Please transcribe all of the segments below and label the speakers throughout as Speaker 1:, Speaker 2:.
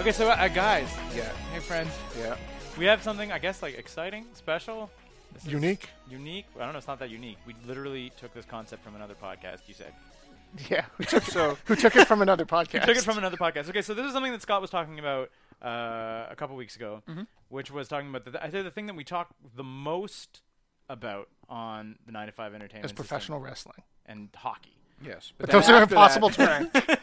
Speaker 1: Okay, so uh, guys,
Speaker 2: Yeah,
Speaker 1: hey friends,
Speaker 2: yeah.
Speaker 1: we have something I guess like exciting, special, This is
Speaker 2: Unique?
Speaker 1: unique. I don't know, it's not that unique. We literally took this concept from another podcast. You said.
Speaker 2: Yeah. Who took so? Who took it from another podcast?
Speaker 1: took it from another podcast. Okay, so this is something that Scott was talking about uh, a couple weeks ago,
Speaker 2: Mm-hmm.
Speaker 1: which was talking about the, I think the thing that we talk the most about on the nine to five entertainment
Speaker 2: as
Speaker 1: system
Speaker 2: professional wrestling.
Speaker 1: and hockey.
Speaker 2: Yes, but, those are
Speaker 3: after that-
Speaker 2: impossible to rank.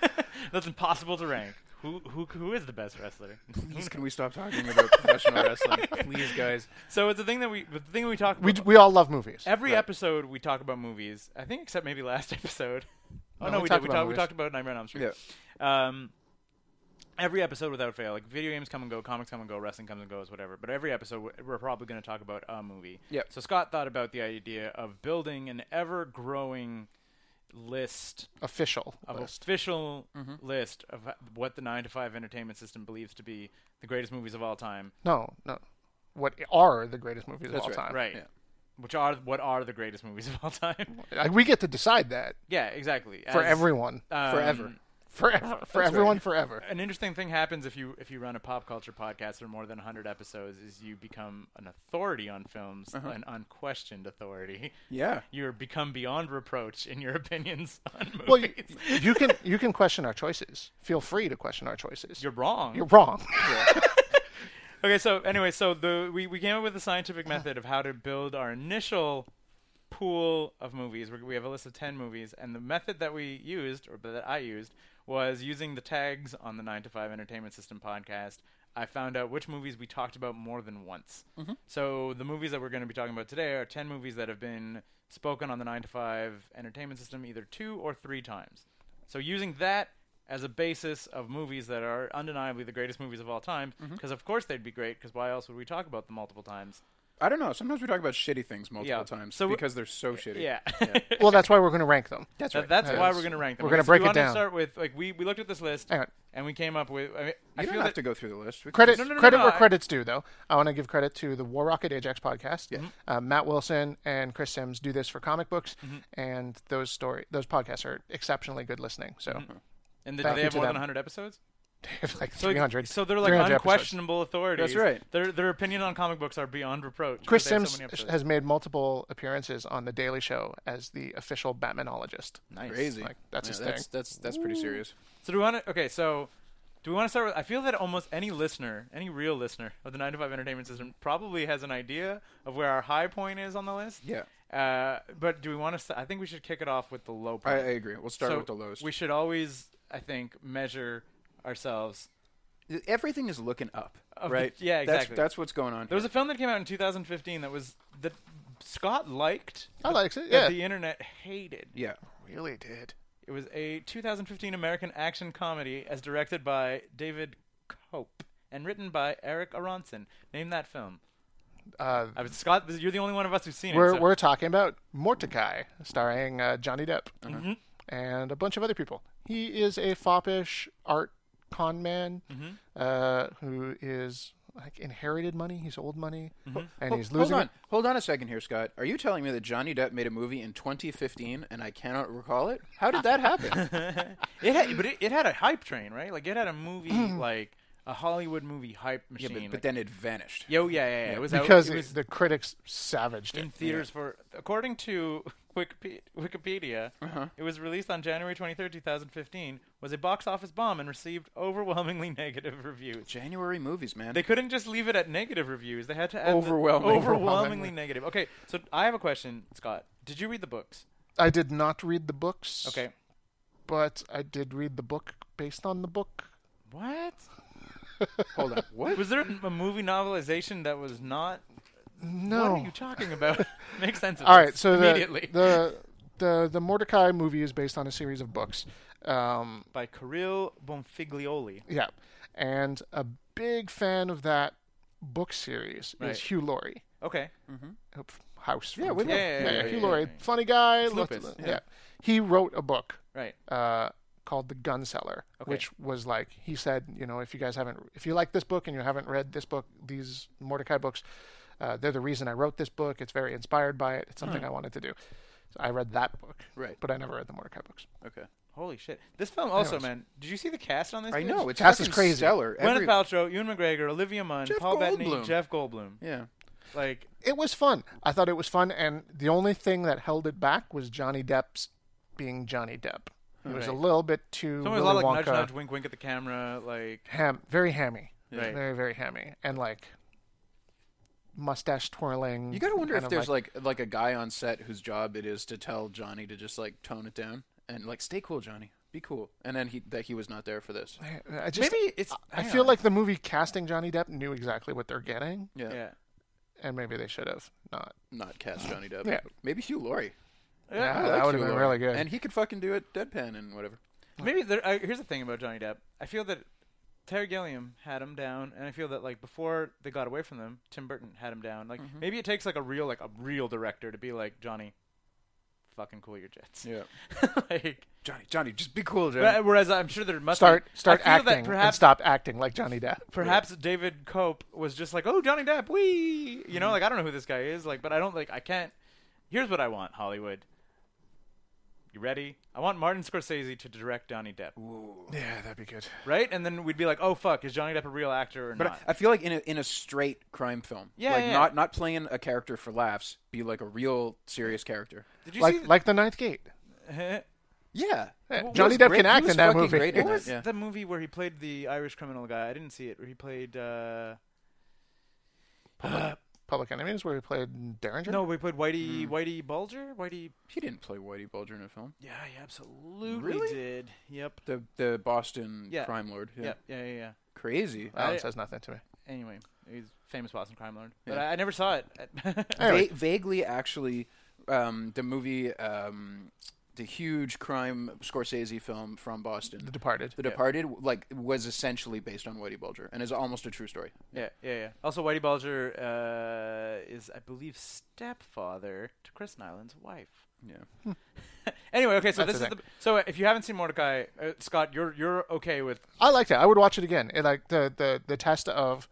Speaker 1: That's impossible to rank. Who who who is the best wrestler?
Speaker 3: Please, can we stop talking about professional wrestling? Please, guys.
Speaker 1: so it's the thing that we the thing we talk
Speaker 2: We,
Speaker 1: about,
Speaker 2: we all love movies.
Speaker 1: every episode we talk about movies. I think except maybe last episode. Oh no,
Speaker 2: No, we
Speaker 1: we,
Speaker 2: talked
Speaker 1: did. We,
Speaker 2: about
Speaker 1: talked we
Speaker 2: movies.
Speaker 1: talked about Nightmare on Elm Street.
Speaker 3: Yeah.
Speaker 1: um, every episode without fail, like video games come and go, comics come and go, wrestling comes and goes, whatever. But every episode, we- we're probably going to talk about a movie.
Speaker 3: Yep.
Speaker 1: So Scott thought about the idea of building an ever-growing list
Speaker 2: Official.
Speaker 1: of
Speaker 2: list.
Speaker 1: official list of h- what the nine to five entertainment system believes to be the greatest movies of all time.
Speaker 2: No, no. What are the greatest movies
Speaker 3: That's
Speaker 2: of all
Speaker 3: right,
Speaker 2: time?
Speaker 1: Right.
Speaker 3: Yeah.
Speaker 1: Which are what are the greatest movies of all time?
Speaker 2: Like, we get to decide that
Speaker 1: yeah, exactly.
Speaker 2: for
Speaker 1: As,
Speaker 2: everyone,
Speaker 1: um,
Speaker 3: Forever.
Speaker 2: forever, for everyone, forever.
Speaker 1: an interesting thing happens if you if you run a pop culture podcast for more than 100 episodes is you become an authority on films an unquestioned authority
Speaker 3: Yeah.
Speaker 1: you become beyond reproach in your opinions on movies
Speaker 2: Well, you, you can you can question our choices. Feel free to question our choices.
Speaker 1: you're wrong
Speaker 2: You're wrong.
Speaker 1: okay so anyway so the we, we came up with a scientific method of how to build our initial pool of movies We're, we have a list of 10 movies and the method that we used or that i used was using the tags on the 9 to 5 entertainment system podcast i found out which movies we talked about more than once so the movies that we're going to be talking about today are 10 movies that have been spoken on the 9 to 5 entertainment system either two or three times so using that as a basis of movies that are undeniably the greatest movies of all time, because of course they'd be great. Because why else would we talk about them multiple times?
Speaker 3: I don't know. Sometimes we talk about shitty things multiple
Speaker 1: Yeah.
Speaker 3: times
Speaker 1: So w-
Speaker 3: because they're so shitty.
Speaker 1: Yeah,
Speaker 2: well, that's why we're going to rank them.
Speaker 3: That's
Speaker 1: That-
Speaker 3: right.
Speaker 1: that's
Speaker 2: Yeah.
Speaker 1: why we're going to rank them.
Speaker 2: We're gonna
Speaker 1: so
Speaker 2: break
Speaker 1: we
Speaker 2: it
Speaker 1: wanna
Speaker 2: down.
Speaker 1: Start with like we, we looked at this list
Speaker 2: Hang on.
Speaker 1: and we came up with. I, mean, I
Speaker 3: you
Speaker 1: feel
Speaker 3: don't have
Speaker 1: that
Speaker 3: to go through the list. We can
Speaker 2: Credit
Speaker 1: No, no, no,
Speaker 2: credit
Speaker 1: no,
Speaker 2: where
Speaker 1: I-
Speaker 2: credit's due, though. I want to give credit to the War Rocket Age X podcast.
Speaker 1: Mm-hmm.
Speaker 3: Yeah.
Speaker 2: Uh, Matt Wilson and Chris Sims do this for comic books,
Speaker 1: Mm-hmm.
Speaker 2: and those story those podcasts are exceptionally good listening. So
Speaker 1: and did
Speaker 2: Thank
Speaker 1: they
Speaker 2: you
Speaker 1: have
Speaker 2: to
Speaker 1: more than
Speaker 2: them.
Speaker 1: 100 episodes.
Speaker 2: they have like
Speaker 1: Mm-hmm. So, like,
Speaker 2: 300.
Speaker 1: So they're like
Speaker 2: 300 episodes.
Speaker 1: unquestionable authorities.
Speaker 3: right.
Speaker 1: Their their opinion on comic books are beyond reproach. 'cause
Speaker 2: Chris
Speaker 1: they have so
Speaker 2: Sims
Speaker 1: many episodes.
Speaker 2: has made multiple appearances on The Daily Show as the official Batmanologist.
Speaker 1: nice.
Speaker 3: Crazy.
Speaker 2: Like, that's
Speaker 3: yeah,
Speaker 2: his
Speaker 3: that's,
Speaker 2: thing.
Speaker 3: That's that's pretty serious.
Speaker 1: So do we want to? Okay, so do we want to start with? I feel that almost any listener, any real listener of the Nine to Five Entertainment System, probably has an idea of where our high point is on the list.
Speaker 3: Yeah.
Speaker 1: Uh, but do we want to? St- I think we should kick it off with the low
Speaker 3: I, I
Speaker 1: point.
Speaker 3: agree. We'll start
Speaker 1: So
Speaker 3: with the lowest.
Speaker 1: We should always, I think, measure ourselves.
Speaker 3: Everything is looking up,
Speaker 1: Of the-
Speaker 3: right?
Speaker 1: yeah, exactly.
Speaker 3: That's, that's what's going on.
Speaker 1: There was a
Speaker 3: here.
Speaker 1: film that came out in 2015 that was that Scott liked.
Speaker 2: I liked it.
Speaker 1: that
Speaker 2: Yeah,
Speaker 1: the internet hated.
Speaker 3: yeah.
Speaker 2: really did.
Speaker 1: It was a 2015 American action comedy as directed by David Cope and written by Eric Aronson. Name that film.
Speaker 2: Uh,
Speaker 1: I was, Scott, this- you're the only one of us who's seen
Speaker 2: we're
Speaker 1: it. so-
Speaker 2: we're talking about Mordecai, starring uh, Johnny Depp
Speaker 1: Mm-hmm.
Speaker 2: and a bunch of other people. He is a foppish art con man
Speaker 1: Mm-hmm.
Speaker 2: uh, who is like inherited money. He's old money,
Speaker 1: Mm-hmm.
Speaker 2: and
Speaker 3: Ho-
Speaker 2: he's
Speaker 3: hold
Speaker 2: losing.
Speaker 3: on. Hold on a second here, Scott. Are you telling me that Johnny Depp made a movie in 2015 and I cannot recall it? How did that happen?
Speaker 1: it had, but it, it had a hype train, right? Like it had a movie, like a Hollywood movie hype
Speaker 3: yeah,
Speaker 1: machine.
Speaker 3: but,
Speaker 1: like-
Speaker 3: but then it vanished.
Speaker 1: yo, yeah, yeah, yeah. It was out-
Speaker 2: because
Speaker 1: it was
Speaker 2: the critics savaged it.
Speaker 1: in theaters for, according to Wikipedia, Wikipedia
Speaker 2: Uh-huh.
Speaker 1: it was released on January 23rd, 2015. Was a box office bomb and received overwhelmingly negative reviews.
Speaker 3: January movies, man.
Speaker 1: They couldn't just leave it at negative reviews. They had to add the-
Speaker 3: Overwhelming.
Speaker 1: overwhelmingly negative. Okay, so I have a question, Scott. Did you read the books?
Speaker 2: I did not read the books.
Speaker 1: Okay.
Speaker 2: but I did read the book based on the book.
Speaker 1: What?
Speaker 3: Hold on. What?
Speaker 1: Was there a movie novelization that was not?
Speaker 2: No.
Speaker 1: What are you talking about? Makes sense. Of
Speaker 2: All
Speaker 1: this
Speaker 2: right, so the,
Speaker 1: immediately
Speaker 2: the the the Mordecai movie is based on a series of books. Um,
Speaker 1: by Kirill Bonfiglioli.
Speaker 2: yeah, and a big fan of that book series
Speaker 1: Right.
Speaker 2: is Hugh Laurie.
Speaker 1: Okay.
Speaker 2: Hope- House.
Speaker 3: Yeah,
Speaker 2: from-
Speaker 3: we love-
Speaker 1: Yeah, yeah, yeah,
Speaker 2: Hugh
Speaker 1: yeah,
Speaker 2: Laurie,
Speaker 1: yeah.
Speaker 2: funny guy.
Speaker 3: It's
Speaker 2: lots-
Speaker 3: Lupus,
Speaker 2: yeah.
Speaker 3: yeah.
Speaker 2: he wrote a book
Speaker 1: Right.
Speaker 2: uh, called The Gun Seller,
Speaker 1: Okay.
Speaker 2: which was like he said, you know, if you guys haven't, if you like this book and you haven't read this book, these Mordecai books, uh, they're the reason I wrote this book. It's very inspired by it. It's
Speaker 1: Hmm.
Speaker 2: something I wanted to do. So I read that book,
Speaker 3: Right.
Speaker 2: But I never read the Mordecai books.
Speaker 3: Okay.
Speaker 1: Holy shit! This film also,
Speaker 2: Anyways.
Speaker 1: man. Did you see the cast on this?
Speaker 3: I
Speaker 1: bitch?
Speaker 3: know it's
Speaker 2: Cast is
Speaker 3: fucking
Speaker 2: crazy.
Speaker 3: Stellar.
Speaker 1: Gwyneth
Speaker 3: Every-
Speaker 1: Paltrow, Ewan McGregor, Olivia Munn,
Speaker 3: Jeff
Speaker 1: Paul Bettany,
Speaker 3: Goldblum.
Speaker 1: Jeff Goldblum.
Speaker 3: yeah.
Speaker 1: Like,
Speaker 2: It was fun. I thought it was fun, and the only thing that held it back was Johnny Depp's being Johnny Depp. He was a
Speaker 1: Right.
Speaker 2: little bit too
Speaker 1: someone
Speaker 2: Willy
Speaker 1: was a lot like
Speaker 2: Wonka,
Speaker 1: nudge, nudge, wink, wink at the camera. Like,
Speaker 2: ham, very hammy,
Speaker 1: Right.
Speaker 2: very very hammy, and like mustache twirling.
Speaker 3: You gotta wonder
Speaker 2: kind
Speaker 3: if
Speaker 2: of,
Speaker 3: there's like, like a guy on set whose job it is to tell Johnny to just like tone it down and like stay cool, Johnny, be cool, and then he that he was not there for this.
Speaker 2: I just,
Speaker 1: maybe it's.
Speaker 2: I
Speaker 1: hang
Speaker 2: feel
Speaker 1: on.
Speaker 2: like the movie casting Johnny Depp knew exactly what they're getting,
Speaker 3: Yeah.
Speaker 1: Yeah.
Speaker 2: and maybe they should have not.
Speaker 3: Not cast Johnny Depp.
Speaker 2: Yeah.
Speaker 3: Maybe Hugh Laurie.
Speaker 1: Ah,
Speaker 3: I
Speaker 2: Yeah, that
Speaker 3: like
Speaker 2: would have
Speaker 3: Hugh
Speaker 2: been
Speaker 3: Laurie.
Speaker 2: really good.
Speaker 3: And he could fucking do it deadpan and whatever.
Speaker 1: Maybe there, I here's the thing about Johnny Depp. I feel that Terry Gilliam had him down, and I feel that like before they got away from them, Tim Burton had him down. Like
Speaker 2: Mm-hmm.
Speaker 1: maybe it takes like a real like a real director to be like Johnny, fucking cool your jets.
Speaker 3: Yeah.
Speaker 1: like,
Speaker 3: Johnny, Johnny, just be cool, Johnny.
Speaker 1: whe- whereas I'm sure there must
Speaker 2: start
Speaker 1: be,
Speaker 2: start
Speaker 1: I feel
Speaker 2: acting
Speaker 1: that
Speaker 2: and
Speaker 1: perhaps
Speaker 2: stop acting like Johnny Depp.
Speaker 1: perhaps David Cope was just like, oh Johnny Depp, wee, you
Speaker 3: Mm-hmm.
Speaker 1: know, like I don't know who this guy is, like, but I don't like I can't. Here's what I want, Hollywood. You ready? I want Martin Scorsese to direct Johnny Depp.
Speaker 2: Yeah, that'd be good.
Speaker 1: right? And then we'd be like, oh fuck, is Johnny Depp a real actor or
Speaker 3: But uh, I-
Speaker 1: not?
Speaker 3: I feel like in a in a straight crime film,
Speaker 1: Yeah,
Speaker 3: like
Speaker 1: yeah,
Speaker 3: not
Speaker 1: yeah.
Speaker 3: not playing a character for laughs, be like a real serious character.
Speaker 1: Did you
Speaker 2: like
Speaker 1: see?
Speaker 2: like the Ninth Gate.
Speaker 1: Like,
Speaker 3: Yeah,
Speaker 2: Yeah,
Speaker 3: Wh-
Speaker 2: Johnny
Speaker 3: was
Speaker 2: Depp
Speaker 3: great-
Speaker 2: can
Speaker 3: he
Speaker 2: act
Speaker 3: was
Speaker 2: in that
Speaker 3: fucking
Speaker 2: movie.
Speaker 3: great in
Speaker 1: what
Speaker 3: that,
Speaker 1: was
Speaker 3: yeah.
Speaker 1: the movie where he played the Irish criminal guy? I didn't see it. Where he played. Uh,
Speaker 2: Public Enemies, where he played Derringer.
Speaker 1: no, we played Whitey.
Speaker 3: Mm.
Speaker 1: Whitey Bulger. Whitey.
Speaker 3: He didn't play Whitey Bulger in a film.
Speaker 1: Yeah, he absolutely
Speaker 3: Really?
Speaker 1: did. Yep.
Speaker 3: The the Boston
Speaker 1: Yeah.
Speaker 3: crime lord. Yeah. Uh,
Speaker 1: Yep. Yeah. Yeah. Yeah.
Speaker 3: Crazy.
Speaker 2: that one
Speaker 1: I-
Speaker 2: says nothing to me.
Speaker 1: Anyway, he's famous Boston crime lord, but
Speaker 3: Yeah.
Speaker 1: I, I never saw it.
Speaker 2: Anyway.
Speaker 3: Uh, Va- vaguely, actually, um, the movie, um, the huge crime Scorsese film from Boston,
Speaker 2: The Departed.
Speaker 3: The Departed, like was essentially based on Whitey Bulger, and is almost a true story.
Speaker 1: yeah. Yeah. Yeah. Also, Whitey Bulger uh, is, I believe, stepfather to Chris Nyland's wife.
Speaker 3: Yeah.
Speaker 1: Anyway, okay, so
Speaker 2: That's
Speaker 1: this
Speaker 2: the
Speaker 1: is the so uh, if you haven't seen Mordecai, uh, Scott, you're you're okay with
Speaker 2: I liked it. I would watch it again. It, like the, the the test of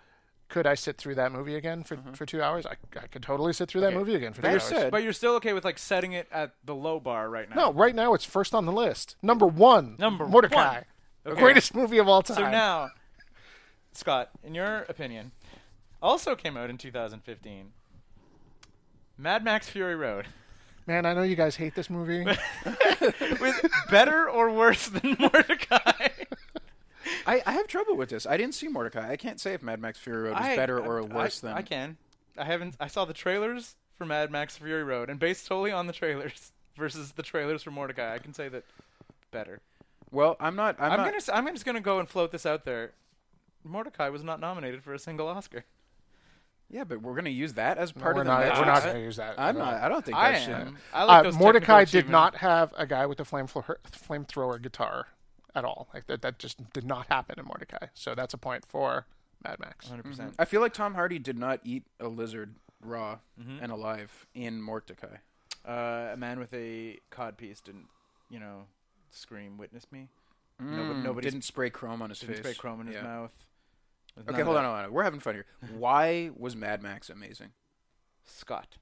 Speaker 2: could I sit through that movie again for,
Speaker 1: Mm-hmm.
Speaker 2: for two hours? I, I could totally sit through that movie again for two
Speaker 3: That
Speaker 2: hours.
Speaker 3: said-
Speaker 1: But you're still okay with like setting it at the low bar right now.
Speaker 2: No, right now it's first on the list. Number one.
Speaker 1: Number
Speaker 2: Mordecai.
Speaker 1: one.
Speaker 2: The
Speaker 1: Okay.
Speaker 2: greatest movie of all time.
Speaker 1: So now, Scott, in your opinion, also came out in 2015. Mad Max Fury Road
Speaker 2: Man, I know you guys hate this movie.
Speaker 1: was better or worse than Mordecai?
Speaker 3: I, I have trouble with this. I didn't see Mordecai. I can't say if Mad Max Fury Road is better or
Speaker 1: I-
Speaker 3: worse
Speaker 1: I,
Speaker 3: than.
Speaker 1: I can. I haven't. I saw the trailers for Mad Max Fury Road, and based solely on the trailers versus the trailers for Mordecai, I can say that better.
Speaker 3: Well, I'm not. I'm,
Speaker 1: I'm
Speaker 3: not-
Speaker 1: gonna. s- I'm just gonna go and float this out there. Mordecai was not nominated for a single Oscar.
Speaker 3: Yeah, but we're gonna use that as part
Speaker 2: we're
Speaker 3: of the.
Speaker 2: not,
Speaker 3: metric.
Speaker 2: we're not going to use that.
Speaker 3: I'm
Speaker 2: No.
Speaker 3: not. I don't think
Speaker 1: I
Speaker 3: that should.
Speaker 1: am. I like
Speaker 2: Uh,
Speaker 1: those
Speaker 2: Mordecai
Speaker 1: technical
Speaker 2: did not have a guy with a flame flo- flamethrower guitar at all. Like that, that just did not happen in Mordecai. So that's a point for Mad Max.
Speaker 1: achievement. 100%.
Speaker 3: I feel like Tom Hardy did not eat a lizard raw
Speaker 1: Mm-hmm.
Speaker 3: and alive in Mordecai.
Speaker 1: Uh, a man with a cod piece didn't, you know, scream "Witness me." Nobody, nobody
Speaker 3: Mm, didn't spray chrome on his
Speaker 1: Mm-hmm. didn't
Speaker 3: face.
Speaker 1: spray chrome in his
Speaker 3: Yeah.
Speaker 1: mouth. There's none
Speaker 3: Okay,
Speaker 1: of
Speaker 3: hold
Speaker 1: that.
Speaker 3: on, hold on. We're having fun here. Why was Mad Max amazing?
Speaker 1: Scott.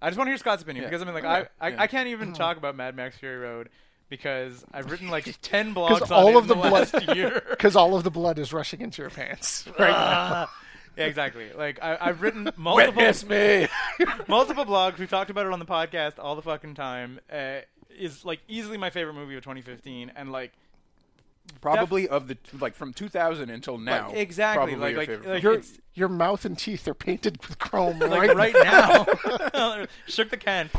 Speaker 1: I just want to hear Scott's opinion
Speaker 3: Yeah.
Speaker 1: because I mean, like,
Speaker 3: Okay.
Speaker 1: I, I,
Speaker 3: Yeah.
Speaker 1: I can't even talk about Mad Max Fury Road because I've written like ten blogs
Speaker 2: 'Cause
Speaker 1: on
Speaker 2: all
Speaker 1: it
Speaker 2: of
Speaker 1: in
Speaker 2: the
Speaker 1: the,
Speaker 2: blood-
Speaker 1: last year.
Speaker 2: Because all of the blood is rushing into your pants right now.
Speaker 1: yeah, exactly. Like, I, I've written multiple
Speaker 3: me.
Speaker 1: multiple blogs. We've talked about it on the podcast all the fucking time. Uh, is like easily my favorite movie of 2015, and like
Speaker 3: Probably of the like from 2000 until now.
Speaker 1: Like, exactly,
Speaker 3: probably
Speaker 1: like-
Speaker 3: your
Speaker 1: like-
Speaker 3: favorite
Speaker 1: like
Speaker 3: film.
Speaker 2: Your, your mouth and teeth are painted with chrome
Speaker 1: like
Speaker 2: right
Speaker 1: right now. Shook the can.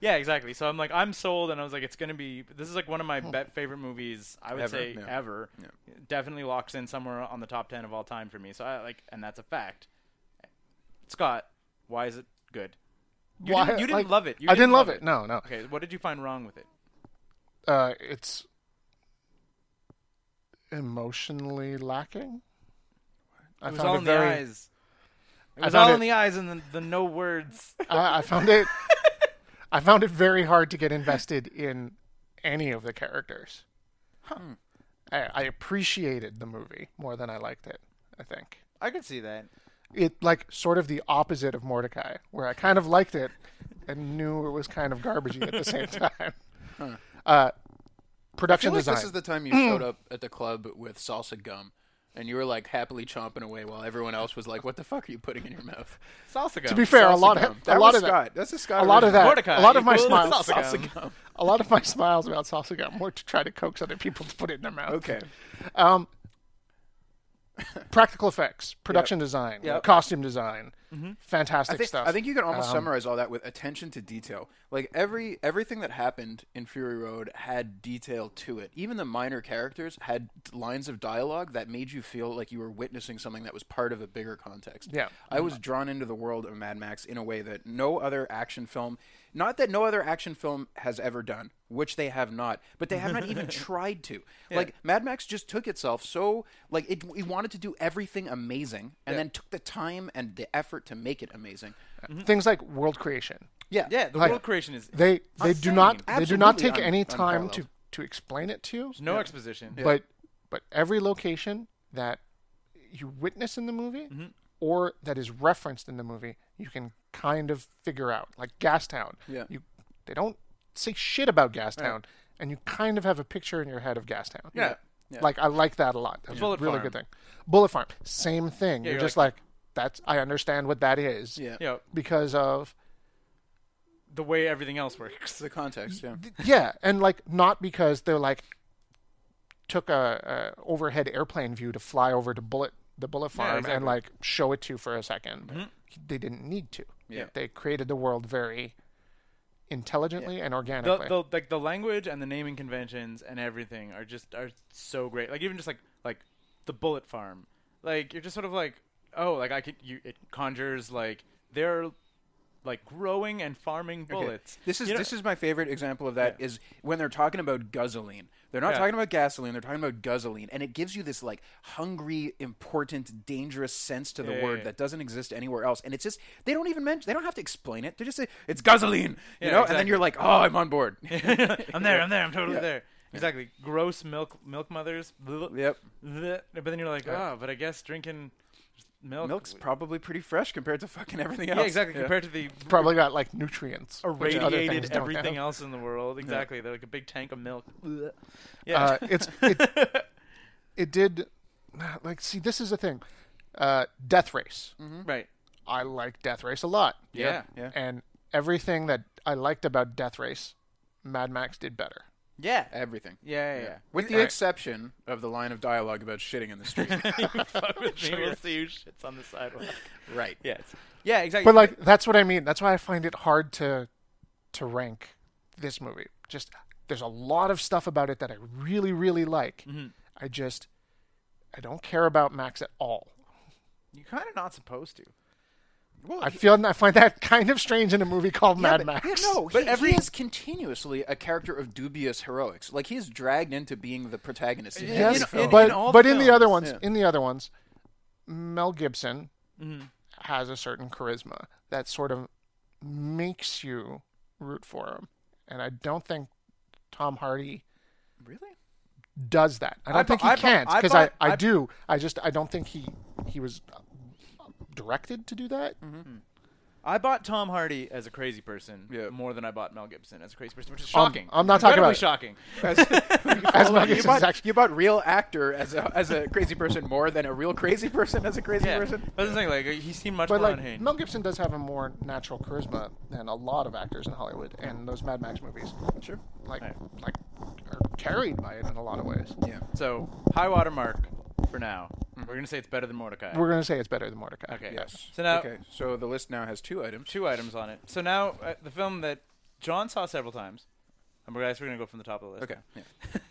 Speaker 1: Yeah, exactly. So I'm like, I'm sold, and I was like, it's gonna be. This is like one of my bet favorite movies. I would
Speaker 3: Ever,
Speaker 1: say
Speaker 3: yeah.
Speaker 1: ever. Definitely locks in somewhere on the top ten of all time for me. So I like, and that's a fact. Scott, why is it good? You
Speaker 2: Why-
Speaker 1: didn't, you didn't
Speaker 2: like,
Speaker 1: love it. You
Speaker 2: I didn't love it. No, no.
Speaker 1: Okay, what did you find wrong with it?
Speaker 2: Uh, it's emotionally lacking. I
Speaker 1: It was
Speaker 2: found
Speaker 1: all
Speaker 2: it
Speaker 1: in
Speaker 2: very.
Speaker 1: the eyes. It
Speaker 2: I
Speaker 1: was
Speaker 2: found
Speaker 1: all
Speaker 2: it-
Speaker 1: in the eyes and the, the no words.
Speaker 2: I, I found it. I found it very hard to get invested in any of the characters.
Speaker 1: Hmm.
Speaker 2: Huh. I, I appreciated the movie more than I liked it. I think
Speaker 1: I could see that.
Speaker 2: it like sort of the opposite of Mordecai, where I kind of liked it and knew it was kind of garbagey at the same time. Uh,
Speaker 3: I feel
Speaker 2: production
Speaker 3: like
Speaker 2: design.
Speaker 3: this is the time you showed up at the club with salsa gum, and you were like happily chomping away while everyone else was like, "What the fuck are you putting in your mouth?"
Speaker 1: Salsa gum.
Speaker 2: to be fair, a
Speaker 3: Salsa
Speaker 2: lot
Speaker 3: gum.
Speaker 2: of a lot of that.
Speaker 3: That's a Scott.
Speaker 2: a lot of that.
Speaker 1: Mordecai
Speaker 2: a lot of my
Speaker 1: equals
Speaker 2: smiles.
Speaker 1: salsa gum.
Speaker 3: Salsa gum.
Speaker 2: A lot of my smiles about salsa gum were to try to coax other people to put it in their mouth.
Speaker 3: Okay.
Speaker 2: Um, practical effects, production design,
Speaker 1: Yep.
Speaker 2: costume design,
Speaker 3: Mm-hmm.
Speaker 2: fantastic
Speaker 3: I think,
Speaker 2: stuff.
Speaker 3: I think you can almost summarize all that with attention to detail. Like every everything that happened in Fury Road had detail to it. Even the minor characters had lines of dialogue that made you feel like you were witnessing something that was part of a bigger context.
Speaker 2: Yeah.
Speaker 3: I was drawn into the world of Mad Max in a way that no other action film, not that no other action film has ever done, which they have not, but they have not even tried to. Like Mad Max just took itself so like it, it wanted to do everything amazing and then took the time and the effort to make it amazing. Mm-hmm.
Speaker 2: things like world creation.
Speaker 3: Yeah.
Speaker 1: Yeah, the
Speaker 2: Like-
Speaker 1: world creation is
Speaker 2: They they do not
Speaker 3: saying,
Speaker 2: they do not
Speaker 3: absolutely
Speaker 2: take
Speaker 3: un-
Speaker 2: any time to
Speaker 3: unparalleled.
Speaker 2: to explain it to.
Speaker 1: no exposition.
Speaker 2: But but every location that you witness in the movie
Speaker 1: Mm-hmm.
Speaker 2: or that is referenced in the movie, you can kind of figure out. Like Gastown.
Speaker 3: Yeah.
Speaker 2: You they don't say shit about Gastown and you kind of have a picture in your head of Gastown.
Speaker 1: Yeah.
Speaker 3: Yeah.
Speaker 2: Like I like that a lot. That's a
Speaker 1: Bullet
Speaker 2: really
Speaker 1: Farm.
Speaker 2: good thing. Bullet Farm. Same thing.
Speaker 1: Yeah,
Speaker 2: you're,
Speaker 1: you're
Speaker 2: just like, that's I understand what that is.
Speaker 3: Yeah.
Speaker 1: You know,
Speaker 2: Because of
Speaker 1: the way everything else works.
Speaker 3: The context, yeah.
Speaker 2: yeah, and like not because they're like took a, a overhead airplane view to fly over to bullet the bullet farm and
Speaker 1: exactly. Mm-hmm.
Speaker 2: like show it to you for a 2nd They didn't need to.
Speaker 3: Yeah.
Speaker 2: They created the world very intelligently and
Speaker 1: the,
Speaker 2: organically.
Speaker 1: the like the language and the naming conventions and everything are just are so great. Like even just like like the bullet farm, like you're just sort of like oh like I could you it conjures like they're like growing and farming
Speaker 3: Okay.
Speaker 1: bullets.
Speaker 3: This is
Speaker 1: You know-
Speaker 3: this is my favorite example of that is when they're talking about guzzling. They're not
Speaker 1: Yeah.
Speaker 3: talking about gasoline, they're talking about guzzling and it gives you this like hungry, important, dangerous sense to the
Speaker 1: Yeah, yeah,
Speaker 3: word
Speaker 1: yeah.
Speaker 3: that doesn't exist anywhere else. And it's just they don't even mention they don't have to explain it. They just say it's guzzling, you
Speaker 1: Yeah,
Speaker 3: know? And then
Speaker 1: exactly.
Speaker 3: you're like, "Oh, I'm on board."
Speaker 1: I'm there. I'm there. I'm totally
Speaker 3: Yeah.
Speaker 1: there. Exactly. Gross milk milk mothers. Bleh,
Speaker 3: Yep.
Speaker 1: bleh. But then you're like oh, but I guess drinking milk.
Speaker 3: Milk's probably pretty fresh compared to fucking everything else.
Speaker 1: yeah, exactly. Compared to the
Speaker 2: Probably got like nutrients. which other things
Speaker 1: irradiated
Speaker 2: don't
Speaker 1: everything
Speaker 2: have.
Speaker 1: else in the world. Exactly. They're like a big tank of milk. Bleh. Yeah.
Speaker 2: Uh, it's it, it did like see this is the thing. Uh, Death Race.
Speaker 1: right.
Speaker 2: I like Death Race a lot.
Speaker 3: Yeah, yeah.
Speaker 2: And everything that I liked about Death Race, Mad Max did better.
Speaker 1: Yeah.
Speaker 3: Everything.
Speaker 1: Yeah, yeah, yeah.
Speaker 3: With the
Speaker 2: Alright.
Speaker 3: exception of the line of dialogue about shitting in the street.
Speaker 1: Fuck with me. We'll see who shits on the sidewalk.
Speaker 3: right.
Speaker 1: Yes. Yeah, exactly.
Speaker 2: But like that's what I mean. That's why I find it hard to to rank this movie. Just there's a lot of stuff about it that I really really like.
Speaker 3: Mm-hmm.
Speaker 2: I just I don't care about Max at all.
Speaker 1: you're kind of not supposed to.
Speaker 2: I feel I find that kind of strange in a movie called Mad
Speaker 3: but-
Speaker 2: Max.
Speaker 3: yeah, no,
Speaker 1: But
Speaker 3: he,
Speaker 1: every-
Speaker 3: he is continuously a character of dubious heroics. Like he is dragged into being the protagonist. in
Speaker 2: Yes,
Speaker 3: every film.
Speaker 2: but
Speaker 1: in all
Speaker 2: but in the other
Speaker 1: films,
Speaker 2: ones, in the other ones, Mel Gibson Mm-hmm. has a certain charisma that sort of makes you root for him, and I don't think Tom Hardy
Speaker 3: really,
Speaker 2: does that. I don't
Speaker 1: I bu-
Speaker 2: think he
Speaker 1: I bu-
Speaker 2: can't
Speaker 1: I
Speaker 2: because
Speaker 1: bu-
Speaker 2: I, I,
Speaker 1: I-
Speaker 2: do. I just I don't think he he was uh, directed to do that.
Speaker 1: I bought Tom Hardy as a crazy person
Speaker 3: Yeah.
Speaker 1: more than I bought Mel Gibson as a crazy person, which is
Speaker 2: Um,
Speaker 1: shocking.
Speaker 2: I'm not talking
Speaker 1: Incredibly
Speaker 2: about it.
Speaker 1: shocking.
Speaker 2: As Mel
Speaker 3: you
Speaker 2: Gibson's
Speaker 3: bought,
Speaker 2: actually-
Speaker 3: you bought real actor as a as a crazy person more than a real crazy person as a crazy
Speaker 1: Yeah.
Speaker 3: person.
Speaker 1: That's the thing. Like he seemed much
Speaker 2: But
Speaker 1: more
Speaker 2: like
Speaker 1: unhinged.
Speaker 2: Mel Gibson does have a more natural charisma than a lot of actors in Hollywood, and those Mad Max movies,
Speaker 3: Sure.
Speaker 2: like like, are carried by it in a lot of ways.
Speaker 3: Yeah.
Speaker 1: so high water mark for now. We're gonna say it's better than Mordecai.
Speaker 2: We're gonna say it's better than Mordecai.
Speaker 1: okay.
Speaker 3: Yes.
Speaker 1: So now
Speaker 3: okay. So the list now has two items.
Speaker 1: two items on it. So now uh, the film that John saw several times. And we're, I guess we're going to go from the top of the list.
Speaker 3: Okay.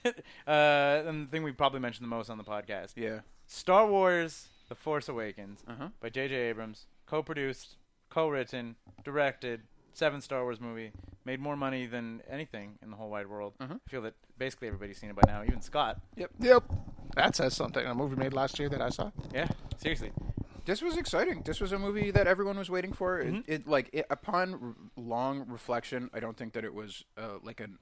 Speaker 3: Yeah.
Speaker 1: now. uh, and the thing we probably mentioned the most on the podcast.
Speaker 3: Yeah.
Speaker 1: Star Wars The Force Awakens
Speaker 3: Uh-huh.
Speaker 1: by J.J. Abrams, co produced, co written, directed, seventh Star Wars movie, made more money than anything in the whole wide world. I feel that basically everybody's seen it by now, even Scott.
Speaker 2: Yep. That says something. A movie made last year that I saw.
Speaker 1: Yeah, seriously.
Speaker 3: This was exciting. This was a movie that everyone was waiting for. It, it like it, upon r- long reflection, I don't think that it was uh, like an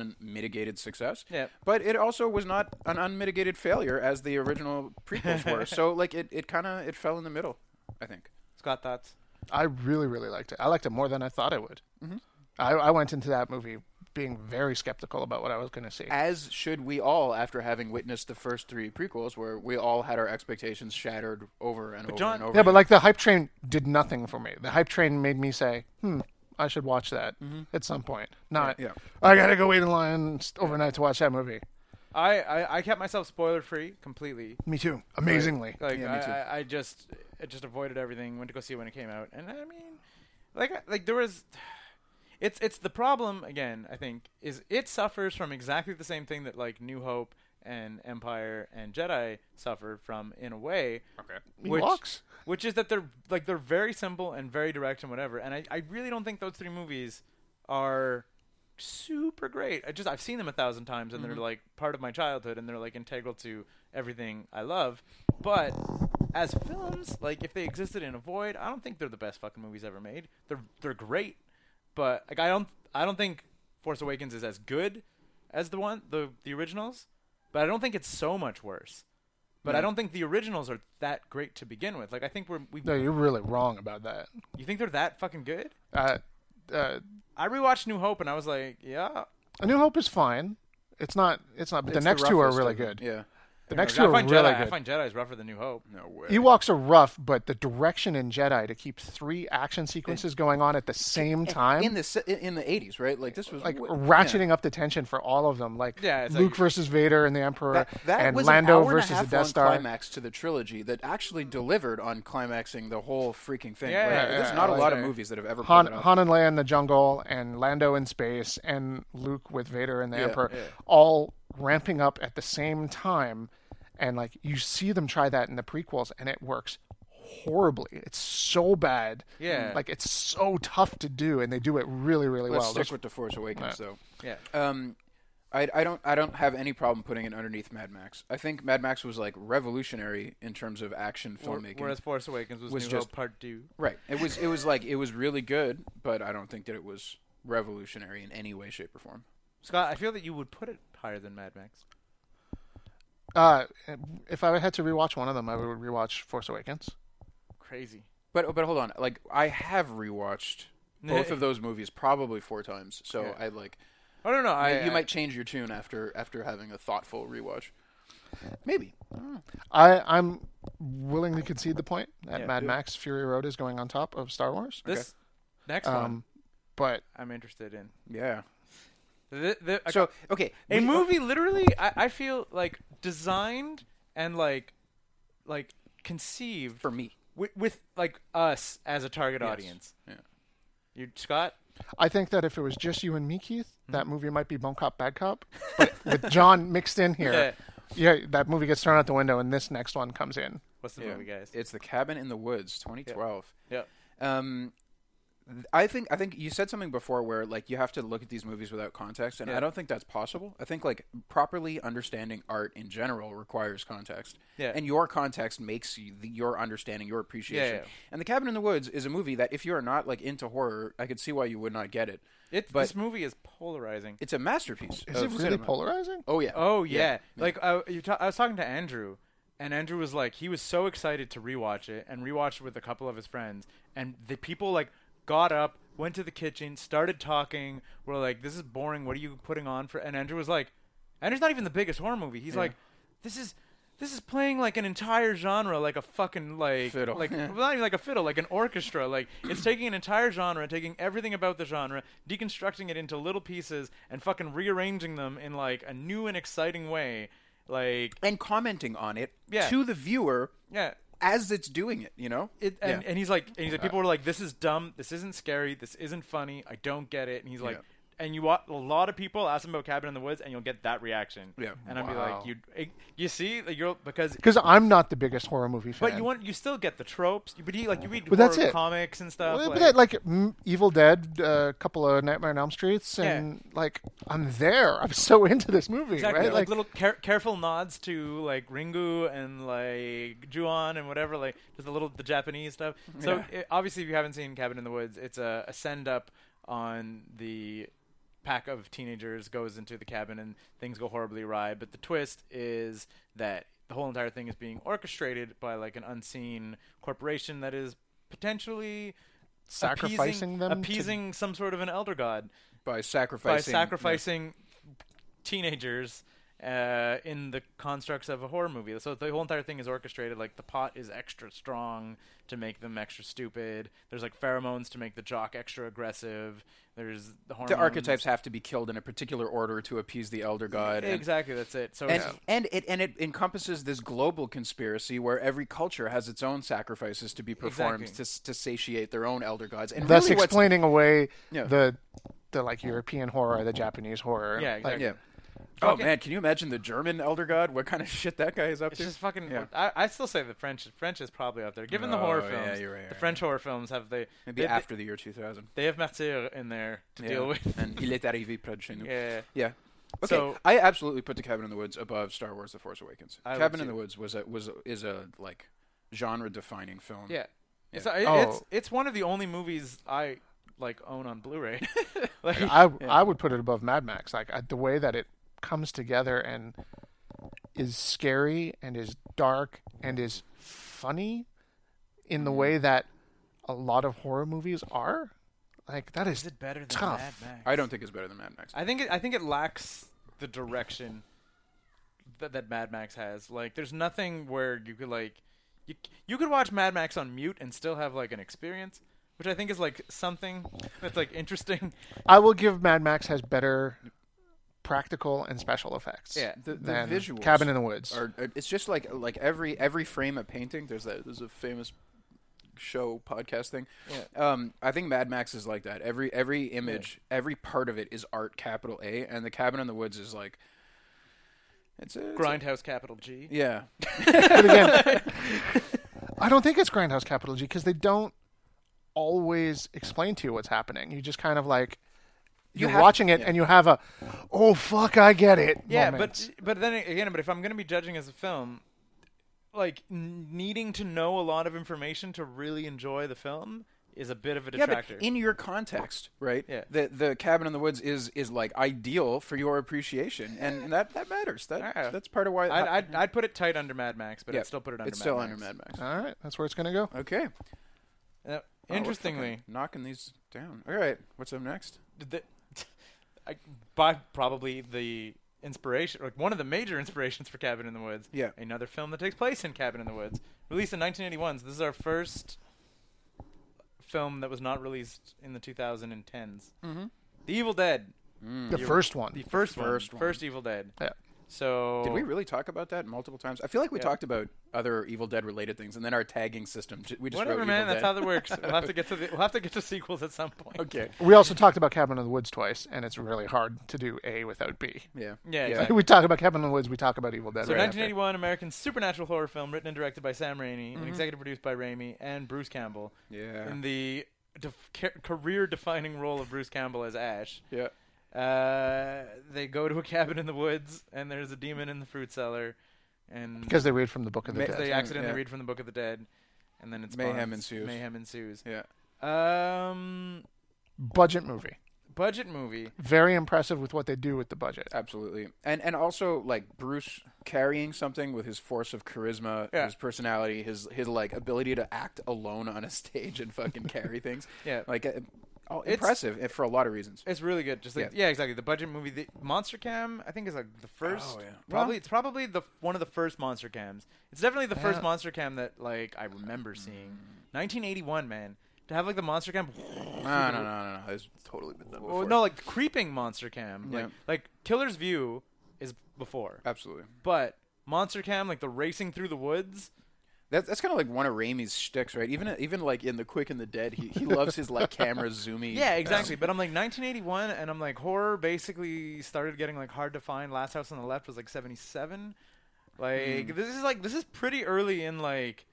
Speaker 3: unmitigated success.
Speaker 1: Yeah.
Speaker 3: But it also was not an unmitigated failure as the original prequels were. So like it, it kind of it fell in the middle, I think.
Speaker 1: Scott, thoughts?
Speaker 2: I really, really liked it. I liked it more than I thought I would.
Speaker 1: Mm-hmm.
Speaker 2: I, I went into that movie being very skeptical about what I was going to see.
Speaker 3: As should we all after having witnessed the first three prequels where we all had our expectations shattered over and over
Speaker 1: John-
Speaker 3: and over.
Speaker 2: Yeah, but
Speaker 3: again.
Speaker 2: like the hype train did nothing for me. The hype train made me say, "Hmm, I should watch that
Speaker 1: Mm-hmm.
Speaker 2: at some point." Not,
Speaker 3: Yeah, yeah.
Speaker 2: I gotta go wait in line s- overnight to watch that movie.
Speaker 1: I, I, I kept myself spoiler free completely.
Speaker 2: Me too. Amazingly,
Speaker 1: Like
Speaker 3: Yeah, me too.
Speaker 1: I, I, I just I just avoided everything. Went to go see it when it came out, and I mean, like like there was. It's it's the problem again. I think is it suffers from exactly the same thing that like New Hope and Empire and Jedi suffer from in a way. Okay.
Speaker 2: Ewoks?
Speaker 1: which is that they're like they're very simple and very direct and whatever. And I, I really don't think those three movies are super great. I just I've seen them a thousand times and they're like part of my childhood and they're like integral to everything I love. But as films, like if they existed in a void, I don't think they're the best fucking movies ever made. They're they're great, but like I don't I don't think Force Awakens is as good as the one the the originals, but I don't think it's so much worse. But I don't think the originals are that great to begin with. Like I think we're we
Speaker 2: no, you're really wrong about that.
Speaker 1: you think they're that fucking good?
Speaker 2: Uh, uh,
Speaker 1: I rewatched New Hope and I was like, yeah.
Speaker 2: A New Hope is fine. It's not. It's not. But the
Speaker 3: It's
Speaker 2: next two are
Speaker 3: roughest
Speaker 2: really
Speaker 3: of them.
Speaker 2: good.
Speaker 3: Yeah.
Speaker 2: The next two
Speaker 1: I
Speaker 2: are
Speaker 1: find
Speaker 2: really
Speaker 1: Jedi I
Speaker 2: good.
Speaker 1: find Jedi's rougher than New Hope.
Speaker 3: No way.
Speaker 2: Ewoks are rough, but the direction in Jedi to keep three action sequences going on at the same time,
Speaker 3: in the se- in the 80s, right? Like this was
Speaker 2: like
Speaker 3: wa-
Speaker 2: ratcheting up the tension for all of them, like
Speaker 1: Yeah, it's
Speaker 2: Luke
Speaker 1: like-
Speaker 2: versus Vader and the Emperor,
Speaker 3: That, that
Speaker 2: and
Speaker 3: was
Speaker 2: Lando
Speaker 3: an hour
Speaker 2: versus
Speaker 3: and a half
Speaker 2: the Death
Speaker 3: long
Speaker 2: Star.
Speaker 3: climax to the trilogy that actually delivered on climaxing the whole freaking thing.
Speaker 1: Yeah,
Speaker 3: Like,
Speaker 1: yeah,
Speaker 3: there's
Speaker 1: yeah,
Speaker 3: not
Speaker 1: I
Speaker 3: a
Speaker 1: was
Speaker 3: lot
Speaker 1: there.
Speaker 3: of movies that have ever
Speaker 2: Han,
Speaker 3: pulled it off.
Speaker 2: Han and Leia in the jungle, and Lando in space, and Luke with Vader and the Emperor,
Speaker 3: yeah.
Speaker 2: all ramping up at the same time, and like you see them try that in the prequels, and it works horribly. It's so bad,
Speaker 1: Yeah.
Speaker 2: Like it's so tough to do, and they do it really, really
Speaker 3: Let's
Speaker 2: well.
Speaker 3: stick
Speaker 2: There's-
Speaker 3: with the Force Awakens, though.
Speaker 1: Yeah.
Speaker 3: Um, I, I don't I don't have any problem putting it underneath Mad Max. I think Mad Max was like revolutionary in terms of action
Speaker 1: Where-
Speaker 3: filmmaking.
Speaker 1: Whereas Force Awakens was,
Speaker 3: was
Speaker 1: New
Speaker 3: just-
Speaker 1: Hope Part Two.
Speaker 3: right. It was it was like it was really good, but I don't think that it was revolutionary in any way, shape, or form.
Speaker 1: Scott, I feel that you would put it higher than Mad Max.
Speaker 2: Uh, if I had to rewatch one of them, I would rewatch Force Awakens.
Speaker 1: Crazy.
Speaker 3: But but hold on, like I have rewatched both of those movies probably four times, so
Speaker 1: Yeah.
Speaker 3: I like
Speaker 1: Oh no, no, I,
Speaker 3: you
Speaker 1: I-
Speaker 3: might change your tune after after having a thoughtful rewatch. Maybe.
Speaker 2: I I'm willing to concede the point that
Speaker 1: Yeah,
Speaker 2: Mad
Speaker 1: do it.
Speaker 2: Max Fury Road is going on top of Star Wars.
Speaker 1: this next one
Speaker 2: Um, but
Speaker 1: I'm interested in.
Speaker 3: Yeah.
Speaker 1: The, the,
Speaker 3: So okay,
Speaker 1: a
Speaker 3: we-
Speaker 2: uh,
Speaker 1: movie literally I, I feel like designed and like like conceived
Speaker 3: for me.
Speaker 1: with, with like us as a target
Speaker 3: Yes.
Speaker 1: audience.
Speaker 3: Yeah.
Speaker 1: You Scott?
Speaker 2: I think that if it was just you and me, Keith, that movie might be Bone Cop Bad Cop, but with John mixed in here, yeah. that movie gets thrown out the window, and this next one comes in.
Speaker 1: What's the movie, guys?
Speaker 3: It's The Cabin in the Woods, 2012.
Speaker 1: yeah.
Speaker 3: Um, th- I think I think you said something before where like you have to look at these movies without context, and
Speaker 1: Yeah.
Speaker 3: I don't think that's possible. I think like properly understanding art in general requires context,
Speaker 1: Yeah.
Speaker 3: and your context makes you, the, your understanding, your appreciation.
Speaker 1: Yeah, yeah.
Speaker 3: And The Cabin in the Woods is a movie that if you are not like into horror, I could see why you would not get it.
Speaker 1: It,
Speaker 3: but
Speaker 1: this movie is polarizing.
Speaker 3: it's a masterpiece.
Speaker 2: Is it
Speaker 3: of
Speaker 2: really
Speaker 3: Oh, cinema.
Speaker 2: polarizing?
Speaker 3: Oh yeah.
Speaker 1: Oh yeah, like I, you ta- I was talking to Andrew, and Andrew was like, he was so excited to rewatch it, and rewatched it with a couple of his friends, and the people like got up, went to the kitchen, started talking, were like, "This is boring. What are you putting on for?" And Andrew was like, "Andrew's not even the biggest horror movie. He's like, this is." This is playing like an entire genre, like a fucking like
Speaker 3: Fiddle.
Speaker 1: like well, not even like a fiddle, like an orchestra. Like it's taking an entire genre, taking everything about the genre, deconstructing it into little pieces, and fucking rearranging them in like a new and exciting way. Like
Speaker 3: And commenting on it
Speaker 1: Yeah.
Speaker 3: to the viewer
Speaker 1: yeah,
Speaker 3: as it's doing it, you know?
Speaker 1: It, and,
Speaker 3: Yeah.
Speaker 1: and he's like, and he's like, people were like, this is dumb. This isn't scary. This isn't funny. I don't get it. And he's like, and you want a lot of people ask him about Cabin in the Woods, and you'll get that reaction.
Speaker 3: Yeah.
Speaker 1: And I'd be
Speaker 2: Wow.
Speaker 1: like, you, it- you see, like you're because.
Speaker 2: Because I'm not the biggest horror movie fan.
Speaker 1: But you want you still get the tropes. But you like you read
Speaker 2: But that's
Speaker 1: horror
Speaker 2: it.
Speaker 1: comics and stuff.
Speaker 2: Well,
Speaker 1: like,
Speaker 2: but that, like mm, Evil Dead, a couple of Nightmare on Elm Streets,
Speaker 1: Yeah.
Speaker 2: and like I'm there. I'm so into this movie,
Speaker 1: exactly
Speaker 2: right?
Speaker 1: like, little care- careful nods to like Ringu and like Juon and whatever, like just the little the Japanese stuff. So it, obviously, if you haven't seen Cabin in the Woods, it's a, a send up on the pack of teenagers goes into the cabin and things go horribly awry. But the twist is that the whole entire thing is being orchestrated by like an unseen corporation that is potentially appeasing-
Speaker 2: Sacrificing them to-
Speaker 1: appeasing some sort of an elder god
Speaker 3: By sacrificing.
Speaker 1: by sacrificing teenagers uh, in the constructs of a horror movie. So the whole entire thing is orchestrated. Like the pot is extra strong to make them extra stupid. There's like pheromones to make the jock extra aggressive. There's the hormones.
Speaker 3: The archetypes have to be killed in a particular order to appease the elder god. and-
Speaker 1: Exactly. That's it. So
Speaker 3: And,
Speaker 1: it's-
Speaker 3: and it and it encompasses this global conspiracy where every culture has its own sacrifices to be performed
Speaker 1: Exactly.
Speaker 3: to, to satiate their own elder gods. And
Speaker 2: Thus
Speaker 3: really what's-
Speaker 2: explaining away
Speaker 3: Yeah.
Speaker 2: the the like European horror, the Japanese horror.
Speaker 1: Yeah,
Speaker 2: Like,
Speaker 1: exactly.
Speaker 3: yeah. Oh
Speaker 1: Fucking-
Speaker 3: man, can you imagine the German elder god? What kind of shit that guy is up
Speaker 1: It's
Speaker 3: to?
Speaker 1: just fucking.
Speaker 3: Yeah.
Speaker 1: I, I still say the French. French is probably out there. Given the horror
Speaker 3: Oh, yeah,
Speaker 1: films,
Speaker 3: you're right,
Speaker 1: the
Speaker 3: you're right.
Speaker 1: French horror films have they
Speaker 3: Maybe
Speaker 1: they,
Speaker 3: after the year 2000.
Speaker 1: they have Martyr in there to
Speaker 3: Yeah.
Speaker 1: deal with.
Speaker 3: and il est arrivé près de chez nous.
Speaker 1: yeah.
Speaker 3: Yeah. Okay.
Speaker 1: So-
Speaker 3: I absolutely put the Cabin in the Woods above Star Wars: The Force Awakens.
Speaker 1: I would
Speaker 3: Cabin in
Speaker 1: too.
Speaker 3: the Woods was a, was a, is a like genre-defining film.
Speaker 1: Yeah.
Speaker 3: Yeah.
Speaker 1: So it,
Speaker 2: Oh.
Speaker 1: it's it's one of the only movies I like own on Blu-ray. like
Speaker 2: I I would put it above Mad Max. Like I, the way that it comes together and is scary and is dark and is funny in
Speaker 1: Mm-hmm.
Speaker 2: the way that a lot of horror movies are. Like that is,
Speaker 1: is it better than
Speaker 2: Tough.
Speaker 1: Mad Max?
Speaker 3: I don't think it's better than Mad Max.
Speaker 1: I think it, I think it lacks the direction that, that Mad Max has. Like, there's nothing where you could like you you could watch Mad Max on mute and still have like an experience, which I think is like something that's like interesting.
Speaker 2: I will give Mad Max has better practical and special effects.
Speaker 1: Yeah.
Speaker 3: the, the
Speaker 2: than
Speaker 3: visuals
Speaker 2: Cabin in the Woods.
Speaker 3: are are- it's just like like every every frame of painting there's that there's a famous show podcast thing um i think mad max is like that every every image every part of it is art capital a and the cabin in the woods is like it's a, it's a-
Speaker 1: Grindhouse capital G.
Speaker 3: yeah
Speaker 2: But again, I don't think it's Grindhouse Capital G because they don't always explain to you what's happening. You just kind of like you're
Speaker 3: have-
Speaker 2: watching it and you have a oh fuck I get it.
Speaker 1: Yeah,
Speaker 2: moment.
Speaker 1: but but then again, but if I'm gonna be judging as a film, like n- needing to know a lot of information to really enjoy the film is a bit of a
Speaker 3: yeah but
Speaker 1: detractor.
Speaker 3: in your context right
Speaker 1: Yeah.
Speaker 3: the the cabin in the woods is is like ideal for your appreciation and that that matters that
Speaker 1: Yeah.
Speaker 3: that's part of why
Speaker 1: I'd, I'd, I'd put it tight under Mad Max, but
Speaker 3: uh, yeah,
Speaker 1: I'd still put it under
Speaker 3: it's
Speaker 1: Mad
Speaker 3: still
Speaker 1: Max. Oh,
Speaker 3: under mad max
Speaker 2: all right, that's where it's gonna go.
Speaker 3: okay
Speaker 1: Uh,
Speaker 3: Oh, we're
Speaker 1: interestingly,
Speaker 3: fucking knocking these down. All right, what's up next?
Speaker 1: the, I, by probably the inspiration, like one of the major inspirations for Cabin in the Woods.
Speaker 3: Yeah.
Speaker 1: Another film that takes place in Cabin in the Woods, released in 1981. So this is our first film that was not released in the 2010s. Mm-hmm. The Evil Dead,
Speaker 2: The first one.
Speaker 1: the first,
Speaker 3: First
Speaker 1: one,
Speaker 3: one.
Speaker 1: first Evil Dead.
Speaker 2: yeah.
Speaker 1: So
Speaker 3: Did we really talk about that multiple times? I feel like we talked about other Evil Dead related things, and then our tagging system. j- We just
Speaker 1: Whatever,
Speaker 3: wrote
Speaker 1: man.
Speaker 3: Evil
Speaker 1: That's how
Speaker 3: Dead.
Speaker 1: that works. We'll have to get to the, we'll have to get to sequels at some point.
Speaker 3: okay.
Speaker 2: We also talked about Cabin in the Woods twice, and it's really hard to do A without B.
Speaker 3: Yeah.
Speaker 1: Yeah, exactly.
Speaker 2: We talk about Cabin in the Woods, we talk about Evil Dead.
Speaker 1: So,
Speaker 2: right after.
Speaker 1: 1981 American supernatural horror film written and directed by Sam Raimi
Speaker 3: Mm-hmm.
Speaker 1: and executive produced by Raimi and Bruce Campbell.
Speaker 3: Yeah.
Speaker 1: In the def- ca- career-defining role of Bruce Campbell as Ash,
Speaker 3: Yeah.
Speaker 1: uh, they go to a cabin in the woods and there's a demon in the fruit cellar, and
Speaker 2: Because they read from the Book of the
Speaker 3: Ma-
Speaker 2: Dead.
Speaker 1: they
Speaker 3: yeah.
Speaker 1: accidentally read from the Book of the Dead, and then it's
Speaker 3: Mayhem ensues.
Speaker 1: Mayhem ensues.
Speaker 3: Yeah.
Speaker 1: Um,
Speaker 2: Budget movie.
Speaker 1: budget movie.
Speaker 2: Very impressive with what they do with the budget.
Speaker 1: Oh,
Speaker 3: Absolutely. And and also like Bruce carrying something with his force of charisma,
Speaker 1: Yeah.
Speaker 3: his personality, his his like ability to act alone on a stage and fucking carry things.
Speaker 1: Yeah.
Speaker 3: Like uh, oh,
Speaker 1: It's-
Speaker 3: impressive eh, for a lot of reasons.
Speaker 1: It's really good. Just like yeah,
Speaker 3: Yeah.
Speaker 1: exactly. The budget movie, the Monster Cam, I think is like the first.
Speaker 3: Oh, yeah.
Speaker 1: Probably
Speaker 3: Well-
Speaker 1: it's probably the one of the first Monster Cams. It's definitely the first
Speaker 2: Yeah.
Speaker 1: Monster Cam that like I remember seeing.
Speaker 3: Mm.
Speaker 1: 1981, man. To have like the Monster Cam.
Speaker 3: No, no, no, no, no. It's totally been done
Speaker 1: Oh,
Speaker 3: before.
Speaker 1: no, like creeping Monster Cam. Like
Speaker 3: Yeah. Uh,
Speaker 1: like Killer's View is before,
Speaker 3: Absolutely.
Speaker 1: but Monster Cam, like the racing through the woods.
Speaker 3: That, that's kind of like one of Raimi's shticks, right? Even even like in The Quick and the Dead, he, he loves his like camera zoomy.
Speaker 1: Yeah, exactly. But I'm like 1981, and I'm like horror basically started getting like hard to find. Last House on the Left was like 77. Like
Speaker 3: Hmm.
Speaker 1: this is like this is pretty early in like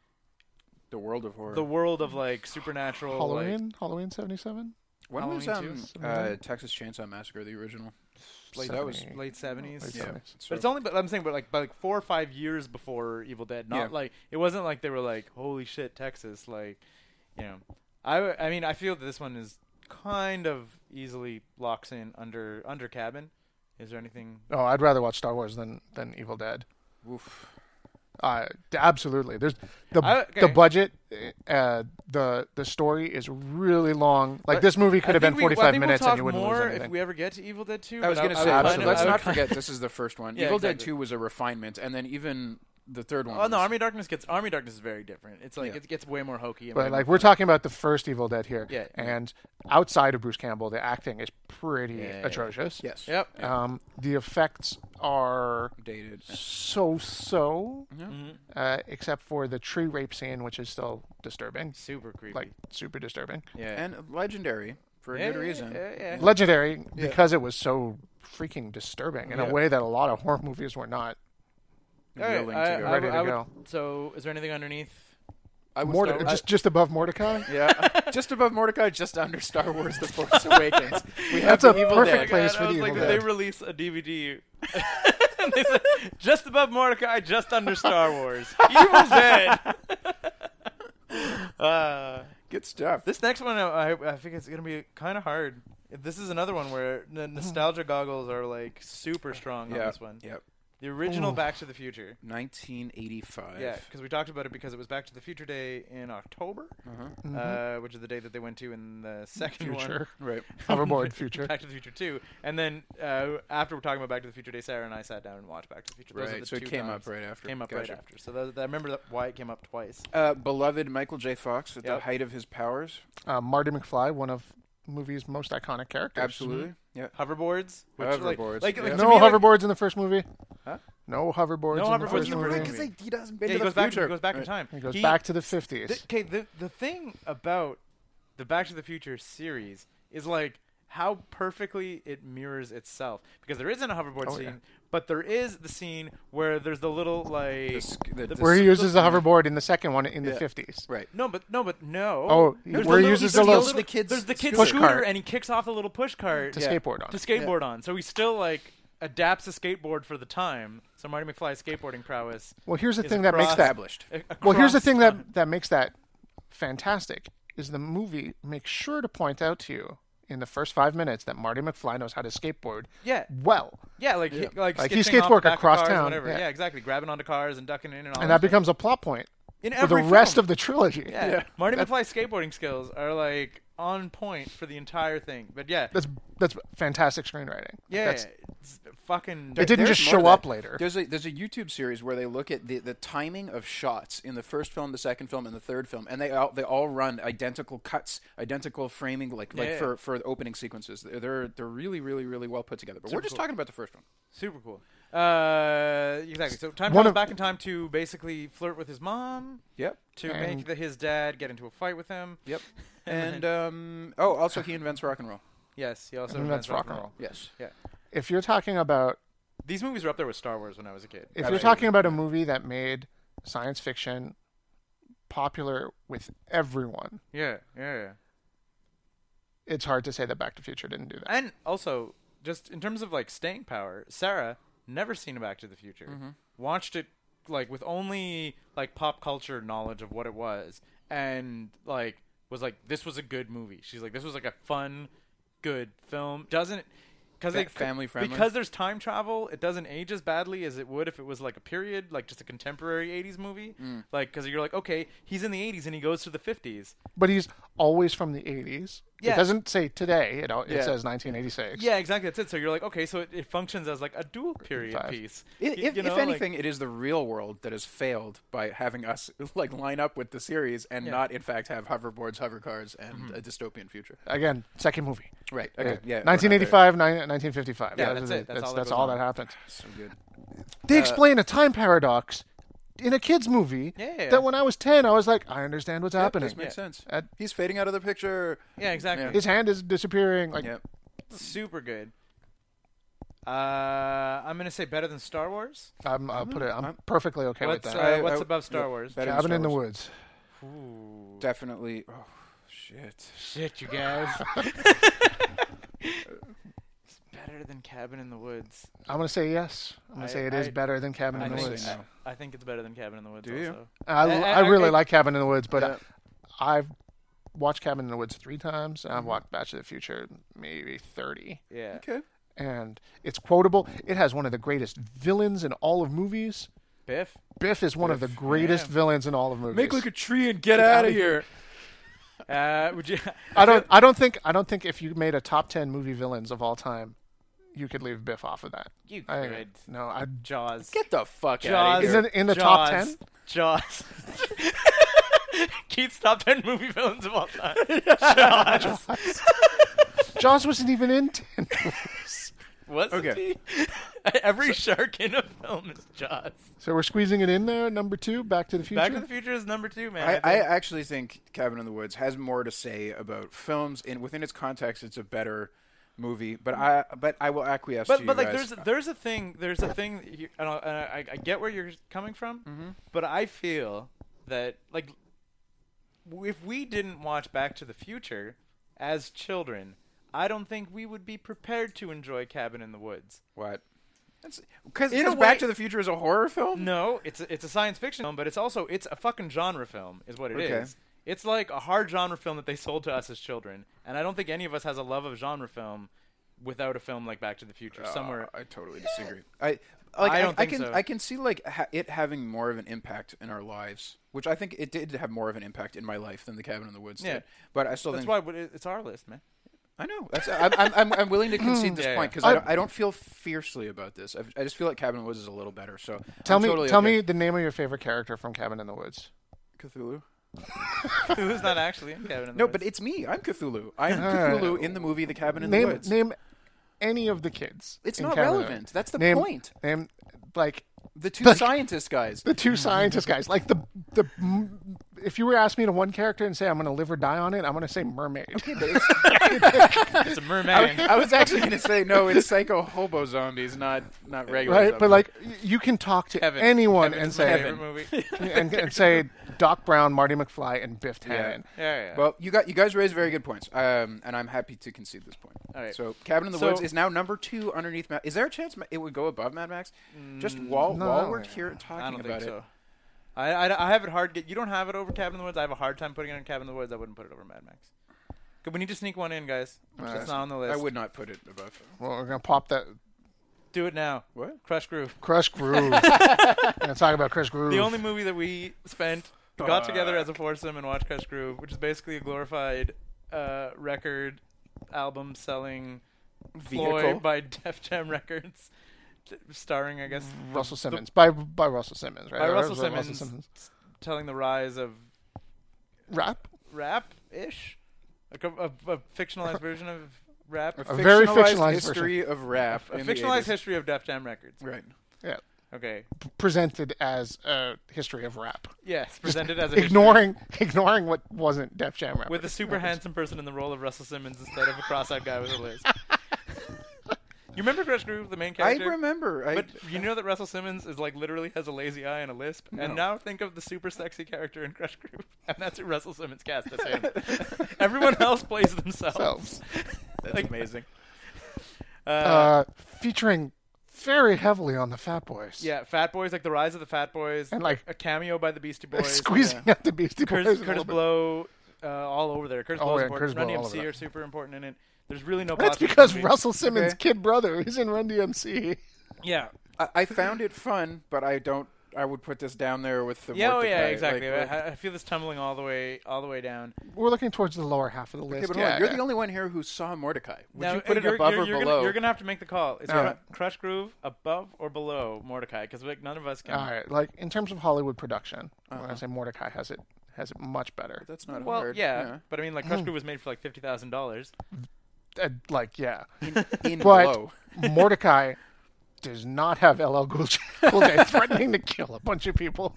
Speaker 3: The world of horror.
Speaker 1: the world of like supernatural.
Speaker 2: Halloween, Halloween '77.
Speaker 3: when was
Speaker 1: Halloween
Speaker 3: um,
Speaker 2: too?
Speaker 3: uh, Texas Chainsaw Massacre the original?
Speaker 1: Like,
Speaker 3: that was
Speaker 1: like, late 70s.
Speaker 2: Late
Speaker 3: yeah.
Speaker 2: 70s.
Speaker 1: But it's only, but I'm saying, but like, but like four or five years before Evil Dead. Not
Speaker 3: Yeah.
Speaker 1: like it wasn't like they were like, holy shit, Texas. Like, you know, I, w- I mean, I feel that this one is kind of easily locks in under under cabin. Is there anything?
Speaker 2: Oh, I'd rather watch Star Wars than than Evil Dead.
Speaker 3: Oof.
Speaker 2: Uh, d- absolutely. There's the
Speaker 1: I-
Speaker 2: the
Speaker 1: okay.
Speaker 2: budget, uh, the the story is really long. Like
Speaker 1: But
Speaker 2: this movie
Speaker 1: I
Speaker 2: could have been
Speaker 1: think we- I
Speaker 2: 45
Speaker 1: think
Speaker 2: minutes
Speaker 1: we'll
Speaker 2: and
Speaker 1: talk
Speaker 2: you wouldn't
Speaker 1: more
Speaker 2: lose
Speaker 1: if
Speaker 2: anything.
Speaker 1: we ever get to Evil Dead 2.
Speaker 3: I was
Speaker 1: but
Speaker 3: gonna
Speaker 1: would
Speaker 3: say,
Speaker 1: kind
Speaker 2: absolutely.
Speaker 1: of-
Speaker 3: let's
Speaker 1: I would
Speaker 3: not
Speaker 1: kind of-
Speaker 3: forget this is the first one.
Speaker 1: Yeah,
Speaker 3: Evil Dead
Speaker 1: exactly.
Speaker 3: Two was a refinement, and then even the third one.
Speaker 1: Oh no,
Speaker 3: was-
Speaker 1: Army of Darkness gets Army of Darkness is very different. It's like
Speaker 3: Yeah.
Speaker 1: it gets way more hokey. And way
Speaker 2: But like
Speaker 1: more-
Speaker 2: we're talking about the first Evil Dead here,
Speaker 1: Yeah.
Speaker 2: and outside of Bruce Campbell, the acting is pretty
Speaker 1: Yeah.
Speaker 2: atrocious.
Speaker 3: Yes.
Speaker 1: yep.
Speaker 2: Um, the effects are
Speaker 3: Dated.
Speaker 2: so so,
Speaker 1: Mhm.
Speaker 2: uh, except for the tree rape scene, which is still disturbing,
Speaker 1: Super creepy.
Speaker 2: like super disturbing.
Speaker 1: yeah.
Speaker 3: and legendary for a
Speaker 1: Yeah,
Speaker 3: good
Speaker 1: yeah,
Speaker 3: reason.
Speaker 1: yeah, yeah.
Speaker 2: legendary because it was so freaking disturbing in
Speaker 3: Yeah.
Speaker 2: a way that a lot of horror movies were not.
Speaker 1: All right,
Speaker 3: Willing to
Speaker 1: I-
Speaker 3: go.
Speaker 1: I
Speaker 2: Ready
Speaker 1: would-
Speaker 2: to
Speaker 1: I would-
Speaker 2: go.
Speaker 1: So, is there anything underneath?
Speaker 3: I was
Speaker 2: Morde-
Speaker 3: though-
Speaker 2: just just above Mordecai.
Speaker 3: Yeah, just above Mordecai, just under Star Wars: The Force Awakens. We have
Speaker 2: That's a
Speaker 3: the Evil
Speaker 2: perfect
Speaker 3: Dead.
Speaker 2: place.
Speaker 1: God,
Speaker 2: for
Speaker 1: I was
Speaker 2: the
Speaker 1: like,
Speaker 2: Evil
Speaker 1: did they
Speaker 2: Dead.
Speaker 1: release a DVD? And they said, just above Mordecai, just under Star Wars. Evil Dead. uh,
Speaker 3: Good stuff.
Speaker 1: this next one, I, I I think it's gonna be kind of hard. This is another one where n- nostalgia goggles are like super strong on
Speaker 3: yeah.
Speaker 1: this one.
Speaker 3: Yep.
Speaker 1: The original Back to the Future.
Speaker 3: 1985.
Speaker 1: Yeah, because we talked about it because it was Back to the Future Day in October, uh, which is the day that they went to in the second
Speaker 2: Future.
Speaker 1: one.
Speaker 3: Right.
Speaker 2: Hoverboard future.
Speaker 1: Back to the Future Two, and then uh, after we're talking about Back to the Future Day, Sarah and I sat down and watched Back to the Future. Those are
Speaker 3: Right,
Speaker 1: the
Speaker 3: so it
Speaker 1: two
Speaker 3: came up
Speaker 1: times.
Speaker 3: right after.
Speaker 1: Came up
Speaker 3: Gotcha.
Speaker 1: right after. So that, that- I remember that, why it came up twice.
Speaker 3: Uh, beloved Michael J. Fox at the
Speaker 1: Yep.
Speaker 3: height of his powers.
Speaker 2: Uh, Marty McFly, one of movie's most iconic characters.
Speaker 3: Absolutely.
Speaker 1: Mm-hmm.
Speaker 3: Yeah.
Speaker 1: Hoverboards, which
Speaker 3: Hoverboards,
Speaker 1: like, like,
Speaker 3: yeah.
Speaker 1: like
Speaker 2: No
Speaker 1: to me, like-
Speaker 2: hoverboards in the first movie.
Speaker 3: Huh?
Speaker 2: No hoverboards.
Speaker 1: No
Speaker 2: in the
Speaker 1: hoverboards
Speaker 2: first
Speaker 1: in the
Speaker 2: movie.
Speaker 1: first
Speaker 3: Because
Speaker 1: movie.
Speaker 3: he doesn't
Speaker 1: Yeah,
Speaker 3: been
Speaker 1: he
Speaker 3: to
Speaker 1: goes
Speaker 3: the
Speaker 1: back. He
Speaker 3: future.
Speaker 1: goes back in
Speaker 3: Right.
Speaker 1: time.
Speaker 2: It goes
Speaker 1: He-
Speaker 2: back to the fifties.
Speaker 1: Okay, the the thing about the Back to the Future series is like how perfectly it mirrors itself because there isn't a hoverboard
Speaker 2: Oh,
Speaker 1: scene,
Speaker 2: yeah.
Speaker 1: but there is the scene where there's the little like
Speaker 3: The sk- the- the
Speaker 2: where he
Speaker 3: sk-
Speaker 2: uses the hoverboard in the second one in the
Speaker 3: Yeah.
Speaker 2: fifties.
Speaker 3: Right.
Speaker 1: no, but no, but no.
Speaker 2: Oh,
Speaker 1: There's
Speaker 2: where he
Speaker 1: little-
Speaker 2: uses
Speaker 1: there's
Speaker 2: the little
Speaker 3: the kid's
Speaker 1: There's the kid's
Speaker 3: push
Speaker 1: scooter,
Speaker 2: cart.
Speaker 1: and he kicks off the little push cart
Speaker 2: To
Speaker 1: Yeah.
Speaker 2: skateboard on.
Speaker 1: to skateboard on. So he still like adapts a skateboard for the time. So Marty McFly's skateboarding prowis.
Speaker 2: Well, here's the
Speaker 1: is
Speaker 2: thing that makes
Speaker 1: across-
Speaker 2: that
Speaker 3: Established.
Speaker 1: a-
Speaker 2: Well, here's the
Speaker 1: across
Speaker 2: thing
Speaker 1: time.
Speaker 2: that that makes that fantastic is the movie makes sure to point out to you in the first five minutes that Marty McFly knows how to skateboard.
Speaker 1: Yeah.
Speaker 2: well,
Speaker 1: Yeah, like He, like,
Speaker 2: Like, he
Speaker 1: skipping
Speaker 2: skateboard
Speaker 1: off the back of
Speaker 2: across
Speaker 1: cars and
Speaker 2: town,
Speaker 1: Whatever.
Speaker 2: yeah.
Speaker 1: Yeah. exactly. Grabbing onto cars and ducking in and all.
Speaker 2: and that
Speaker 1: stuff.
Speaker 2: becomes a plot point
Speaker 1: in
Speaker 2: for the
Speaker 1: every
Speaker 2: rest
Speaker 1: film.
Speaker 2: of the trilogy.
Speaker 1: yeah. Marty McFly's skateboarding skills are like on point for the entire thing. But yeah,
Speaker 2: that's that's fantastic screenwriting.
Speaker 1: yeah,
Speaker 2: That's-
Speaker 1: it's fucking.
Speaker 2: it didn't
Speaker 3: There's
Speaker 2: just
Speaker 3: more to
Speaker 2: show
Speaker 3: that.
Speaker 2: up later.
Speaker 3: There's a there's a YouTube series where they look at the, the timing of shots in the first film, the second film, and the third film, and they all they all run identical cuts, identical framing, like like
Speaker 1: Yeah.
Speaker 3: for for the opening sequences. They're- They're they're really really really well put together. But we're just talking about the first one.
Speaker 1: Super cool. Uh, exactly. So time
Speaker 2: One
Speaker 1: travels
Speaker 2: of-
Speaker 1: back in time to basically flirt with his mom,
Speaker 3: Yep.
Speaker 1: to
Speaker 2: And-
Speaker 1: make the, his dad get into a fight with him.
Speaker 3: Yep. And um, oh, also he invents rock and roll.
Speaker 1: Yes, he also
Speaker 2: And
Speaker 1: invents
Speaker 2: that's rock and roll.
Speaker 3: Yes.
Speaker 1: Yeah,
Speaker 2: If you're talking about
Speaker 1: these movies were up there with Star Wars when I was a kid.
Speaker 2: if you're talking about a movie that made science fiction popular with everyone,
Speaker 1: Yeah, yeah. yeah.
Speaker 2: it's hard to say that Back to the Future didn't do that.
Speaker 1: And also, just in terms of like staying power, Sarah never seen a Back to the Future.
Speaker 3: Mm-hmm.
Speaker 1: Watched it like with only like pop culture knowledge of what it was, and like was like this was a good movie. She's like this was like a fun, good film. Doesn't because
Speaker 3: Fa-
Speaker 1: they
Speaker 3: family friendly?
Speaker 1: because there's time travel. It doesn't age as badly as it would if it was like a period, like just a contemporary '80s movie.
Speaker 3: Mm.
Speaker 1: Like because you're like okay, he's in the '80s and he goes to the '50s.
Speaker 2: But he's always from the 80s. It
Speaker 1: Yeah.
Speaker 2: doesn't say today. It, al- it
Speaker 3: Yeah.
Speaker 2: says 1986.
Speaker 1: Yeah, exactly. That's it. So you're like, okay, so it, it functions as like a dual period
Speaker 2: Five.
Speaker 1: piece.
Speaker 3: I-
Speaker 1: Y-
Speaker 3: If,
Speaker 1: you know,
Speaker 3: if
Speaker 1: like-
Speaker 3: anything, it is the real world that has failed by having us like line up with the series and not, in fact, have hoverboards, hover cars, and a dystopian future.
Speaker 2: Again, second movie.
Speaker 3: Right. Okay. Yeah. we're not there.
Speaker 2: 1985, nine, 1955.
Speaker 1: Yeah,
Speaker 2: that
Speaker 1: that's
Speaker 2: is
Speaker 1: it. That's all that goes on. Uh,
Speaker 2: that happens.
Speaker 3: So good.
Speaker 2: They explain a time paradox in a kids movie
Speaker 1: Yeah, yeah, yeah.
Speaker 2: that when I was 10 I was like I understand what's happening.
Speaker 3: This makes sense.
Speaker 2: At-
Speaker 3: He's fading out of the picture.
Speaker 1: Yeah, exactly.
Speaker 2: His hand is disappearing like
Speaker 3: Yep.
Speaker 1: Super good. Uh, I'm gonna say better than Star Wars.
Speaker 2: I'm I'll put it I'm, perfectly okay
Speaker 1: What's
Speaker 2: with
Speaker 1: Mm-hmm. uh,
Speaker 2: that.
Speaker 3: I-
Speaker 1: what's
Speaker 3: I-
Speaker 1: above Star
Speaker 3: yeah,
Speaker 1: Wars?
Speaker 3: better than
Speaker 2: Cabin
Speaker 3: Star
Speaker 2: in the
Speaker 3: Wars.
Speaker 2: Woods.
Speaker 1: Ooh,
Speaker 3: Definitely. Oh, shit.
Speaker 1: shit, you guys. it's better than Cabin in the Woods.
Speaker 2: I'm going to say yes. I'm going
Speaker 1: I-
Speaker 2: to say it is
Speaker 1: I-
Speaker 2: better than Cabin
Speaker 1: I
Speaker 2: in the
Speaker 1: think,
Speaker 2: Woods.
Speaker 3: no.
Speaker 1: I think it's better than Cabin in the Woods.
Speaker 3: Do you?
Speaker 1: Also.
Speaker 2: I,
Speaker 1: I-
Speaker 2: I
Speaker 1: I-
Speaker 2: really
Speaker 1: I-
Speaker 2: like Cabin in the Woods, but
Speaker 3: Yeah.
Speaker 2: I, I've watched Cabin in the Woods three times, and I've watched Batch of the Future maybe thirty.
Speaker 1: Yeah.
Speaker 3: Okay.
Speaker 2: And it's quotable. It has one of the greatest villains in all of movies.
Speaker 1: Biff.
Speaker 2: Biff is one of the greatest villains in all of movies.
Speaker 3: Make like a tree and get, out
Speaker 2: outta
Speaker 3: of here.
Speaker 1: Uh, would you?
Speaker 2: I don't. I don't think. I don't think if you made a top ten movie villains of all time, you could leave Biff off of that.
Speaker 1: You
Speaker 2: I-
Speaker 1: could.
Speaker 2: no, I.
Speaker 1: Jaws.
Speaker 3: Get the fuck out of
Speaker 1: Jaws.
Speaker 3: here.
Speaker 2: Is it in the top
Speaker 1: Jaws.
Speaker 2: 10?
Speaker 1: Jaws. Keith's top ten movie villains of all time. Jaws.
Speaker 2: Jaws wasn't even in ten.
Speaker 1: Wasn't
Speaker 3: Okay.
Speaker 1: he? Every shark in a film is Jaws.
Speaker 2: so we're squeezing it in there. Number two, Back to the Future.
Speaker 1: Back to the Future is number two, man.
Speaker 3: I, I
Speaker 1: think.
Speaker 3: actually think Cabin in the Woods has more to say about films, and within its context, it's a better movie. But I, but I will acquiesce. to
Speaker 1: but
Speaker 3: you
Speaker 1: but like
Speaker 3: guys.
Speaker 1: there's a, there's a thing there's a thing that you, and I, and I, I get where you're coming from,
Speaker 3: Mm-hmm.
Speaker 1: but I feel that like w- if we didn't watch Back to the Future as children, I don't think we would be prepared to enjoy Cabin in the Woods.
Speaker 3: what? Because
Speaker 1: In a way-
Speaker 3: Back to the Future is a horror film.
Speaker 1: No, it's a, it's a science fiction film, but it's also it's a fucking genre film, is what it is.
Speaker 3: Okay.
Speaker 1: It's like a hard genre film that they sold to us as children, and I don't think any of us has a love of genre film without a film like Back to the Future somewhere.
Speaker 3: Uh, Oh, I totally disagree. I like
Speaker 1: I
Speaker 3: I,
Speaker 1: don't
Speaker 3: I
Speaker 1: think
Speaker 3: can
Speaker 1: so.
Speaker 3: I can see like ha- it having more of an impact in our lives, which I think it did have more of an impact in my life than the Cabin in the Woods
Speaker 1: Yeah.
Speaker 3: did. But I still
Speaker 1: That's
Speaker 3: think
Speaker 1: why it- it's our list, man.
Speaker 3: I know. That's, I'm, I'm- I'm, I'm willing to concede this
Speaker 1: Yeah,
Speaker 3: point
Speaker 1: yeah.
Speaker 3: because I, don't, I don't feel fiercely about this. I've, I just feel like Cabin in the Woods is a little better. So
Speaker 2: Tell
Speaker 3: I'm
Speaker 2: me.
Speaker 3: totally
Speaker 2: tell
Speaker 3: okay.
Speaker 2: me the name of your favorite character from Cabin in the Woods.
Speaker 3: Cthulhu.
Speaker 1: Who's not actually in Cabin in the
Speaker 3: No,
Speaker 1: Woods?
Speaker 3: but it's me. I'm Cthulhu. I'm Cthulhu in the movie The Cabin in
Speaker 2: name
Speaker 3: the Woods.
Speaker 2: name any of the kids.
Speaker 3: It's
Speaker 2: in
Speaker 3: not
Speaker 2: Cabin in the
Speaker 3: relevant.
Speaker 2: Woods.
Speaker 3: That's the
Speaker 2: Name-
Speaker 3: point.
Speaker 2: Name like
Speaker 3: the two scientist guys.
Speaker 2: the two scientist guys. Like the the m- if you were asking me to one character and say I'm going to live or die on it, I'm going to say mermaid.
Speaker 1: it's a merman.
Speaker 3: I was actually going to say no. It's psycho hobo zombies, not not regular.
Speaker 2: right? But
Speaker 3: zombies.
Speaker 2: like y- you can talk to
Speaker 1: Kevin.
Speaker 2: anyone
Speaker 1: Kevin's
Speaker 2: and
Speaker 1: my
Speaker 2: say
Speaker 1: favorite movie.
Speaker 2: and, and say Doc Brown, Marty McFly, and Biff
Speaker 3: Yeah.
Speaker 2: Tannen.
Speaker 1: yeah, yeah.
Speaker 3: Well, you got you guys raised very good points, um, and I'm happy to concede this point.
Speaker 1: All right.
Speaker 3: So, Cabin in the
Speaker 1: So-
Speaker 3: Woods is now number two underneath. Mad- is there a chance ma- it would go above Mad Max? Just while
Speaker 2: no,
Speaker 3: while
Speaker 2: no,
Speaker 3: we're
Speaker 2: no.
Speaker 3: here
Speaker 1: Mm, I
Speaker 3: talking
Speaker 1: don't
Speaker 3: about
Speaker 1: think
Speaker 3: it,
Speaker 1: so. I, I, I have it hard. Get you don't have it over Cabin in the Woods. I have a hard time putting it on Cabin in the Woods. I wouldn't put it over Mad Max. Good, we need to sneak one in, guys. It's not on the list.
Speaker 3: Uh, I would not put it above.
Speaker 2: Well, we're going to pop that
Speaker 1: do it now.
Speaker 3: What?
Speaker 1: Crush Groove.
Speaker 2: Crush Groove. going to talk about Crush Groove.
Speaker 1: The only movie that we spent got together as a foursome and watched Crush Groove, which is basically a glorified uh, record album selling ploy
Speaker 3: Vehicle?
Speaker 1: by Def Jam Records, t- starring I guess the-
Speaker 2: Russell
Speaker 1: the-
Speaker 2: Simmons by by Russell Simmons, right?
Speaker 1: by
Speaker 2: Or
Speaker 1: Russell
Speaker 2: was it
Speaker 1: Simmons, s- telling the rise of
Speaker 2: Rap.
Speaker 1: rap ish, like a, a, a fictionalized version of rap,
Speaker 3: A
Speaker 2: very fictionalized
Speaker 3: history of rap.
Speaker 1: a
Speaker 3: in the
Speaker 1: fictionalized
Speaker 3: 80s.
Speaker 1: history of Def Jam Records.
Speaker 3: Right.
Speaker 2: Yeah.
Speaker 1: Okay.
Speaker 2: presented as a history of rap,
Speaker 1: Yes, presented as a history
Speaker 2: ignoring ignoring what wasn't Def Jam rap.
Speaker 1: with a super handsome person in the role of Russell Simmons instead of a cross-eyed guy with a laser. you remember Crush Groove, the main
Speaker 3: I
Speaker 1: character?
Speaker 3: remember. I,
Speaker 1: But you know that Russell Simmons is like literally has a lazy eye and a lisp. And now think of the super sexy character in Crush Groove, and that's who Russell Simmons cast as him. Everyone else plays themselves.
Speaker 3: that's amazing.
Speaker 2: uh, featuring very heavily on the Fat Boys.
Speaker 1: Yeah, Fat Boys, like the rise of the Fat Boys,
Speaker 2: And, like-
Speaker 1: a cameo by the Beastie
Speaker 2: Like,
Speaker 1: Boys,
Speaker 2: squeezing out the Beastie Boys.
Speaker 1: Curtis,
Speaker 2: a
Speaker 1: Curtis
Speaker 2: little bit.
Speaker 1: Blow, uh, all over there. Curtis
Speaker 2: Oh,
Speaker 1: Blow's
Speaker 2: yeah,
Speaker 1: important.
Speaker 2: Curtis Blow,
Speaker 1: Run
Speaker 2: all over
Speaker 1: DMC
Speaker 2: that.
Speaker 1: are super important in it. There's really no.
Speaker 2: That's
Speaker 1: plot to this
Speaker 2: because
Speaker 1: movie.
Speaker 2: Russell Simmons'
Speaker 3: Okay.
Speaker 2: kid brother is in Run DMC.
Speaker 1: Yeah,
Speaker 3: I, I found it fun, but I don't. I would put this down there with the.
Speaker 1: yeah, oh,
Speaker 3: Mordecai,
Speaker 1: yeah, exactly.
Speaker 3: like-
Speaker 1: I, I feel this tumbling all the way, all the way down.
Speaker 2: We're looking towards the lower half of the list.
Speaker 3: Okay, but hold
Speaker 2: yeah,
Speaker 3: on, you're
Speaker 2: yeah.
Speaker 3: the only one here who saw Mordecai. Would
Speaker 1: Now,
Speaker 3: you put it
Speaker 1: you're-
Speaker 3: above
Speaker 1: you're,
Speaker 3: or
Speaker 1: you're
Speaker 3: below?
Speaker 1: Gonna, you're gonna have to make the call. Is
Speaker 2: Alright.
Speaker 1: Cru- Crush Groove above or below Mordecai? Because like none of us can.
Speaker 2: All right, like in terms of Hollywood production, when
Speaker 1: Uh-huh.
Speaker 2: I say Mordecai has it has it much better.
Speaker 3: That's not
Speaker 1: Well,
Speaker 3: hard.
Speaker 1: yeah, but I mean, like Crush Groove was made for like fifty thousand dollars.
Speaker 2: Uh, like yeah,
Speaker 3: In, in
Speaker 2: but
Speaker 3: below.
Speaker 2: Mordecai does not have LL Cool J- Cool J threatening to kill a bunch of people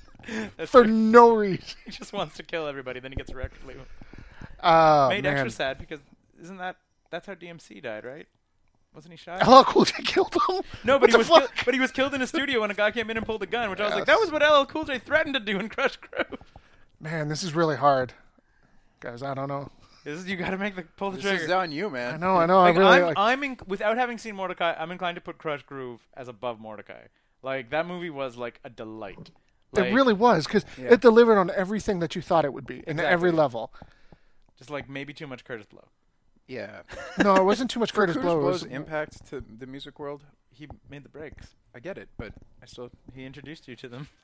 Speaker 2: for no reason.
Speaker 1: He just wants to kill everybody, then he gets record label.
Speaker 2: Oh,
Speaker 1: Made
Speaker 2: man.
Speaker 1: extra sad because isn't that that's how DMC died, right? Wasn't he shot?
Speaker 2: LL Cool J killed him?
Speaker 1: No,
Speaker 2: What
Speaker 1: but he
Speaker 2: the
Speaker 1: was
Speaker 2: fuck?
Speaker 1: kill- but he was killed in a studio when a guy came in and pulled a gun, which I was like,
Speaker 2: Yes.
Speaker 1: that was what LL Cool J threatened to do in Crush Crew.
Speaker 2: Man, this is really hard. Guys, I don't know.
Speaker 1: This is, you got to make the pull the
Speaker 3: This is
Speaker 1: trigger.
Speaker 3: on you, man.
Speaker 2: I know, I know.
Speaker 1: like
Speaker 2: I really
Speaker 1: I'm,
Speaker 2: like.
Speaker 1: I'm in, without having seen Mordecai, I'm inclined to put Crush Groove as above Mordecai. Like that movie was like a delight. Like,
Speaker 2: it really was because it delivered on everything that you thought it would be in every level.
Speaker 1: just like maybe too much Curtis Blow.
Speaker 3: Yeah.
Speaker 2: No, it wasn't too much
Speaker 3: For
Speaker 2: Curtis
Speaker 3: Curtis
Speaker 2: Blow. it
Speaker 3: Blow's
Speaker 2: was-
Speaker 3: impact to the music world,
Speaker 1: He made the breaks.
Speaker 3: I get it, but I still
Speaker 1: He introduced you to them.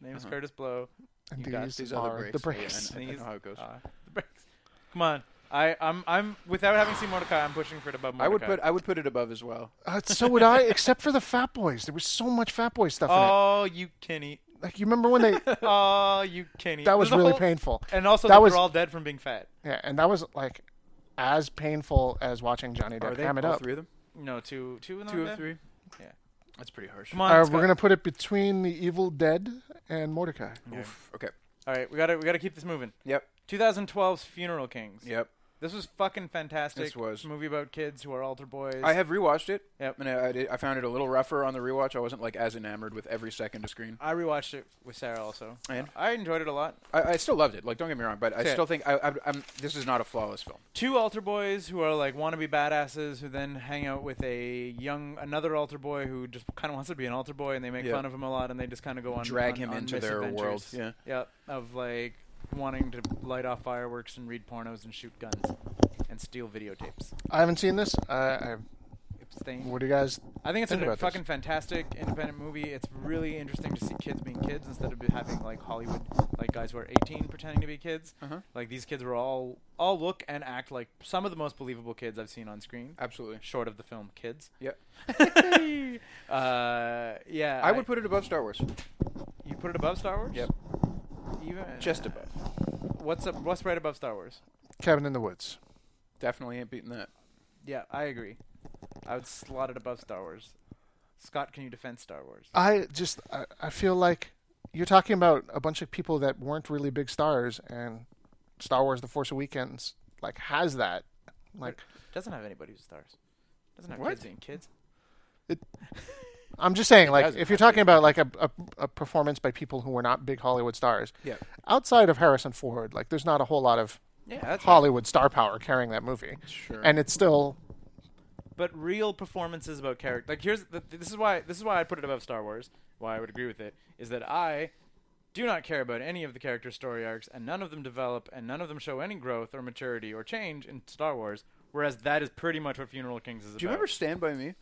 Speaker 1: His name is Curtis Blow.
Speaker 2: and
Speaker 1: you got
Speaker 2: these
Speaker 3: these
Speaker 2: are
Speaker 3: other breaks.
Speaker 2: the breaks.
Speaker 3: Yeah, I, know- I
Speaker 1: These
Speaker 3: know how it goes.
Speaker 1: are the breaks. Come on. I, I'm I'm without having seen Mordecai, I'm pushing for it above
Speaker 3: I would
Speaker 1: Mordecai.
Speaker 3: put I would put it above as well.
Speaker 2: Uh, so would I, except for the Fat Boys. There was so much Fat Boy stuff in it.
Speaker 1: Oh, you Kenny.
Speaker 2: Like you remember when they?
Speaker 1: Oh, you Kenny.
Speaker 2: That was
Speaker 1: There's a
Speaker 2: really
Speaker 1: whole-
Speaker 2: painful.
Speaker 1: And also
Speaker 2: That
Speaker 1: that
Speaker 2: was-
Speaker 1: they're all dead from being fat.
Speaker 2: Yeah, and that was like as painful as watching Johnny
Speaker 3: Are
Speaker 2: Depp
Speaker 3: they
Speaker 2: ham it
Speaker 3: all
Speaker 2: up.
Speaker 3: three of them?
Speaker 1: No, two two of them.
Speaker 3: Two
Speaker 1: are
Speaker 3: of
Speaker 1: dead?
Speaker 3: three?
Speaker 1: Yeah.
Speaker 3: That's pretty harsh.
Speaker 1: Come on.
Speaker 2: Uh,
Speaker 1: let's
Speaker 2: we're
Speaker 1: go.
Speaker 2: gonna put it between the Evil Dead and Mordecai.
Speaker 3: Oof. Okay.
Speaker 1: All right, we gotta we gotta keep this moving.
Speaker 3: Yep.
Speaker 1: 2012's Funeral Kings.
Speaker 3: Yep.
Speaker 1: This was fucking fantastic.
Speaker 3: This was.
Speaker 1: movie about kids who are altar boys.
Speaker 3: I have rewatched it.
Speaker 1: Yep.
Speaker 3: And I, I, did- I found it a little rougher on the rewatch. I wasn't like as enamored with every second of screen.
Speaker 1: I rewatched it with Sarah also.
Speaker 3: And?
Speaker 1: I enjoyed it a lot.
Speaker 3: I, I still loved it. Like, don't get me wrong, but I
Speaker 1: Yeah.
Speaker 3: still think I, I, I'm, this is not a flawless film.
Speaker 1: Two altar boys who are like wannabe badasses who then hang out with a young another altar boy who just kind of wants to be an altar boy and they make
Speaker 3: Yeah.
Speaker 1: fun of him a lot and they just kind of go on
Speaker 3: Drag
Speaker 1: on-
Speaker 3: him
Speaker 1: on
Speaker 3: into their world.
Speaker 1: misadventures.
Speaker 3: Yeah.
Speaker 1: Yep. Of like wanting to light off fireworks and read pornos and shoot guns and steal videotapes.
Speaker 2: I haven't seen this. Uh, I,
Speaker 1: Abstain.
Speaker 2: what do you guys?
Speaker 1: I think it's
Speaker 2: Think
Speaker 1: a
Speaker 2: about this.
Speaker 1: fucking fantastic independent movie. It's really interesting to see kids being kids instead of be- having like Hollywood like guys who are 18 pretending to be kids.
Speaker 3: Uh-huh.
Speaker 1: Like these kids were all all look and act like some of the most believable kids I've seen on screen,
Speaker 3: Absolutely.
Speaker 1: short of the film Kids.
Speaker 3: Yep.
Speaker 1: uh, yeah,
Speaker 3: I would put it above Star Wars.
Speaker 1: you put it above Star Wars.
Speaker 3: Yep.
Speaker 1: Even uh,
Speaker 3: Just above.
Speaker 1: What's up? What's right above Star Wars?
Speaker 2: Cabin in the Woods.
Speaker 3: Definitely ain't beating that.
Speaker 1: Yeah, I agree. I would slot it above Star Wars. Scott, can you defend Star Wars?
Speaker 2: I just I, I feel like you're talking about a bunch of people that weren't really big stars, and Star Wars: The Force Awakens like has that. Like
Speaker 1: Doesn't have anybody who's stars. Doesn't have kids being kids.
Speaker 2: I'm just saying, like
Speaker 3: doesn't
Speaker 2: if you're
Speaker 3: have to.
Speaker 2: talking about like a, a a performance by people who were not big Hollywood stars,
Speaker 3: Yeah.
Speaker 2: outside of Harrison Ford, like there's not a whole lot of
Speaker 1: Yeah, that's
Speaker 2: Hollywood star power carrying that movie.
Speaker 3: Sure.
Speaker 2: And it's still
Speaker 1: but real performances about character. Like here's the, this is why this is why I put it above Star Wars. Why I would agree with it is that I do not care about any of the character story arcs, and none of them develop, and none of them show any growth or maturity or change in Star Wars. Whereas that is pretty much what Funeral Kings is about.
Speaker 3: Do you remember Stand by Me?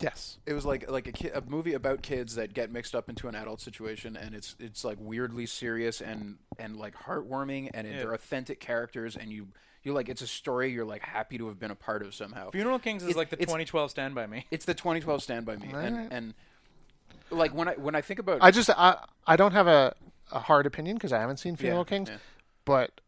Speaker 2: yes.
Speaker 3: It was like like a, ki- a movie about kids that get mixed up into an adult situation, and it's it's like weirdly serious and and like heartwarming, and it,
Speaker 1: Yeah.
Speaker 3: they're authentic characters, and you you like it's a story you're like happy to have been a part of somehow.
Speaker 1: Funeral Kings is
Speaker 3: It's-
Speaker 1: like the
Speaker 3: it's-
Speaker 1: 2012 Stand by Me.
Speaker 3: It's the 2012 Stand by Me,
Speaker 2: Alright.
Speaker 3: and and like when I when I think about
Speaker 2: I just I I don't have a, a hard opinion because I haven't seen Funeral Kings,
Speaker 3: yeah.
Speaker 2: but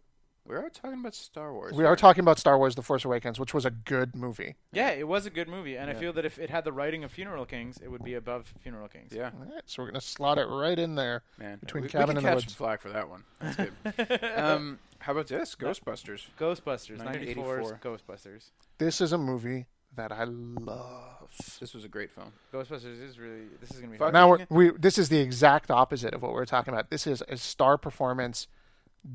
Speaker 3: we are talking about Star Wars.
Speaker 2: we are talking about Star Wars: The Force Awakens, which was a good movie.
Speaker 1: Yeah, it was a good movie, and I feel that if it had the writing of Funeral Kings, it would be above Funeral Kings.
Speaker 3: yeah,
Speaker 2: All right, so we're gonna slot it right in there
Speaker 3: man.
Speaker 2: between
Speaker 3: we,
Speaker 2: Cabin
Speaker 3: we
Speaker 2: in
Speaker 3: can
Speaker 2: the
Speaker 3: catch
Speaker 2: Woods.
Speaker 3: some flack for that one. That's good. um, how about this Ghostbusters?
Speaker 1: Ghostbusters, 94's
Speaker 3: 1984.
Speaker 1: Ghostbusters.
Speaker 2: This is a movie that I love.
Speaker 3: This was a great film.
Speaker 1: Ghostbusters is really this is gonna be
Speaker 3: Fuck.
Speaker 1: hard.
Speaker 2: Now we're, we this is the exact opposite of what we're talking about. This is a star performance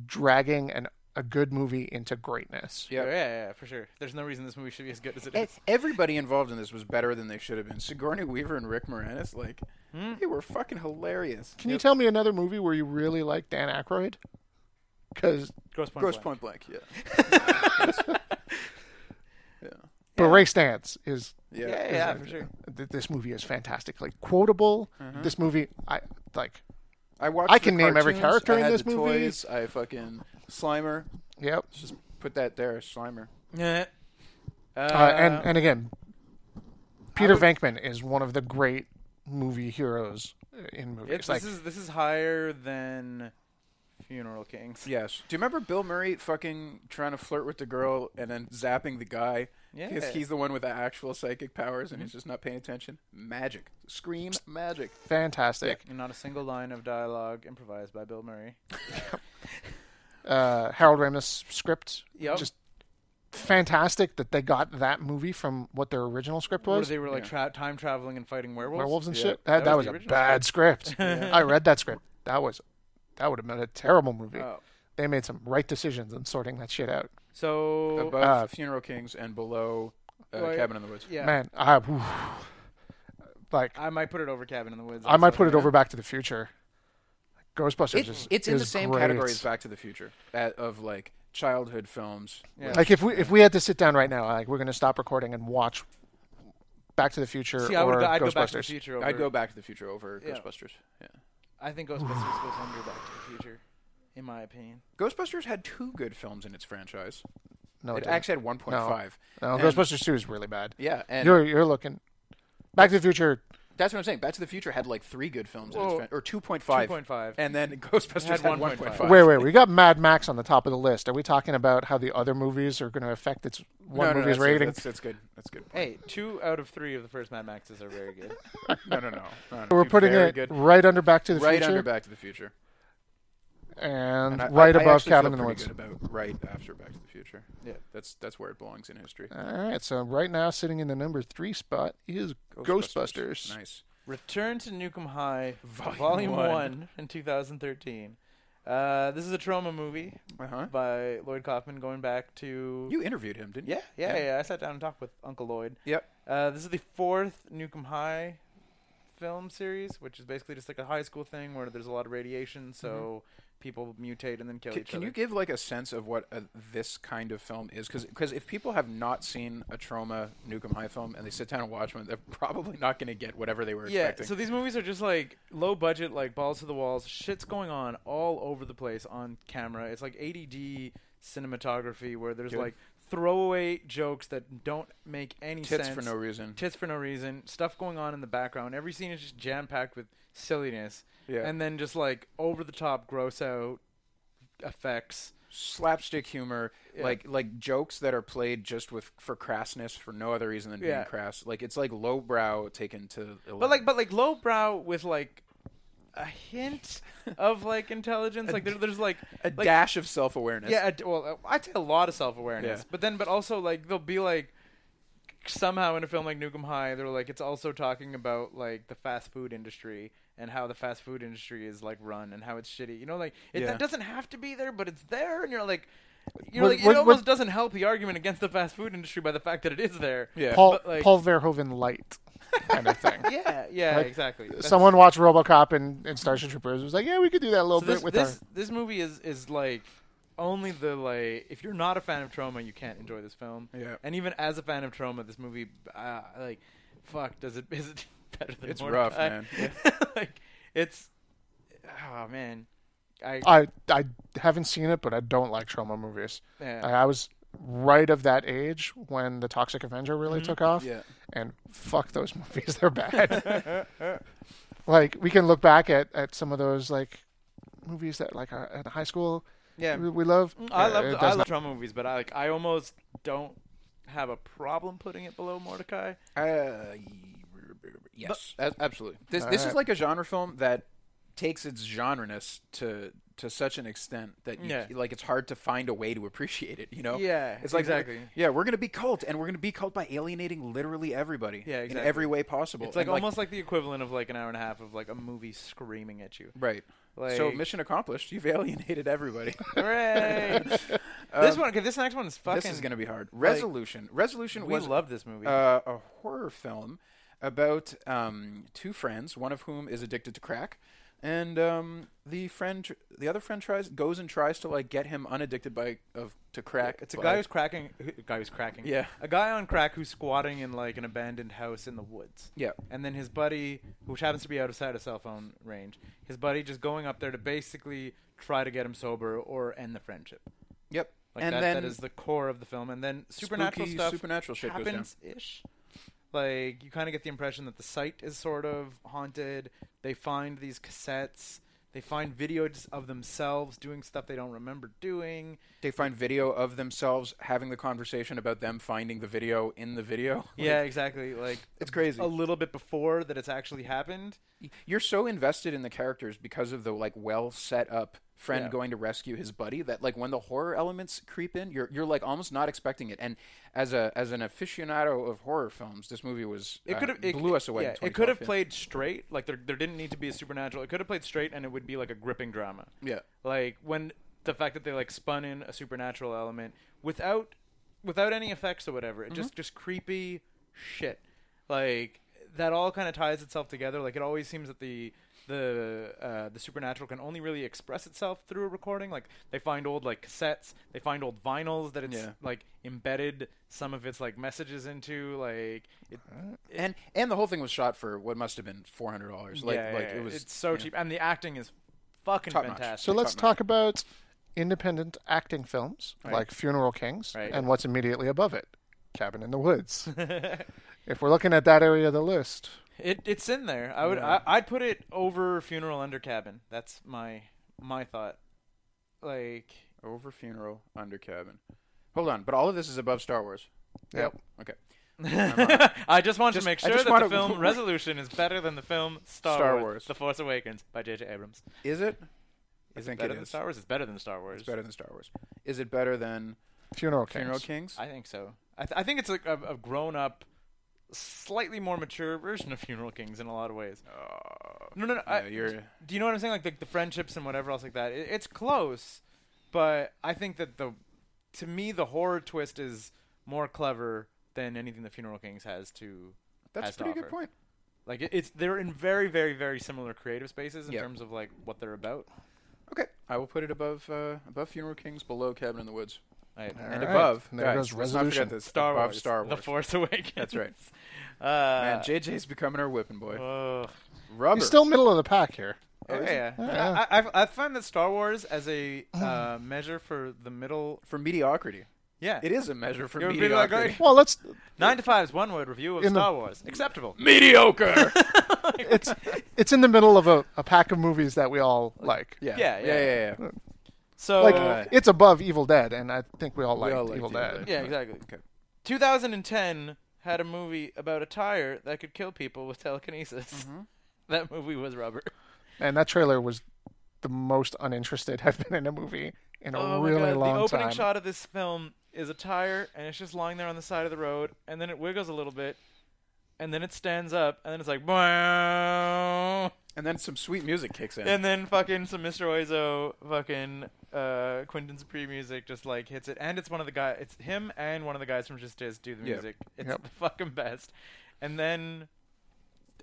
Speaker 2: dragging an a good movie into greatness.
Speaker 1: Yeah,
Speaker 3: Yeah.
Speaker 1: yeah, yeah, for sure. There's no reason this movie should be as good as it
Speaker 3: E-
Speaker 1: is.
Speaker 3: Everybody involved in this was better than they should have been. Sigourney Weaver and Rick Moranis, like,
Speaker 1: Hmm?
Speaker 3: they were fucking hilarious.
Speaker 2: Can you tell me another movie where you really like Dan Aykroyd? Because
Speaker 1: Gross point.
Speaker 3: Gross
Speaker 1: blank.
Speaker 3: Point Blank, yeah. yeah.
Speaker 2: Beret Stance is
Speaker 3: Yeah.
Speaker 1: Yeah,
Speaker 3: is
Speaker 1: yeah,
Speaker 3: it-
Speaker 1: for sure.
Speaker 2: th- this movie is fantastic. Like quotable. This movie, I like.
Speaker 3: I watched.
Speaker 2: I
Speaker 3: the
Speaker 2: can name every
Speaker 3: cartoons,
Speaker 2: character
Speaker 3: I
Speaker 2: in
Speaker 3: had
Speaker 2: this
Speaker 3: the
Speaker 2: movie.
Speaker 3: Toys, I fucking Slimer.
Speaker 2: Yep.
Speaker 3: Just put that there, Slimer.
Speaker 1: Yeah. Uh,
Speaker 2: Uh, and and again, Peter Venkman is one of the great movie heroes in movies.
Speaker 1: it's,
Speaker 2: like
Speaker 1: this is this is higher than funeral kings.
Speaker 3: Yes. Do you remember Bill Murray fucking trying to flirt with the girl and then zapping the guy? Because
Speaker 1: Yeah. Hmm?
Speaker 3: he's the one with the actual psychic powers and he's just not paying attention. Magic. Scream magic.
Speaker 2: Fantastic.
Speaker 1: And not a single line of dialogue improvised by Bill Murray.
Speaker 2: Uh, Harold Ramis script.
Speaker 1: Yep.
Speaker 2: Just fantastic that they got that movie from what their original script
Speaker 1: Or
Speaker 2: was.
Speaker 1: they were like tra- time traveling and fighting werewolves.
Speaker 2: werewolves and
Speaker 3: Yeah.
Speaker 2: shit. That, that was,
Speaker 1: the
Speaker 2: a
Speaker 1: original
Speaker 2: bad script. I read that script. That was that would have been a terrible movie.
Speaker 1: Oh.
Speaker 2: They made some right decisions in sorting that shit out.
Speaker 1: So
Speaker 3: Above
Speaker 2: uh,
Speaker 3: Funeral Kings and below uh,
Speaker 1: Well,
Speaker 3: Cabin in the Woods.
Speaker 1: yeah,
Speaker 2: Man, I whew. like
Speaker 1: I might put it over Cabin in the Woods.
Speaker 2: I might
Speaker 1: also.
Speaker 2: put it over Back to the Future. Ghostbusters
Speaker 3: It-
Speaker 2: is
Speaker 3: it's in the
Speaker 2: is
Speaker 3: same
Speaker 2: great.
Speaker 3: category as Back to the Future at, of like childhood films.
Speaker 1: Yeah.
Speaker 2: Like if we if we had to sit down right now, like we're gonna stop recording and watch Back to the Future
Speaker 1: See, I would
Speaker 2: or
Speaker 1: go, I'd go
Speaker 2: Ghostbusters.
Speaker 1: Back to the Future. Over,
Speaker 3: I'd go Back to the Future over
Speaker 1: Yeah.
Speaker 3: Ghostbusters. Yeah.
Speaker 1: I think Ghostbusters goes under Back to the Future, in my opinion.
Speaker 3: Ghostbusters had two good films in its franchise.
Speaker 2: No,
Speaker 3: it
Speaker 2: didn't.
Speaker 3: actually had 1.5.
Speaker 2: Oh, no,
Speaker 3: and-
Speaker 2: Ghostbusters Two is really bad.
Speaker 3: Yeah, and
Speaker 2: you're you're looking Back to the Future.
Speaker 3: that's what I'm saying. Back to the Future had like three good films in its
Speaker 1: Whoa.
Speaker 3: fran- or 2.5.
Speaker 1: 2.5.
Speaker 3: And then Ghostbusters
Speaker 1: Had
Speaker 3: had,
Speaker 1: 1.5.
Speaker 3: 1.5.
Speaker 2: Wait, wait, we got Mad Max on the top of the list. Are we talking about how the other movies are going to affect its one
Speaker 3: no, no,
Speaker 2: movie's
Speaker 3: that's,
Speaker 2: rating?
Speaker 3: That's, that's good. That's good. point.
Speaker 1: Hey, two out of three of the first Mad Maxes are very good.
Speaker 3: No, no, no. no, no.
Speaker 2: We're
Speaker 3: You're
Speaker 2: putting
Speaker 3: very
Speaker 2: it
Speaker 3: good.
Speaker 2: right under Back to the
Speaker 3: right
Speaker 2: Future
Speaker 3: under Back to the Future,
Speaker 2: and,
Speaker 3: And I-
Speaker 2: right
Speaker 3: I- I
Speaker 2: above
Speaker 3: actually feel
Speaker 2: Cabin in the
Speaker 3: pretty
Speaker 2: Woods.
Speaker 3: good about right after Back to the Future.
Speaker 1: Yeah. Uh,
Speaker 3: that's that's where it belongs in history.
Speaker 2: All right, so right now sitting in the number three spot is Ghostbusters.
Speaker 3: Nice.
Speaker 1: Return to Nukem High, Volume,
Speaker 3: One.
Speaker 1: 1. in 2013. Uh, this is a trauma movie
Speaker 3: Uh huh.
Speaker 1: by Lloyd Kaufman going back to.
Speaker 3: You interviewed him, didn't you?
Speaker 1: yeah, yeah,
Speaker 3: Yeah.
Speaker 1: yeah. I sat down and talked with Uncle Lloyd.
Speaker 3: Yep.
Speaker 1: Uh, this is the fourth Nukem High film series, which is basically just like a high school thing where there's a lot of radiation, so people mutate and then kill
Speaker 3: Can,
Speaker 1: each
Speaker 3: Mm-hmm. can
Speaker 1: other.
Speaker 3: you give like a sense of what a, this kind of film is? Because if people have not seen a trauma Nukem High film and they sit down and watch one, they're probably not going to get whatever they were
Speaker 1: yeah,
Speaker 3: expecting.
Speaker 1: so these movies are just like low budget, like balls to the walls. Shit's going on all over the place on camera. It's like ADD cinematography where there's
Speaker 3: Good.
Speaker 1: like throwaway jokes that don't make any
Speaker 3: Tits
Speaker 1: sense.
Speaker 3: for no reason.
Speaker 1: Tits for no reason. Stuff going on in the background. Every scene is just jam packed with silliness.
Speaker 3: Yeah.
Speaker 1: And then just like over the top, gross out effects.
Speaker 3: Slapstick humor, like like jokes that are played just with for crassness for no other reason than
Speaker 1: Yeah.
Speaker 3: being crass. Like it's like lowbrow taken to. 11.
Speaker 1: But like, but like lowbrow with like a hint of like intelligence. Like there, there's like
Speaker 3: a
Speaker 1: like,
Speaker 3: dash of self awareness.
Speaker 1: Yeah, a, well, uh, I'd say a lot of self awareness,
Speaker 3: Yeah.
Speaker 1: but then, but also like they'll be like somehow in a film like Nukem High, they're like it's also talking about like the fast food industry and how the fast food industry is like run and how it's shitty. You know, like it
Speaker 3: Yeah.
Speaker 1: that doesn't have to be there, but it's there, and you're like. You know,
Speaker 2: What-
Speaker 1: like,
Speaker 2: what-
Speaker 1: it
Speaker 2: what-
Speaker 1: almost doesn't help the argument against the fast food industry by the fact that it is there.
Speaker 3: Yeah.
Speaker 2: Paul
Speaker 1: But, like-
Speaker 2: Paul Verhoeven light kind of thing.
Speaker 1: yeah, yeah,
Speaker 2: Like,
Speaker 1: exactly. That's-
Speaker 2: Someone watched RoboCop and, and Starship Troopers. Was like, yeah, we could do that a little
Speaker 1: so
Speaker 2: bit
Speaker 1: this,
Speaker 2: with
Speaker 1: this, this movie is is like only the like if you're not a fan of trauma you can't enjoy this film
Speaker 3: Yeah.
Speaker 1: and even as a fan of trauma this movie uh, like fuck does it is it better than
Speaker 3: It's rough,
Speaker 1: Mordecai?
Speaker 3: man.
Speaker 1: like it's oh man I
Speaker 2: our. I I haven't seen it, but I don't like trauma movies.
Speaker 1: yeah.
Speaker 2: I I was right of that age when the Toxic Avenger really
Speaker 1: Mm-hmm.
Speaker 2: took off.
Speaker 3: Yeah.
Speaker 2: And fuck those movies, they're bad. like we can look back at, at some of those like movies that like are at high school
Speaker 1: Yeah. Mm,
Speaker 2: we, we love.
Speaker 1: I
Speaker 2: Uh,
Speaker 1: love
Speaker 2: it
Speaker 1: the,
Speaker 2: does
Speaker 1: I
Speaker 2: not-
Speaker 1: love trauma movies but I like I almost don't have a problem putting it below Mordecai
Speaker 3: Uh, yes, A- absolutely. This this is
Speaker 1: Uh,
Speaker 2: Alright.
Speaker 3: like a genre film that takes its genreness to to such an extent that you,
Speaker 1: Yeah.
Speaker 3: like it's hard to find a way to appreciate it. You know?
Speaker 1: Yeah,
Speaker 3: It's like
Speaker 1: exactly.
Speaker 3: we're- Yeah, we're gonna be cult, and we're gonna be cult by alienating literally everybody.
Speaker 1: Yeah,
Speaker 3: In
Speaker 1: exactly.
Speaker 3: every way possible.
Speaker 1: it's like
Speaker 3: And,
Speaker 1: almost like the equivalent of like an hour and a half of like a movie screaming at you
Speaker 3: right.
Speaker 1: like
Speaker 3: so mission accomplished. You've alienated everybody.
Speaker 1: Hooray! this one, okay, this next one is fucking.
Speaker 3: Um, this is gonna be hard. Resolution. Resolution
Speaker 1: We
Speaker 3: was
Speaker 1: love this movie.
Speaker 3: uh, a horror film about um, two friends, one of whom is addicted to crack, and um, the friend, tr- the other friend, tries goes and tries to like get him unaddicted by of to crack.
Speaker 1: it's a
Speaker 3: by-
Speaker 1: guy who's cracking. A guy who's cracking.
Speaker 3: Yeah.
Speaker 1: A guy on crack who's squatting in like an abandoned house in the woods.
Speaker 3: Yeah.
Speaker 1: And then his buddy, which happens to be outside of cell phone range, his buddy just going up there to basically try to get him sober or end the friendship.
Speaker 3: yep.
Speaker 1: Like
Speaker 3: and
Speaker 1: that,
Speaker 3: then
Speaker 1: that is the core of the film. And then supernatural
Speaker 3: spooky
Speaker 1: stuff.
Speaker 3: supernatural shit goes down.
Speaker 1: happens ish. Like you kind of get the impression that the site is sort of haunted. They find these cassettes. They find videos of themselves doing stuff they don't remember doing.
Speaker 3: They find video of themselves having the conversation about them finding the video in the video. Like,
Speaker 1: yeah, exactly. Like
Speaker 3: It's crazy.
Speaker 1: a little bit before that it's actually happened.
Speaker 3: You're so invested in the characters because of the like well set up friend
Speaker 1: Yeah.
Speaker 3: going to rescue his buddy that like when the horror elements creep in, you're you're like almost not expecting it. And as a as an aficionado of horror films, this movie was
Speaker 1: It
Speaker 3: uh,
Speaker 1: could have it,
Speaker 3: blew us away. in
Speaker 1: Yeah, it could have
Speaker 3: 2012,
Speaker 1: played straight. Like there, there didn't need to be a supernatural. It could have played straight, and it would be like a gripping drama.
Speaker 3: Yeah.
Speaker 1: Like when the fact that they like spun in a supernatural element without without any effects or whatever. It
Speaker 3: Mm-hmm.
Speaker 1: just just creepy shit. Like that all kind of ties itself together. Like it always seems that the the uh, the supernatural can only really express itself through a recording. Like they find old like cassettes, they find old vinyls that it's
Speaker 3: Yeah.
Speaker 1: like embedded some of its like messages into. Like it,
Speaker 3: And and the whole thing was shot for what must have been four hundred dollars. Like
Speaker 1: yeah,
Speaker 3: like
Speaker 1: yeah,
Speaker 3: it was
Speaker 1: it's so
Speaker 3: yeah.
Speaker 1: cheap, and the acting is fucking
Speaker 3: Top notch.
Speaker 1: fantastic.
Speaker 3: So
Speaker 2: So let's
Speaker 3: Top
Speaker 2: talk about independent acting films
Speaker 1: Right.
Speaker 2: like Funeral Kings
Speaker 1: Right.
Speaker 2: and what's immediately above it, Cabin in the Woods. if we're looking at that area of the list,
Speaker 1: It it's in there. I would I, I'd put it over funeral under cabin. That's my my thought. Like
Speaker 3: Over funeral, under cabin. Hold on, but all of this is above Star Wars.
Speaker 2: yep.
Speaker 3: Okay.
Speaker 1: I just want
Speaker 3: Just-
Speaker 1: to make
Speaker 3: I
Speaker 1: sure
Speaker 3: just
Speaker 1: that the
Speaker 3: wanna-
Speaker 1: film resolution is better than the film Star,
Speaker 3: Star
Speaker 1: Wars,
Speaker 3: Wars.
Speaker 1: The Force Awakens by J.J. Abrams.
Speaker 3: Is it?
Speaker 1: Is
Speaker 3: I think
Speaker 1: it better
Speaker 3: it
Speaker 1: than
Speaker 3: is.
Speaker 1: Star Wars? It's better than Star Wars.
Speaker 3: It's better than Star Wars. Is it better than
Speaker 2: Funeral Kings.
Speaker 3: Funeral Kings?
Speaker 1: I think so. I, th- I think it's like a, a grown up, slightly more mature version of Funeral Kings in a lot of ways. no, no, no. I,
Speaker 3: yeah, you're-
Speaker 1: Do you know what I'm saying? Like the, the friendships and whatever else like that. It, it's close, but I think that the, to me, the horror twist is more clever than anything that Funeral Kings has to.
Speaker 3: That's
Speaker 1: has
Speaker 3: a
Speaker 1: to
Speaker 3: pretty good
Speaker 1: offer.
Speaker 3: point.
Speaker 1: Like it, it's they're in very, very, very similar creative spaces in
Speaker 3: Yeah.
Speaker 1: terms of like what they're about.
Speaker 3: Okay, I will put it above uh, above Funeral Kings, below Cabin in the Woods,
Speaker 1: I,
Speaker 3: and
Speaker 2: right.
Speaker 3: above.
Speaker 2: And there
Speaker 3: guys,
Speaker 2: goes
Speaker 3: let's not forget
Speaker 2: Resolution.
Speaker 3: this,
Speaker 1: Star
Speaker 3: above
Speaker 1: Wars,
Speaker 3: Star
Speaker 1: The
Speaker 3: Wars.
Speaker 1: Force Awakens.
Speaker 3: That's right.
Speaker 1: Uh,
Speaker 3: Man, JJ's becoming our whipping boy.
Speaker 1: ugh.
Speaker 3: Rubber.
Speaker 2: He's still middle of the pack here.
Speaker 1: Oh, yeah,
Speaker 2: Yeah.
Speaker 1: I, I, I find that Star Wars as a uh, measure for the middle.
Speaker 3: for mediocrity.
Speaker 1: Yeah,
Speaker 3: It is a measure for
Speaker 1: It would be like,
Speaker 3: mediocrity.
Speaker 1: "Hey,
Speaker 2: Well, let's.
Speaker 1: nine to five is one word review of
Speaker 2: In the-
Speaker 1: Star Wars. Acceptable.
Speaker 3: Mediocre.
Speaker 2: It's it's in the middle of a, a pack of movies that we all like.
Speaker 3: yeah.
Speaker 1: Yeah,
Speaker 3: Yeah, yeah,
Speaker 1: yeah.
Speaker 3: yeah.
Speaker 1: So
Speaker 2: Like
Speaker 3: Uh,
Speaker 2: it's above Evil Dead, and I think we all like
Speaker 3: all liked
Speaker 2: Evil
Speaker 3: Evil
Speaker 2: Dead.
Speaker 3: Dead.
Speaker 1: yeah, exactly.
Speaker 3: Okay.
Speaker 1: 2010 had a movie about a tire that could kill people with telekinesis. That movie was rubber.
Speaker 2: And that trailer was the most uninterested I've been in a movie in a
Speaker 1: Oh my
Speaker 2: really
Speaker 1: God.
Speaker 2: long
Speaker 1: The opening
Speaker 2: time.
Speaker 1: shot of this film is a tire, and it's just lying there on the side of the road, and then it wiggles a little bit, and then it stands up, and then it's like, "Bow."
Speaker 3: And then some sweet music kicks in.
Speaker 1: and then fucking some Mr. Oizo fucking uh, Quentin Dupree music just like hits it, and it's one of the guy, it's him and one of the guys from Just Is do the
Speaker 3: Yeah.
Speaker 1: music. It's
Speaker 2: Yep.
Speaker 1: the fucking best. And then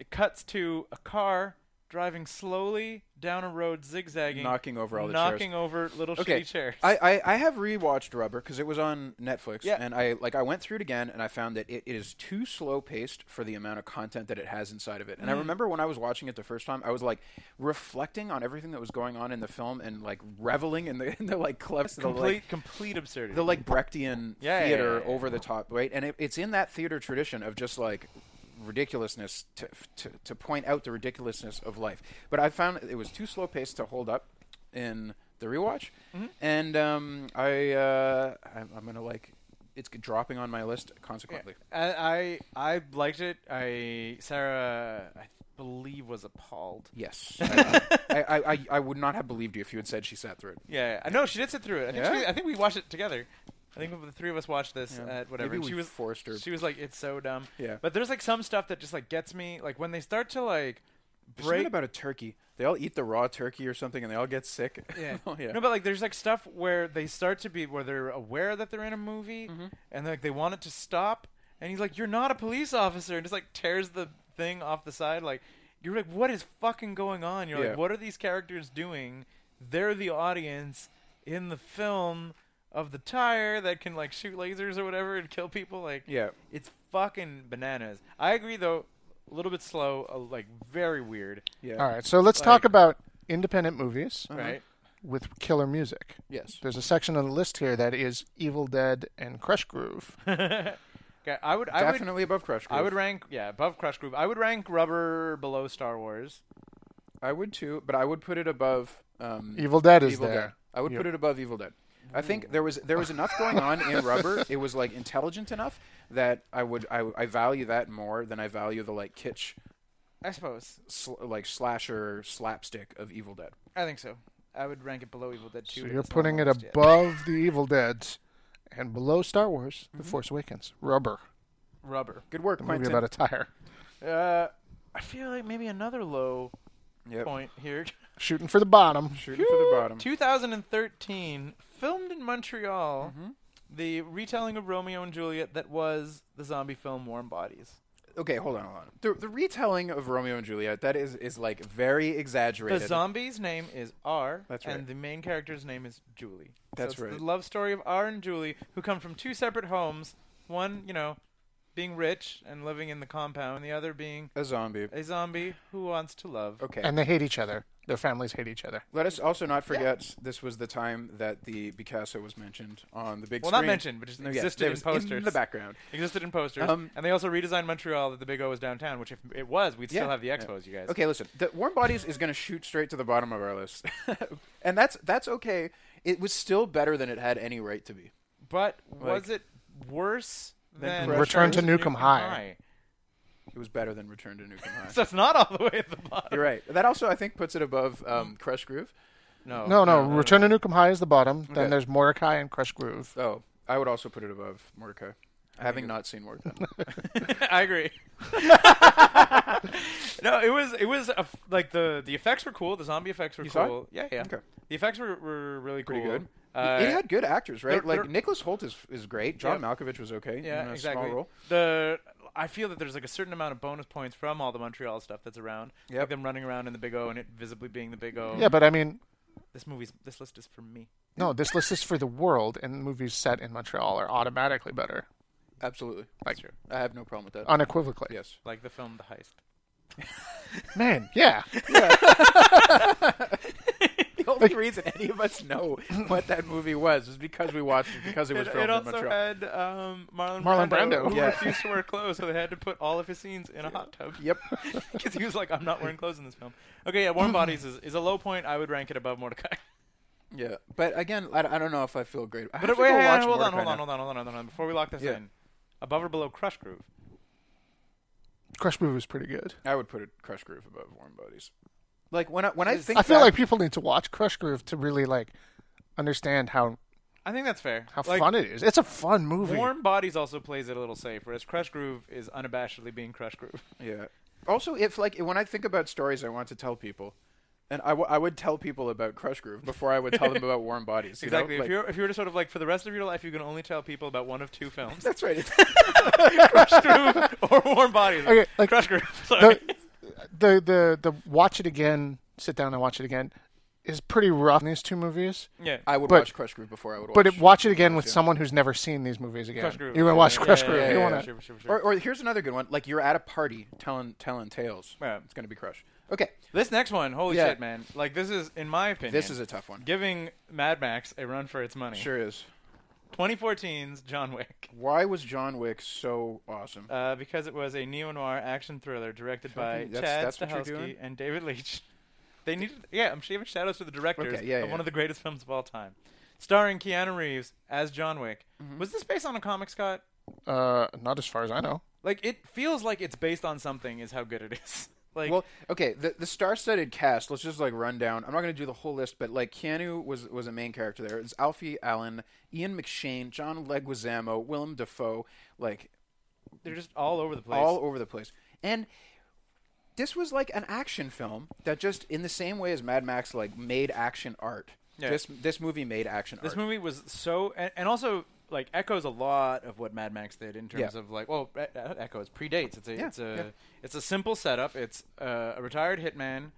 Speaker 1: it cuts to a car driving slowly down a road, zigzagging,
Speaker 3: Knocking over all the chairs.
Speaker 1: knocking over little
Speaker 3: okay.
Speaker 1: shitty chairs.
Speaker 3: I, I I have rewatched Rubber because it was on Netflix.
Speaker 1: Yeah.
Speaker 3: And I like I went through it again and I found that it, it is too slow paced for the amount of content that it has inside of it.
Speaker 1: Mm.
Speaker 3: And I remember when I was watching it the first time, I was like reflecting on everything that was going on in the film and like reveling in the in the like clever the
Speaker 1: complete,
Speaker 3: like
Speaker 1: complete absurdity.
Speaker 3: the like Brechtian
Speaker 1: Yeah, yeah,
Speaker 3: theater
Speaker 1: yeah, yeah.
Speaker 3: over the top, right? And it, it's in that theater tradition of just like ridiculousness to, to to point out the ridiculousness of life. But I found it was too slow paced to hold up in the rewatch,
Speaker 1: Mm-hmm.
Speaker 3: and um, I uh, I'm, I'm gonna like it's dropping on my list consequently.
Speaker 1: I, I I liked it. I Sarah, I believe, was appalled.
Speaker 3: Yes, I, I, I I would not have believed you if you had said she sat through it.
Speaker 1: Yeah, I know she did sit through it. I think,
Speaker 3: Yeah?
Speaker 1: she- I think we watched it together. I think the three of us watched this
Speaker 3: Yeah.
Speaker 1: at whatever.
Speaker 3: Maybe
Speaker 1: and
Speaker 3: we
Speaker 1: she was
Speaker 3: forced her.
Speaker 1: She was like, "It's so dumb."
Speaker 3: Yeah.
Speaker 1: But there's like some stuff that just like gets me. Like when they start to like
Speaker 3: There's something
Speaker 1: break.
Speaker 3: about a turkey. They all eat the raw turkey or something, and they all get sick.
Speaker 1: yeah.
Speaker 3: Oh, yeah.
Speaker 1: No, but like there's like stuff where they start to be where they're aware that they're in a movie
Speaker 3: Mm-hmm.
Speaker 1: and like they want it to stop and he's like, You're not a police officer and just like tears the thing off the side, like you're like, What is fucking going on? You're
Speaker 3: Yeah.
Speaker 1: like, What are these characters doing? They're the audience in the film of the tire that can like shoot lasers or whatever and kill people. Like
Speaker 3: Yeah.
Speaker 1: it's fucking bananas. I agree though, a little bit slow, uh, like very weird.
Speaker 3: yeah.
Speaker 2: All right, so let's talk about independent movies
Speaker 1: Right?
Speaker 2: with killer music.
Speaker 3: Yes.
Speaker 2: There's a section on the list here that is Evil Dead and Crush Groove.
Speaker 1: Okay, I would I would
Speaker 3: Definitely above Crush.
Speaker 1: I
Speaker 3: Groove.
Speaker 1: would rank yeah above Crush Groove. I would rank Rubber below Star Wars.
Speaker 3: I would too, but I would put it above um,
Speaker 2: Evil Dead is
Speaker 3: Evil
Speaker 2: there.
Speaker 3: Dead. I would
Speaker 2: You-
Speaker 3: put it above Evil Dead. I think there was there was enough going on in Rubber. It was like intelligent enough that I would I, I value that more than I value the like kitsch
Speaker 1: I suppose.
Speaker 3: sl- like slasher slapstick of Evil Dead.
Speaker 1: I think so. I would rank it below Evil Dead 2.
Speaker 2: So
Speaker 1: but
Speaker 2: you're
Speaker 1: it's not
Speaker 2: putting
Speaker 1: on
Speaker 2: it
Speaker 1: the list yet.
Speaker 2: above the Evil Dead, and below Star Wars: The Force Awakens. Rubber,
Speaker 1: Rubber.
Speaker 3: Good work,
Speaker 2: the
Speaker 3: Quentin.
Speaker 2: movie about a tire
Speaker 1: Uh, I feel like maybe another low
Speaker 3: Yep.
Speaker 1: point here.
Speaker 2: shooting for the bottom.
Speaker 3: Shooting for the bottom.
Speaker 1: 2013, filmed in Montreal, the retelling of Romeo and Juliet that was the zombie film Warm Bodies.
Speaker 3: Okay, hold on, hold on. The, the retelling of Romeo and Juliet that is is like very
Speaker 1: The
Speaker 3: exaggerated.
Speaker 1: zombie's name is R,
Speaker 3: That's right.
Speaker 1: and the main character's name is Julie.
Speaker 3: That's
Speaker 1: so it's
Speaker 3: right.
Speaker 1: The love story of R and Julie, who come from two separate homes. One, you know, being rich and living in the compound. The other being
Speaker 3: a zombie.
Speaker 1: a zombie who wants to love.
Speaker 3: Okay.
Speaker 2: And they hate each other. Their families hate each other.
Speaker 3: Let us also not forget this was the time that the Picasso was mentioned on the big
Speaker 1: Well,
Speaker 3: screen.
Speaker 1: not mentioned, but just
Speaker 3: No, yeah,
Speaker 1: existed
Speaker 3: there
Speaker 1: in
Speaker 3: was
Speaker 1: posters.
Speaker 3: in the background.
Speaker 1: Existed in posters,
Speaker 3: Um,
Speaker 1: and they also redesigned Montreal that the Big O was downtown. Which, if it was, we'd still
Speaker 3: Yeah,
Speaker 1: have the
Speaker 3: yeah.
Speaker 1: expos, you guys.
Speaker 3: Okay, listen. The Warm Bodies is going to shoot straight to the bottom of our list, and that's that's okay. It was still better than it had any right to be.
Speaker 1: but was it worse than,
Speaker 3: Crush
Speaker 2: Return to Nukem High.
Speaker 3: It was better than Return to Nukem High.
Speaker 1: So it's not all the way at the bottom.
Speaker 3: You're right. That also I think puts it above um,
Speaker 1: Mm.
Speaker 3: Crush Groove.
Speaker 1: No,
Speaker 2: No, no. Return to Nukem High is the bottom.
Speaker 3: Okay.
Speaker 2: Then there's Mordecai and Crush Groove.
Speaker 3: Oh, I would also put it above Mordecai, having not seen Mordecai.
Speaker 1: I agree. no, it was it was a f like the the effects were cool. The zombie effects were
Speaker 3: You saw it?
Speaker 1: cool. Yeah, yeah.
Speaker 3: Okay.
Speaker 1: The effects were, were really cool.
Speaker 3: Pretty good.
Speaker 1: Uh,
Speaker 3: it had good actors, right?
Speaker 1: they're-
Speaker 3: like
Speaker 1: they're-
Speaker 3: Nicholas Holt is is great. John
Speaker 1: Yeah.
Speaker 3: Malkovich was okay. in
Speaker 1: yeah,
Speaker 3: a
Speaker 1: exactly.
Speaker 3: Small role.
Speaker 1: The I feel that there's like a certain amount of bonus points from all the Montreal stuff that's around. Like
Speaker 3: Yep.
Speaker 1: them running around in the Big O and it visibly being the Big O.
Speaker 2: Yeah, but I mean,
Speaker 1: This movie's this list is for me.
Speaker 2: no. This list is for the world, and movies set in Montreal are automatically better,
Speaker 3: Absolutely.
Speaker 2: like
Speaker 3: I have no problem with
Speaker 1: Uh,
Speaker 3: that.
Speaker 2: unequivocally.
Speaker 3: yes.
Speaker 1: Like the film The Heist.
Speaker 2: Man, yeah.
Speaker 3: The only reason any of us know what that movie was is because we watched it because it was
Speaker 1: It,
Speaker 3: filmed
Speaker 1: it
Speaker 3: in
Speaker 1: also
Speaker 3: Montreal.
Speaker 1: had um, Marlon,
Speaker 2: Marlon Brando.
Speaker 1: who
Speaker 3: Yeah.
Speaker 1: refused to wear clothes, so they had to put all of his scenes in a hot tub.
Speaker 3: Yep.
Speaker 1: Because he was like, I'm not wearing clothes in this film. Okay, yeah, Warm Bodies is, is a low point. I would rank it above Mordecai.
Speaker 3: yeah, but again, I, I don't know if I feel great. I
Speaker 1: But
Speaker 3: have to
Speaker 1: wait,
Speaker 3: go
Speaker 1: hang on,
Speaker 3: watch
Speaker 1: hold on,
Speaker 3: Mordecai
Speaker 1: hold on,
Speaker 3: now.
Speaker 1: hold on, hold on, hold on. Before we lock this
Speaker 3: Yeah.
Speaker 1: in, above or below Crush Groove?
Speaker 2: Crush Groove is pretty good.
Speaker 3: I would put a Crush Groove above Warm Bodies. Like when I when I
Speaker 1: Is-
Speaker 3: think
Speaker 2: I feel
Speaker 3: back-
Speaker 2: like people need to watch Crush Groove to really like understand how
Speaker 1: I think that's fair.
Speaker 2: how
Speaker 1: Like,
Speaker 2: fun it is. It's a fun movie.
Speaker 1: Warm Bodies also plays it a little safe, whereas Crush Groove is unabashedly being Crush Groove.
Speaker 3: yeah. Also, if like when I think about stories I want to tell people, and I, w- I would tell people about Crush Groove before I would tell them about Warm Bodies. you know?
Speaker 1: Exactly.
Speaker 3: Like-
Speaker 1: if, you're, if you were to sort of like, for the rest of your life, you can only tell people about one of two films
Speaker 3: that's right. It's,
Speaker 1: Crush Groove or Warm Bodies.
Speaker 2: Okay, like-
Speaker 1: Crush Groove. Sorry.
Speaker 2: the, the the the watch it again, sit down and watch it again, is pretty rough in these two movies.
Speaker 1: yeah.
Speaker 3: I would
Speaker 2: But-
Speaker 3: watch Crush Groove before I would watch.
Speaker 2: But it, watch it again with
Speaker 3: yeah.
Speaker 2: someone who's never seen these movies again.
Speaker 1: Crush Groove.
Speaker 2: You want to watch
Speaker 1: Yeah,
Speaker 2: Crush
Speaker 1: yeah,
Speaker 2: Groove?
Speaker 1: yeah,
Speaker 2: you
Speaker 1: yeah,
Speaker 2: want
Speaker 1: yeah,
Speaker 2: to?
Speaker 1: sure, sure, sure.
Speaker 3: or, or here's another good one. Like you're at a party telling telling tales.
Speaker 1: Yeah.
Speaker 3: It's gonna be Crush. Okay,
Speaker 1: This next one, holy
Speaker 3: Yeah.
Speaker 1: shit, man! Like this is, in my opinion,
Speaker 3: this is a tough one.
Speaker 1: giving Mad Max a run for its money.
Speaker 3: Sure is.
Speaker 1: 2014's John Wick,
Speaker 3: Why was John Wick so awesome?
Speaker 1: uh, because it was a neo noir action thriller directed by
Speaker 3: Fucking- that's-
Speaker 1: Chad
Speaker 3: that's what you're
Speaker 1: Stahelski
Speaker 3: doing?
Speaker 1: and David Leitch. They needed, yeah, I'm giving shout outs to the directors
Speaker 3: Okay, yeah,
Speaker 1: of
Speaker 3: yeah.
Speaker 1: one of the greatest films of all time, starring Keanu Reeves as John Wick.
Speaker 3: Mm-hmm.
Speaker 1: Was this based on a comic, Scott?
Speaker 2: Uh, not as far as I know.
Speaker 1: Like it feels like it's based on something. Is how good it is. like,
Speaker 3: well, okay, the the star-studded cast. Let's just like run down. I'm not going to do the whole list, but like Keanu was was a main character there. It's Alfie Allen, Ian McShane, John Leguizamo, Willem Dafoe, like
Speaker 1: they're just all over the place.
Speaker 3: all over the place. And this was like an action film that just in the same way as Mad Max like made action art.
Speaker 1: Yeah.
Speaker 3: This this movie made action
Speaker 1: This
Speaker 3: art.
Speaker 1: movie was so, and, and also like echoes a lot of what Mad Max did in terms
Speaker 3: Yeah.
Speaker 1: of like, well, e- e- echoes predates. It's a,
Speaker 3: Yeah,
Speaker 1: it's a,
Speaker 3: yeah.
Speaker 1: it's a simple setup. It's uh, a retired hitman,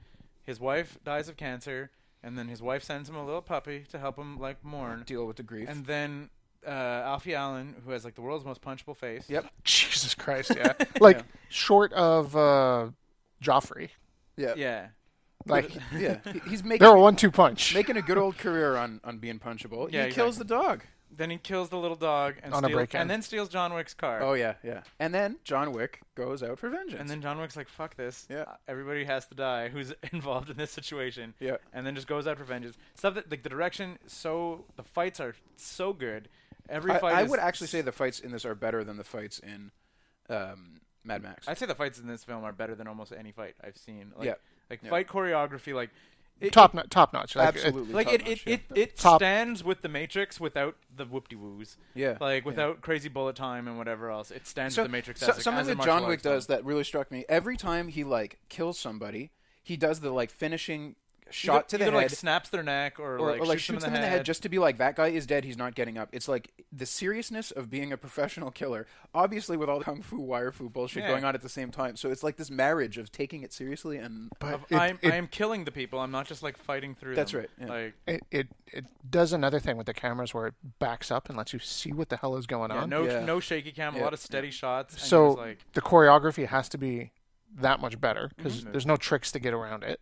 Speaker 1: his wife dies of cancer, and then his wife sends him a little puppy to help him like mourn,
Speaker 3: deal with the grief.
Speaker 1: and then uh, Alfie Allen, who has like the world's most punchable face,
Speaker 3: Yep.
Speaker 2: Jesus Christ, yeah. Like
Speaker 3: Yeah.
Speaker 2: short of uh, Joffrey.
Speaker 3: yeah. Yeah.
Speaker 1: yeah,
Speaker 2: Like
Speaker 3: He- He's making
Speaker 2: they're a one-two punch.
Speaker 3: making a good old career on, on being punchable.
Speaker 1: Yeah,
Speaker 3: he kills the dog.
Speaker 1: Then he kills the little dog and,
Speaker 2: On a
Speaker 1: steals-
Speaker 2: break-in.
Speaker 1: and then steals John Wick's car.
Speaker 3: Oh yeah, yeah. And then John Wick goes out for vengeance.
Speaker 1: And then John Wick's like, "Fuck this!
Speaker 3: Yeah.
Speaker 1: Uh, Everybody has to die who's involved in this situation."
Speaker 3: Yeah.
Speaker 1: And then just goes out for vengeance. Stuff that like the direction, so the fights are so good. Every
Speaker 3: I,
Speaker 1: fight.
Speaker 3: I
Speaker 1: is-
Speaker 3: would actually say the fights in this are better than the fights in um, Mad Max.
Speaker 1: I'd say the fights in this film are better than almost any fight I've seen. Like,
Speaker 3: Yeah.
Speaker 1: Like
Speaker 3: Yeah.
Speaker 1: fight choreography, like it,
Speaker 2: top no- top notch. Like, it-
Speaker 3: Absolutely,
Speaker 1: like it, it,
Speaker 3: top-notch,
Speaker 1: it,
Speaker 3: yeah.
Speaker 1: it
Speaker 2: Top-
Speaker 1: stands with the Matrix without the whoop de woos.
Speaker 3: Yeah,
Speaker 1: Like
Speaker 3: yeah.
Speaker 1: without crazy bullet time and whatever else. It stands
Speaker 3: So-
Speaker 1: with the Matrix.
Speaker 3: so-
Speaker 1: as a-
Speaker 3: something
Speaker 1: as a
Speaker 3: that
Speaker 1: martial
Speaker 3: John Wick
Speaker 1: arts film.
Speaker 3: does that really struck me. Every time he like kills somebody, he does the like finishing
Speaker 1: Either-
Speaker 3: shot to the
Speaker 1: either,
Speaker 3: head.
Speaker 1: like snaps their neck or,
Speaker 3: or,
Speaker 1: like,
Speaker 3: or, like,
Speaker 1: shoots, them, in the,
Speaker 3: head.
Speaker 1: head.
Speaker 3: just to be like that guy is dead he's not getting up it's like the seriousness of being a professional killer obviously with all the kung fu wire fu bullshit
Speaker 1: Yeah.
Speaker 3: going on at the same time so it's like this marriage of taking it seriously and
Speaker 2: but
Speaker 1: of
Speaker 2: it-
Speaker 1: I'm
Speaker 2: it-
Speaker 1: I am killing the people. I'm not just like fighting through.
Speaker 3: That's
Speaker 1: them.
Speaker 3: right, yeah.
Speaker 1: Like
Speaker 2: it, it it does another thing with the cameras where it backs up and lets you see what the hell is going
Speaker 1: yeah,
Speaker 2: on.
Speaker 1: no
Speaker 3: Yeah.
Speaker 1: no shaky cam. A
Speaker 3: Yeah.
Speaker 1: lot of steady shots. And
Speaker 2: so
Speaker 1: just, like Mm-hmm.
Speaker 2: the choreography has to be that much better because there's no tricks to get around it.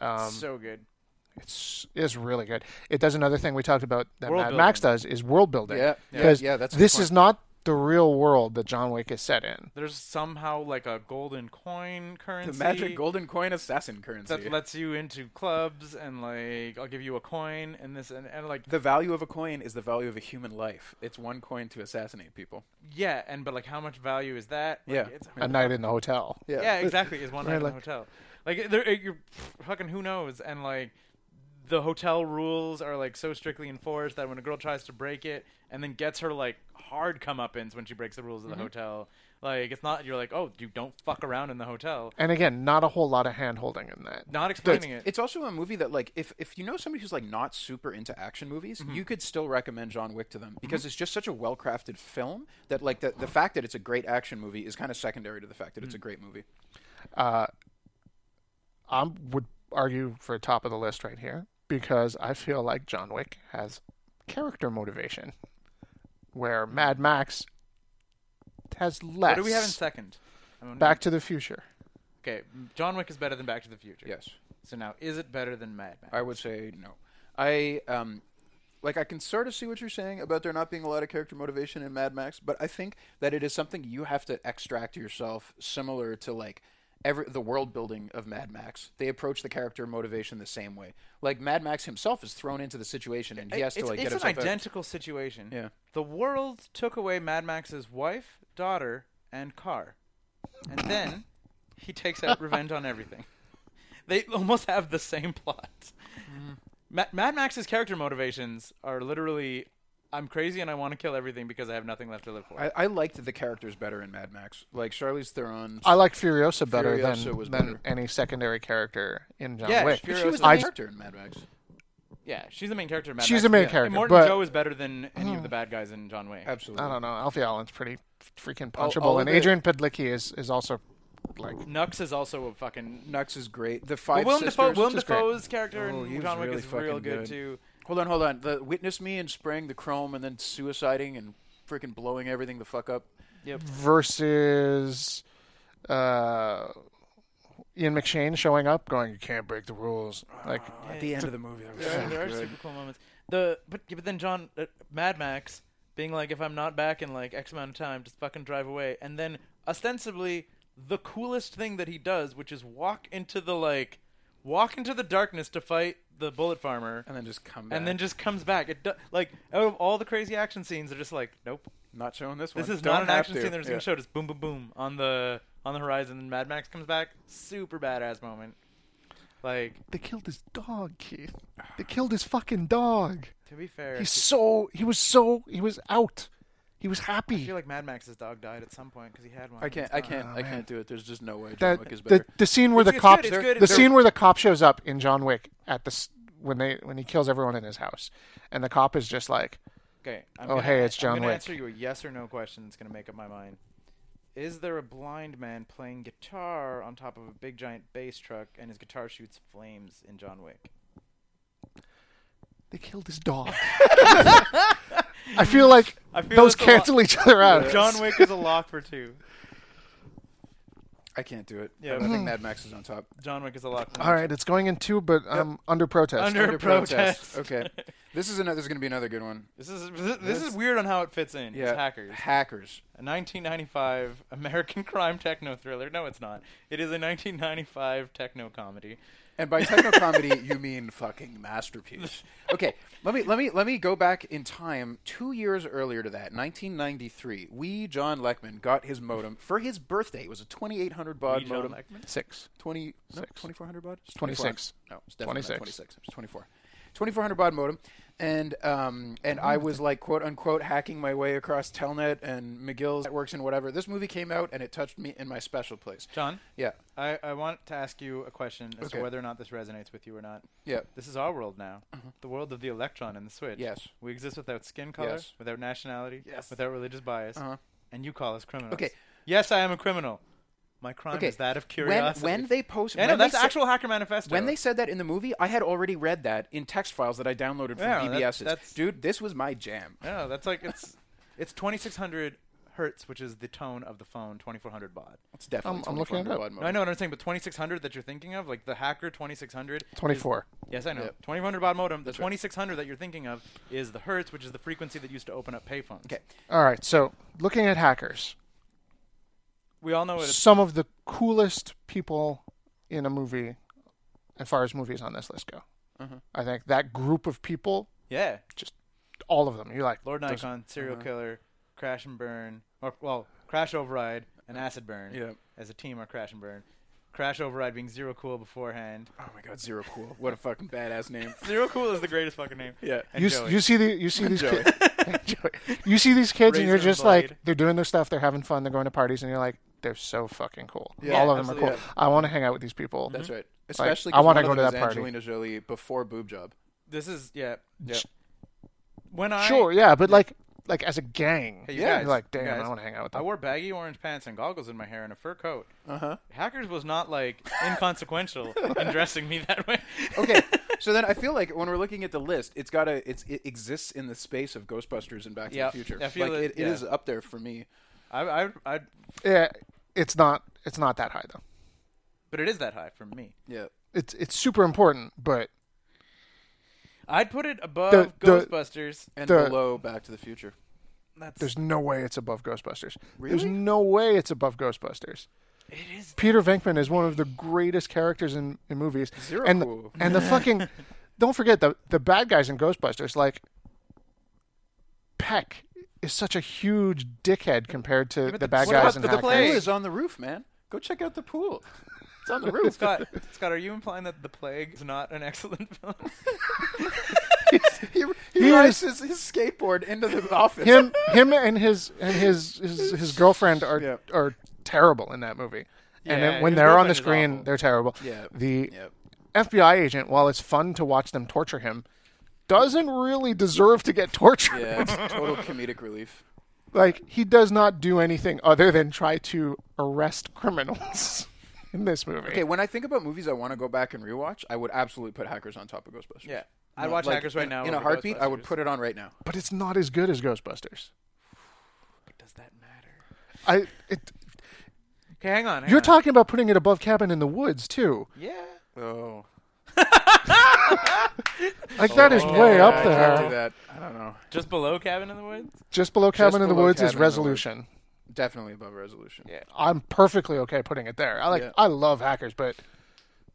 Speaker 2: Um,
Speaker 1: so good.
Speaker 2: it's it's really good. It does another thing we talked about that
Speaker 1: World
Speaker 2: Mad Max does is world building.
Speaker 3: Yeah, yeah,
Speaker 2: because
Speaker 3: yeah, that's a good
Speaker 2: this
Speaker 3: point.
Speaker 2: is not the real world that John Wick is set in.
Speaker 1: There's somehow like a golden coin currency.
Speaker 3: the magic golden coin assassin currency
Speaker 1: that lets you into clubs and like I'll give you a coin and this and, and like
Speaker 3: the value of a coin is the value of a human life it's one coin to assassinate people
Speaker 1: yeah and but like how much value is that? Like,
Speaker 3: Yeah.
Speaker 1: it's,
Speaker 2: A night in the hotel.
Speaker 3: yeah,
Speaker 1: yeah, exactly. Is one night in the
Speaker 2: like-
Speaker 1: hotel. Like there, it- you're fucking who knows and like. The hotel rules are like so strictly enforced that when a girl tries to break it and then gets her like hard comeuppance when she breaks the rules of
Speaker 3: Mm-hmm.
Speaker 1: the hotel, like it's not you're like oh you don't fuck around in the hotel.
Speaker 2: And again, not a whole lot of hand holding in that.
Speaker 1: Not explaining it.
Speaker 3: It's also a movie that, like, if, if you know somebody who's like not super into action movies,
Speaker 1: Mm-hmm.
Speaker 3: you could still recommend John Wick to them because it's just such a well crafted film that, like, the, the fact that it's a great action movie is kind of secondary to the fact that
Speaker 1: Mm.
Speaker 3: it's a great movie.
Speaker 2: Uh, I would argue for top of the list right here because I feel like John Wick has character motivation, where Mad Max has less.
Speaker 1: What do we have in second? I don't
Speaker 2: Back to the Future.
Speaker 1: Okay, John Wick is better than Back to the Future.
Speaker 3: Yes.
Speaker 1: So now, is it better than Mad Max?
Speaker 3: I would say no. I um like I can sort of see what you're saying about there not being a lot of character motivation in Mad Max, but I think that it is something you have to extract yourself similar to like every the world building of Mad Max. They approach the character motivation the same way. Like Mad Max himself is thrown into the situation and he has
Speaker 1: it's
Speaker 3: to like
Speaker 1: it's
Speaker 3: get
Speaker 1: an
Speaker 3: himself out.
Speaker 1: identical situation.
Speaker 3: Yeah.
Speaker 1: The world took away Mad Max's wife, daughter, and car, and then he takes out revenge on everything. They almost have the same plot.
Speaker 3: Mm-hmm.
Speaker 1: Ma- Mad Max's character motivations are literally, I'm crazy and I want to kill everything because I have nothing left to live for.
Speaker 3: I, I liked the characters better in Mad Max. Like Charlize Theron.
Speaker 2: I like Furiosa better
Speaker 3: Furiosa
Speaker 2: than
Speaker 3: was
Speaker 2: than
Speaker 3: better.
Speaker 2: any secondary character in John
Speaker 1: Yeah,
Speaker 2: Wick.
Speaker 1: Furiosa-
Speaker 3: she was the
Speaker 2: I-
Speaker 3: main character in Mad Max.
Speaker 1: yeah, she's the main character. of Mad
Speaker 2: She's
Speaker 1: Max.
Speaker 2: the main
Speaker 1: Yeah.
Speaker 2: character,
Speaker 1: And Morton
Speaker 2: but-
Speaker 1: Joe is better than any of the bad guys in John Wick.
Speaker 3: Absolutely.
Speaker 2: I don't know. Alfie Allen's pretty freaking
Speaker 3: All-
Speaker 2: punchable,
Speaker 3: all of
Speaker 2: and
Speaker 3: it-
Speaker 2: Adrian Pidlicki is is also like
Speaker 1: Nux is also a fucking
Speaker 3: Nux is great. The five
Speaker 1: Willem
Speaker 3: sisters.
Speaker 1: Dafoe, Willem
Speaker 2: just great.
Speaker 1: Dafoe's character
Speaker 3: Oh, he
Speaker 1: in
Speaker 3: was
Speaker 1: John Wick
Speaker 3: really
Speaker 1: is real
Speaker 3: fucking
Speaker 1: good,
Speaker 3: good.
Speaker 1: too.
Speaker 3: Hold on, hold on. The witness me and spraying the chrome and then suiciding and freaking blowing everything the fuck up.
Speaker 2: versus uh, Ian McShane showing up, going, "You can't break the rules." Like,
Speaker 3: At the end of the movie, that was
Speaker 1: There, are-
Speaker 3: so
Speaker 1: there are
Speaker 3: good.
Speaker 1: super cool moments. The but but then John uh, Mad Max being like, if I'm not back in like X amount of time, just fucking drive away. And then ostensibly the coolest thing that he does, which is walk into the like walk into the darkness to fight the bullet farmer,
Speaker 3: And then just come back.
Speaker 1: and then just comes back. It do, like out of all the crazy action scenes, they're just like, nope.
Speaker 3: not showing this one.
Speaker 1: This is
Speaker 3: Don't
Speaker 1: not an
Speaker 3: have
Speaker 1: action
Speaker 3: to.
Speaker 1: scene. They're just
Speaker 3: Yeah.
Speaker 1: gonna show just boom, boom, boom on the on the horizon. And Mad Max comes back, super badass moment. Like
Speaker 2: they killed his dog, Keith. They killed his fucking dog.
Speaker 1: to be fair,
Speaker 2: He's so he was so he was out. He was
Speaker 1: I
Speaker 2: happy.
Speaker 1: feel like Mad Max's dog died at some point because he had one.
Speaker 3: I can't. I can't. I can't do it. There's just no way. John Wick is
Speaker 2: that the,
Speaker 3: better.
Speaker 2: the scene where
Speaker 1: It's-
Speaker 2: the
Speaker 1: it's
Speaker 2: cops
Speaker 1: good, it's good,
Speaker 2: the
Speaker 1: it's
Speaker 2: scene
Speaker 1: good.
Speaker 2: where the cop shows up in John Wick at this when they when he kills everyone in his house, and the cop is just like,
Speaker 1: Uh, Okay. I'm
Speaker 2: Oh,
Speaker 1: gonna,
Speaker 2: hey, it's John
Speaker 1: I'm gonna
Speaker 2: Wick.
Speaker 1: answer you a yes or no question that's gonna make up my mind. Is there a blind man playing guitar on top of a big giant bass truck and his guitar shoots flames in John Wick?
Speaker 2: "They killed his dog." I feel like
Speaker 1: I feel
Speaker 2: those
Speaker 1: that's a lot-
Speaker 2: cancel each other out.
Speaker 1: John Wick is a lock for two.
Speaker 3: I can't do it.
Speaker 1: Yeah.
Speaker 3: Yeah, I think Mad Max is on top.
Speaker 1: John Wick is a lock.
Speaker 2: All right, it's going in two, but I'm under protest.
Speaker 1: Under- protest.
Speaker 3: Okay, this is another. This is going to be another good one.
Speaker 1: This is this, this is weird on how it fits in.
Speaker 3: Yeah,
Speaker 1: It's hackers.
Speaker 3: Hackers.
Speaker 1: A 1995 American crime techno thriller. No, it's not. It is a 1995 techno comedy.
Speaker 3: And by techno comedy, you mean fucking masterpiece. Okay, let me let me let me go back in time two years earlier to that, 1993. We John Leckman got his modem for his birthday. It was a 2800 baud
Speaker 1: John
Speaker 3: modem.
Speaker 1: Leckman?
Speaker 2: Six.
Speaker 3: 20, no,
Speaker 2: Six.
Speaker 3: 2400 baud? It's
Speaker 2: 26.
Speaker 3: 2400. No, it's definitely
Speaker 2: 26.
Speaker 3: not 26. It's 24. 2400 baud modem. And um, and I was like quote unquote hacking my way across Telnet and McGill's networks and whatever. This movie came out and it touched me in my special place.
Speaker 1: John,
Speaker 3: Yeah,
Speaker 1: I, I want to ask you a question as
Speaker 3: Okay.
Speaker 1: to whether or not this resonates with you or not.
Speaker 3: yeah.
Speaker 1: This is our world now, the world of the electron and the switch.
Speaker 3: Mm-hmm. Yes.
Speaker 1: we exist without skin color,
Speaker 3: Yes.
Speaker 1: without nationality,
Speaker 3: Yes.
Speaker 1: without religious bias,
Speaker 3: Uh-huh.
Speaker 1: and you call us criminals.
Speaker 3: Okay.
Speaker 1: Yes, I am a criminal. My crime
Speaker 3: Okay.
Speaker 1: is that of
Speaker 3: When,
Speaker 1: curiosity.
Speaker 3: when they post,
Speaker 1: yeah,
Speaker 3: when
Speaker 1: no, that's
Speaker 3: they sa-
Speaker 1: actual hacker manifesto.
Speaker 3: When they said that in the movie, I had already read that in text files that I downloaded from
Speaker 1: Yeah, that-
Speaker 3: BBS's.
Speaker 1: that's-
Speaker 3: Dude, this was my jam.
Speaker 1: No, that's like it's it's 2600 hertz, which is the tone of the phone, 2400 baud.
Speaker 3: It's definitely.
Speaker 2: I'm- I'm looking it
Speaker 3: 2400
Speaker 2: up.
Speaker 3: baud mode.
Speaker 1: No, I know what I'm saying, but 2600 that you're thinking of, like the hacker 2600, is-
Speaker 2: 24.
Speaker 1: yes, I know.
Speaker 3: Yeah.
Speaker 1: 2400 baud modem. The
Speaker 3: right.
Speaker 1: 2600 that you're thinking of is the hertz, which is the frequency that used to open up payphones.
Speaker 3: Okay.
Speaker 2: All right, so looking at hackers,
Speaker 1: we all know what it's.
Speaker 2: some of the coolest people in a movie, as far as movies on this list go.
Speaker 1: Mm-hmm.
Speaker 2: I think that group of people,
Speaker 1: Yeah,
Speaker 2: just all of them. You're like
Speaker 1: Lord
Speaker 2: those-
Speaker 1: Nikon, serial killer, crash and burn, or well, crash override and acid burn.
Speaker 3: Yeah.
Speaker 1: as a team are crash and burn. Crash override being zero cool beforehand.
Speaker 3: Oh my god, Zero Cool. What a fucking badass name.
Speaker 1: Zero cool is the greatest fucking name.
Speaker 3: Yeah.
Speaker 1: And
Speaker 2: You, s-
Speaker 1: Joey.
Speaker 2: you see the you see these
Speaker 3: Joey.
Speaker 2: kids, you see these kids and
Speaker 1: Razor
Speaker 2: you're
Speaker 1: and
Speaker 2: just
Speaker 1: blade.
Speaker 2: like they're doing their stuff, they're having fun, they're going to parties, and you're like they're so fucking cool.
Speaker 3: Yeah,
Speaker 2: all of them are cool.
Speaker 3: absolutely,
Speaker 2: I want to hang out with these people.
Speaker 1: Mm-hmm.
Speaker 3: That's right. Especially
Speaker 2: I
Speaker 3: 'cause
Speaker 2: wanna
Speaker 3: one of
Speaker 2: go to
Speaker 3: them
Speaker 2: that
Speaker 3: was
Speaker 2: party.
Speaker 3: Angelina Jolie before Boob Job.
Speaker 1: This is yeah. Yeah. When I
Speaker 2: Sure, yeah, but like like as a gang,
Speaker 1: Hey, you
Speaker 2: yeah,
Speaker 1: guys,
Speaker 2: you're like
Speaker 1: you
Speaker 2: damn,
Speaker 1: guys.
Speaker 2: I want to hang out with
Speaker 1: I
Speaker 2: them.
Speaker 1: wore baggy orange pants and goggles in my hair and a fur coat.
Speaker 3: Uh huh.
Speaker 1: Hackers was not like inconsequential in dressing me that way.
Speaker 3: Okay. So then I feel like when we're looking at the list, it's got to it's it exists in the space of Ghostbusters and Back
Speaker 1: Yeah,
Speaker 3: to the Future.
Speaker 1: I feel
Speaker 3: like
Speaker 1: it-
Speaker 3: it, it
Speaker 1: yeah.
Speaker 3: is up there for me.
Speaker 1: I, I, I,
Speaker 2: Yeah, it's not it's not that high though.
Speaker 1: but it is that high for me.
Speaker 3: Yeah.
Speaker 2: It's it's super important, but
Speaker 1: I'd put it above
Speaker 2: The- the-
Speaker 1: Ghostbusters.
Speaker 3: And
Speaker 2: The-
Speaker 3: below Back to the Future.
Speaker 1: That's
Speaker 2: there's no way it's above Ghostbusters. There's
Speaker 3: Really?
Speaker 2: no way it's above Ghostbusters.
Speaker 1: it is.
Speaker 2: Peter Venkman is one of the greatest characters in, in movies.
Speaker 3: Zero
Speaker 2: and
Speaker 3: cool.
Speaker 2: and the fucking don't forget the the bad guys in Ghostbusters like Peck is such a huge dickhead compared to the, bad
Speaker 1: what
Speaker 2: guys
Speaker 1: about
Speaker 2: in
Speaker 1: the
Speaker 2: Hackers.
Speaker 3: Pool
Speaker 1: play? Hey.
Speaker 3: is on the roof, man. Go check out the pool. It's on the roof.
Speaker 1: Scott, Scott, are you implying that The Plague is not an excellent film?
Speaker 3: he
Speaker 2: He
Speaker 3: he rides
Speaker 2: is-
Speaker 3: his, his skateboard into the office.
Speaker 2: Him him and his and his his, his girlfriend are
Speaker 3: Yeah.
Speaker 2: are terrible in that movie. and
Speaker 1: Yeah,
Speaker 2: then when
Speaker 1: his
Speaker 2: they're on
Speaker 1: girlfriend
Speaker 2: the
Speaker 1: is
Speaker 2: screen,
Speaker 1: awful.
Speaker 2: they're terrible.
Speaker 3: Yeah.
Speaker 2: The
Speaker 3: Yep.
Speaker 2: FBI agent, while it's fun to watch them torture him, doesn't really deserve to get tortured.
Speaker 3: Yeah, it's total comedic relief.
Speaker 2: Like he does not do anything other than try to arrest criminals in this movie.
Speaker 3: Okay, when I think about movies I want to go back and rewatch, I would absolutely put Hackers on top of Ghostbusters.
Speaker 1: Yeah. I'd watch
Speaker 3: Like,
Speaker 1: Hackers right
Speaker 3: in-
Speaker 1: now.
Speaker 3: In a
Speaker 1: over
Speaker 3: heartbeat, I would
Speaker 1: Ghostbusters.
Speaker 3: put it on right now.
Speaker 2: but it's not as good as Ghostbusters.
Speaker 1: But does that matter?
Speaker 2: I it,
Speaker 1: Okay, hang on. hang
Speaker 2: you're
Speaker 1: on.
Speaker 2: talking about putting it above Cabin in the Woods too.
Speaker 1: Yeah.
Speaker 3: Oh,
Speaker 2: Like that is way
Speaker 3: Oh, I
Speaker 2: up
Speaker 3: can't do
Speaker 2: there.
Speaker 3: that. I don't know.
Speaker 1: Just below Cabin in the Woods.
Speaker 2: Just below Cabin in the
Speaker 3: below
Speaker 2: Woods
Speaker 3: Cabin
Speaker 2: is
Speaker 3: in the Woods.
Speaker 2: Resolution.
Speaker 3: Definitely above resolution.
Speaker 1: Yeah.
Speaker 2: I'm perfectly okay putting it there. I like
Speaker 3: Yeah.
Speaker 2: I love hackers, but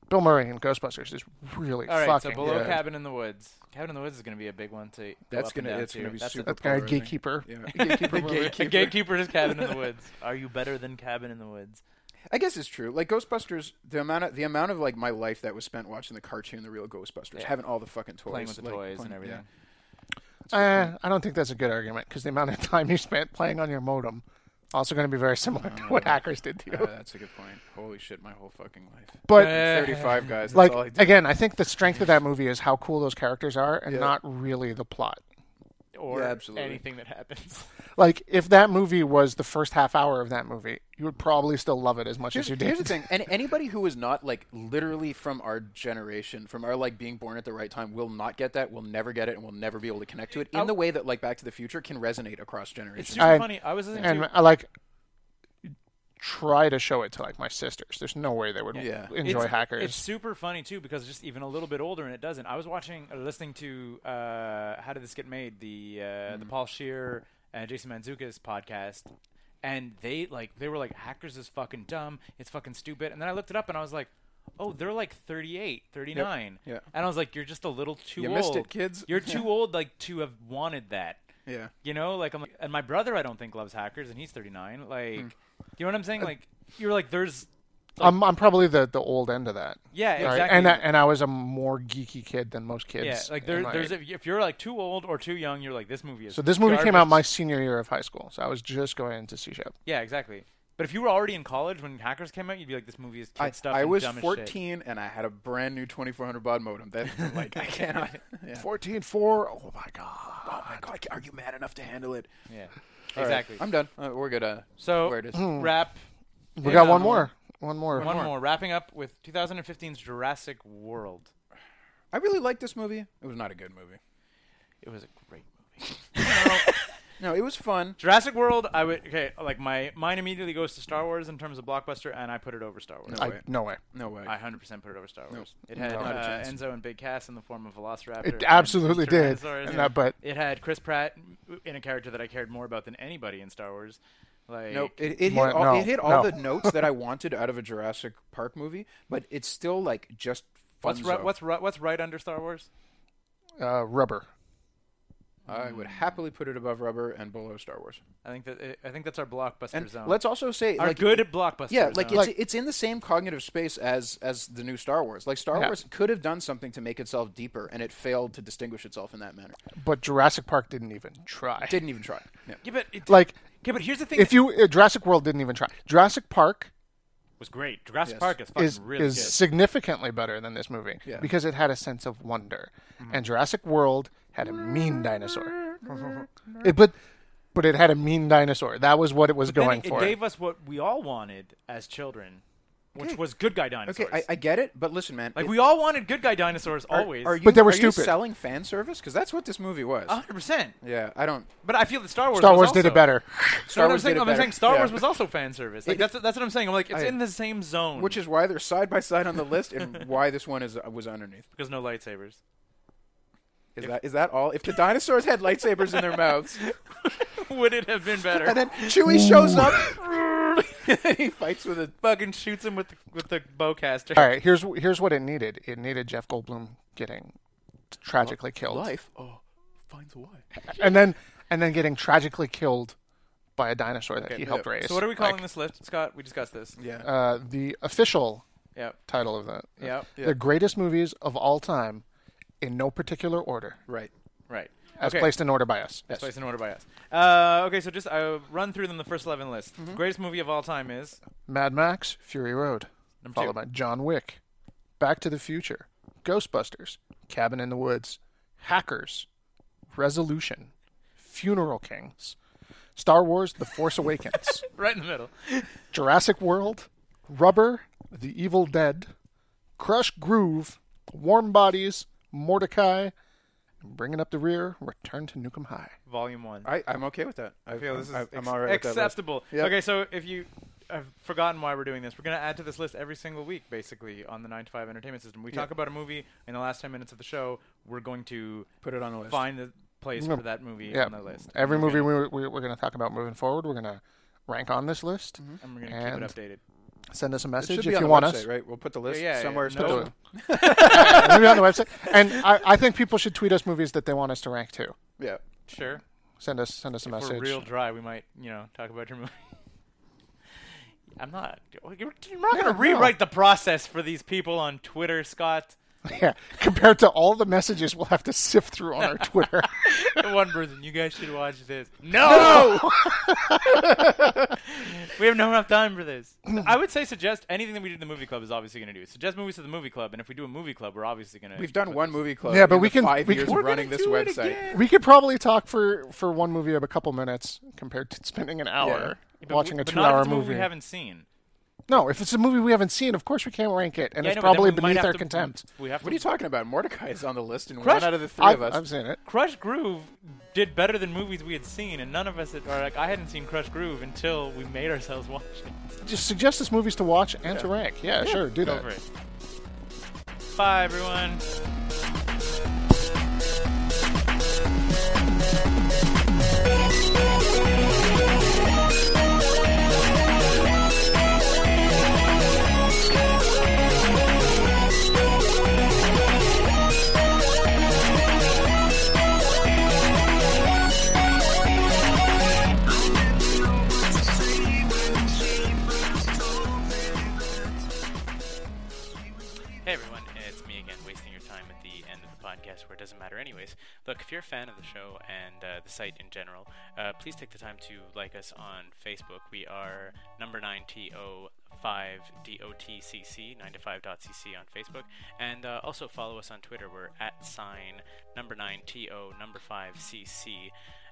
Speaker 2: Bill Murray in Ghostbusters is really
Speaker 1: All right,
Speaker 2: fucking
Speaker 1: so below
Speaker 2: good.
Speaker 1: Cabin in the Woods. Cabin in the Woods is going to be a big one to. go
Speaker 3: That's
Speaker 1: up and
Speaker 3: gonna-
Speaker 1: down
Speaker 3: it's gonna
Speaker 1: too.
Speaker 3: be
Speaker 1: That's
Speaker 3: super
Speaker 1: A,
Speaker 2: that guy
Speaker 3: Polarizing.
Speaker 2: gatekeeper.
Speaker 3: Yeah.
Speaker 2: Gatekeeper movie.
Speaker 1: a gatekeeper is Cabin in the Woods. Are you better than Cabin in the Woods?
Speaker 3: I guess it's true. Like Ghostbusters, the amount of the amount of like my life that was spent watching the cartoon, the real Ghostbusters, having all the fucking toys,
Speaker 1: Playing with the
Speaker 3: like,
Speaker 1: toys
Speaker 3: playing-
Speaker 1: and everything.
Speaker 3: yeah.
Speaker 2: Uh, I don't think that's a good argument because the amount of time you spent playing on your modem also going to be very similar to what hackers did to you.
Speaker 3: Uh, that's a good point. Holy shit, my whole fucking life.
Speaker 2: but
Speaker 3: Thirty-five guys. That's
Speaker 2: like
Speaker 3: all I did.
Speaker 2: again, I think the strength of that movie is how cool those characters are and not really the plot.
Speaker 1: Or
Speaker 3: Yeah, absolutely.
Speaker 1: anything that happens.
Speaker 2: Like if that movie was the first half hour of that movie, you would probably still love it as much as you did.
Speaker 3: Here's the thing, and anybody who is not like literally from our generation, from our like being born at the right time, will not get that, will never get it, and will never be able to connect to it in the way that like Back to the Future can resonate across
Speaker 1: It's
Speaker 3: generations.
Speaker 1: super
Speaker 2: I-
Speaker 1: funny. I was listening
Speaker 2: and
Speaker 1: to.
Speaker 2: I like try to show it to like my sisters. There's no way they would
Speaker 3: Yeah.
Speaker 2: enjoy
Speaker 1: it's,
Speaker 2: hackers.
Speaker 1: It's super funny too because just even a little bit older and it doesn't. I was watching, uh, listening to uh, how did this get made? The uh, the
Speaker 3: Mm-hmm.
Speaker 1: Paul Shear and Jason Manzukis podcast, and they like they were like hackers is fucking dumb. It's fucking stupid. And then I looked it up and I was like. Oh, they're like 38, 39.
Speaker 3: Yeah.
Speaker 1: And I was like, you're just a little too
Speaker 3: You
Speaker 1: old.
Speaker 3: missed it, kids.
Speaker 1: You're too old like to have wanted that.
Speaker 3: Yeah.
Speaker 1: You know, like I'm like, and my brother I don't think loves hackers and he's 39.
Speaker 3: Hmm.
Speaker 1: Like, you know what I'm
Speaker 3: Uh,
Speaker 1: saying? Like you're like there's
Speaker 2: I'm I'm probably the the old end of that.
Speaker 1: Yeah,
Speaker 2: All
Speaker 1: exactly.
Speaker 2: And I, and I was a more geeky kid than most kids.
Speaker 1: Yeah, like there,
Speaker 2: And,
Speaker 1: there's a, if you're like too old or too young, you're like this movie is.
Speaker 2: so this movie came out
Speaker 1: garbage.
Speaker 2: my senior year of high school, so I was just going into C Shep.
Speaker 1: Yeah, exactly. But if you were already in college when Hackers came out, you'd be like, this movie is kid
Speaker 3: I,
Speaker 1: stuff.
Speaker 3: I
Speaker 1: and
Speaker 3: was
Speaker 1: dumb as shit.
Speaker 3: 14 and I had a brand new 2400 baud modem. That like I cannot. Yeah.
Speaker 2: 14 4. Oh my god.
Speaker 3: Oh my god! Are you mad enough to handle it?
Speaker 1: Yeah,
Speaker 3: All right,
Speaker 1: exactly.
Speaker 3: I'm done. Uh, we're good. Uh,
Speaker 1: So
Speaker 3: where it is.
Speaker 1: wrap.
Speaker 2: Hmm. We got
Speaker 1: on
Speaker 2: one more. One more.
Speaker 1: One more. Wrapping up with 2015's Jurassic World.
Speaker 3: I really liked this movie. It was not a good movie.
Speaker 1: It was a great movie.
Speaker 3: No, it was fun.
Speaker 1: Jurassic World. I would okay. Like my mine immediately goes to Star Wars in terms of blockbuster, and I put it over Star Wars.
Speaker 3: No
Speaker 2: I,
Speaker 3: way.
Speaker 2: no way.
Speaker 3: No way.
Speaker 1: I 100% put it over Star Wars. It
Speaker 3: No,
Speaker 1: had
Speaker 3: not a
Speaker 1: uh,
Speaker 3: chance.
Speaker 1: Enzo and Big Cass in the form of Velociraptor.
Speaker 2: It
Speaker 1: and
Speaker 2: absolutely did.
Speaker 1: Tyrannosaurus.
Speaker 2: And that butt.
Speaker 1: It had Chris Pratt in a character that I cared more about than anybody in Star Wars. Like,
Speaker 3: Nope. It, it hit
Speaker 2: More-
Speaker 3: all,
Speaker 2: no,
Speaker 3: it hit all
Speaker 2: no.
Speaker 3: the notes that I wanted out of a Jurassic Park movie, but it's still like just fun.
Speaker 1: What's right, what's right, what's right under Star Wars?
Speaker 2: Uh, rubber.
Speaker 3: I would happily put it above Rubber and below Star Wars.
Speaker 1: I think that I think that's our blockbuster
Speaker 3: And
Speaker 1: zone.
Speaker 3: let's also say
Speaker 1: our
Speaker 3: like
Speaker 1: good blockbuster.
Speaker 3: yeah, like
Speaker 1: zone.
Speaker 3: it's it's in the same cognitive space as as the new Star Wars. Like Star
Speaker 2: Yeah.
Speaker 3: Wars could have done something to make itself deeper, and it failed to distinguish itself in that manner.
Speaker 2: But Jurassic Park didn't even try.
Speaker 3: Didn't even try. Yeah.
Speaker 1: yeah, but it,
Speaker 2: like,
Speaker 1: yeah, but here's the thing.
Speaker 2: if you uh, Jurassic World didn't even try. Jurassic Park
Speaker 1: was great. Jurassic
Speaker 3: Yes.
Speaker 1: Park is fucking
Speaker 2: is
Speaker 1: really
Speaker 2: is
Speaker 1: good.
Speaker 2: significantly better than this movie
Speaker 3: Yeah.
Speaker 2: because it had a sense of wonder.
Speaker 1: Mm-hmm.
Speaker 2: And Jurassic World had a mean dinosaur. it, but but it had a mean dinosaur. That was what it was
Speaker 1: Then
Speaker 2: going
Speaker 1: it,
Speaker 2: for.
Speaker 1: it gave us what we all wanted as children, which was good guy
Speaker 3: Okay,
Speaker 1: dinosaurs.
Speaker 3: I, I get it, but listen, man,
Speaker 1: like
Speaker 3: it-
Speaker 1: we all wanted good guy dinosaurs
Speaker 3: are,
Speaker 1: always. Uh,
Speaker 3: are you,
Speaker 2: But they were
Speaker 3: are you
Speaker 2: stupid.
Speaker 3: selling fan service because that's what this movie was.
Speaker 1: 100. percent
Speaker 3: yeah, I don't.
Speaker 1: But I feel that Star Wars
Speaker 2: Star
Speaker 1: was
Speaker 2: Wars did
Speaker 1: also-
Speaker 2: it better.
Speaker 3: Star
Speaker 1: no,
Speaker 3: Wars
Speaker 1: I'm saying,
Speaker 3: did it
Speaker 1: I'm
Speaker 3: better.
Speaker 1: saying Star
Speaker 3: Yeah.
Speaker 1: Wars was also fan service. Like
Speaker 3: It-
Speaker 1: that's that's what I'm saying. I'm like it's in the same zone,
Speaker 3: which is why they're side by side on the list, and why this one is was underneath.
Speaker 1: because no lightsabers.
Speaker 3: Is that is that all? If the dinosaurs had lightsabers in their mouths,
Speaker 1: Would it have been better?
Speaker 3: and then Chewie shows up, and he fights with a
Speaker 1: fucking shoots him with the, with the bowcaster.
Speaker 2: All right, here's here's what it needed. It needed Jeff Goldblum getting tragically killed,
Speaker 3: life. Oh, finds a way.
Speaker 2: and then and then getting tragically killed by a dinosaur that he helped
Speaker 3: yeah.
Speaker 2: raise.
Speaker 1: So what are we calling
Speaker 2: Like,
Speaker 1: this list, Scott? We discussed this.
Speaker 3: Yeah.
Speaker 2: Uh, the official
Speaker 1: Yep.
Speaker 2: title of that.
Speaker 1: Yep.
Speaker 2: The greatest movies of all time, in no particular order,
Speaker 3: right.
Speaker 1: Right.
Speaker 2: as
Speaker 1: okay.
Speaker 2: placed in order by us.
Speaker 1: As placed in order by us. Uh, okay, so just uh, run through them. The first eleven list.
Speaker 3: Mm-hmm.
Speaker 1: Greatest movie of all time is
Speaker 2: Mad Max: Fury Road,
Speaker 1: Number
Speaker 2: followed
Speaker 1: two.
Speaker 2: by John Wick, Back to the Future, Ghostbusters, Cabin in the Woods, Hackers, Resolution, Funeral Kings, Star Wars: The Force Awakens,
Speaker 1: right in the middle.
Speaker 2: Jurassic World, Rubber, The Evil Dead, Crush Groove, Warm Bodies, Mordecai, and bringing up the rear, Return to Nukem High.
Speaker 1: Volume one.
Speaker 3: I, I'm okay with that. I
Speaker 1: feel this is
Speaker 3: I,
Speaker 1: ex-
Speaker 3: I'm all right. With that list.
Speaker 1: acceptable.
Speaker 3: Yep.
Speaker 1: Okay, so if you I've forgotten why we're doing this, we're going to add to this list every single week, basically, on the 9 to 5 entertainment system. We talk about a movie in the last 10 minutes of the show. We're going to
Speaker 3: Put it on the list.
Speaker 1: find the place
Speaker 2: Mm.
Speaker 1: for that movie
Speaker 2: Yeah,
Speaker 1: on the list.
Speaker 2: every movie we, we, we're going to talk about moving forward, we're going to rank on this list.
Speaker 1: And we're going to keep it updated.
Speaker 2: Send us a
Speaker 3: It should
Speaker 2: message
Speaker 3: be
Speaker 2: if
Speaker 3: on
Speaker 2: you
Speaker 3: the
Speaker 2: want
Speaker 3: website,
Speaker 2: us.
Speaker 3: right? We'll put the list
Speaker 1: Yeah, yeah,
Speaker 3: somewhere.
Speaker 1: yeah.
Speaker 3: special.
Speaker 1: Nope.
Speaker 2: Maybe on the website. And I, I think people should tweet us movies that they want us to rank too.
Speaker 3: Yeah.
Speaker 1: Sure.
Speaker 2: Send us send us a
Speaker 1: If
Speaker 2: message.
Speaker 1: we're real dry, we might, you know, talk about your movie. I'm not. You're, you're not
Speaker 2: Yeah,
Speaker 1: going
Speaker 2: no.
Speaker 1: to rewrite the process for these people on Twitter, Scott.
Speaker 2: Yeah, compared to all the messages we'll have to sift through on our Twitter.
Speaker 1: one person, you guys should watch this. No, we have no enough time for this. I would say suggest anything that we do in the movie club is obviously going to do. Suggest movies to the movie club, and if we do a movie club, we're obviously going to.
Speaker 3: We've done one movie club.
Speaker 2: Yeah, but
Speaker 3: in
Speaker 2: we
Speaker 3: the
Speaker 2: can-
Speaker 3: five
Speaker 2: we
Speaker 3: years
Speaker 2: can-
Speaker 3: of running this website.
Speaker 2: we could probably talk for, for one movie of a couple minutes compared to spending an hour
Speaker 3: Yeah,
Speaker 2: watching a
Speaker 1: but
Speaker 2: two
Speaker 1: not if
Speaker 2: hour
Speaker 1: it's a
Speaker 2: movie.
Speaker 1: we haven't seen.
Speaker 2: No, if it's a movie we haven't seen, of course we can't rank it, and
Speaker 4: Yeah, I
Speaker 2: it's
Speaker 4: know, but then
Speaker 2: probably
Speaker 4: we might
Speaker 2: beneath
Speaker 4: have
Speaker 2: our
Speaker 4: to-
Speaker 2: contempt.
Speaker 4: We have
Speaker 3: What
Speaker 4: to
Speaker 3: are you talking about? Mordecai is on the list, and
Speaker 4: Crush-
Speaker 3: one out of the 3 of
Speaker 2: I've,
Speaker 3: us.
Speaker 2: I've seen it.
Speaker 4: Crush Groove did better than movies we had seen, and none of us had, or like I hadn't seen Crush Groove until we made ourselves watch it.
Speaker 2: Just suggest us movies to watch and to rank. Yeah, sure, do
Speaker 4: Go
Speaker 2: that.
Speaker 4: for it. Bye, everyone. Hey everyone, it's me again, wasting your time at the end of the podcast where it doesn't matter, anyways. Look, if you're a fan of the show and uh, the site in general, uh, please take the time to like us on Facebook. We are number 9TO5DOTCC, 9to5.cc on Facebook. And uh, also follow us on Twitter. We're at sign number 9TO number 5CC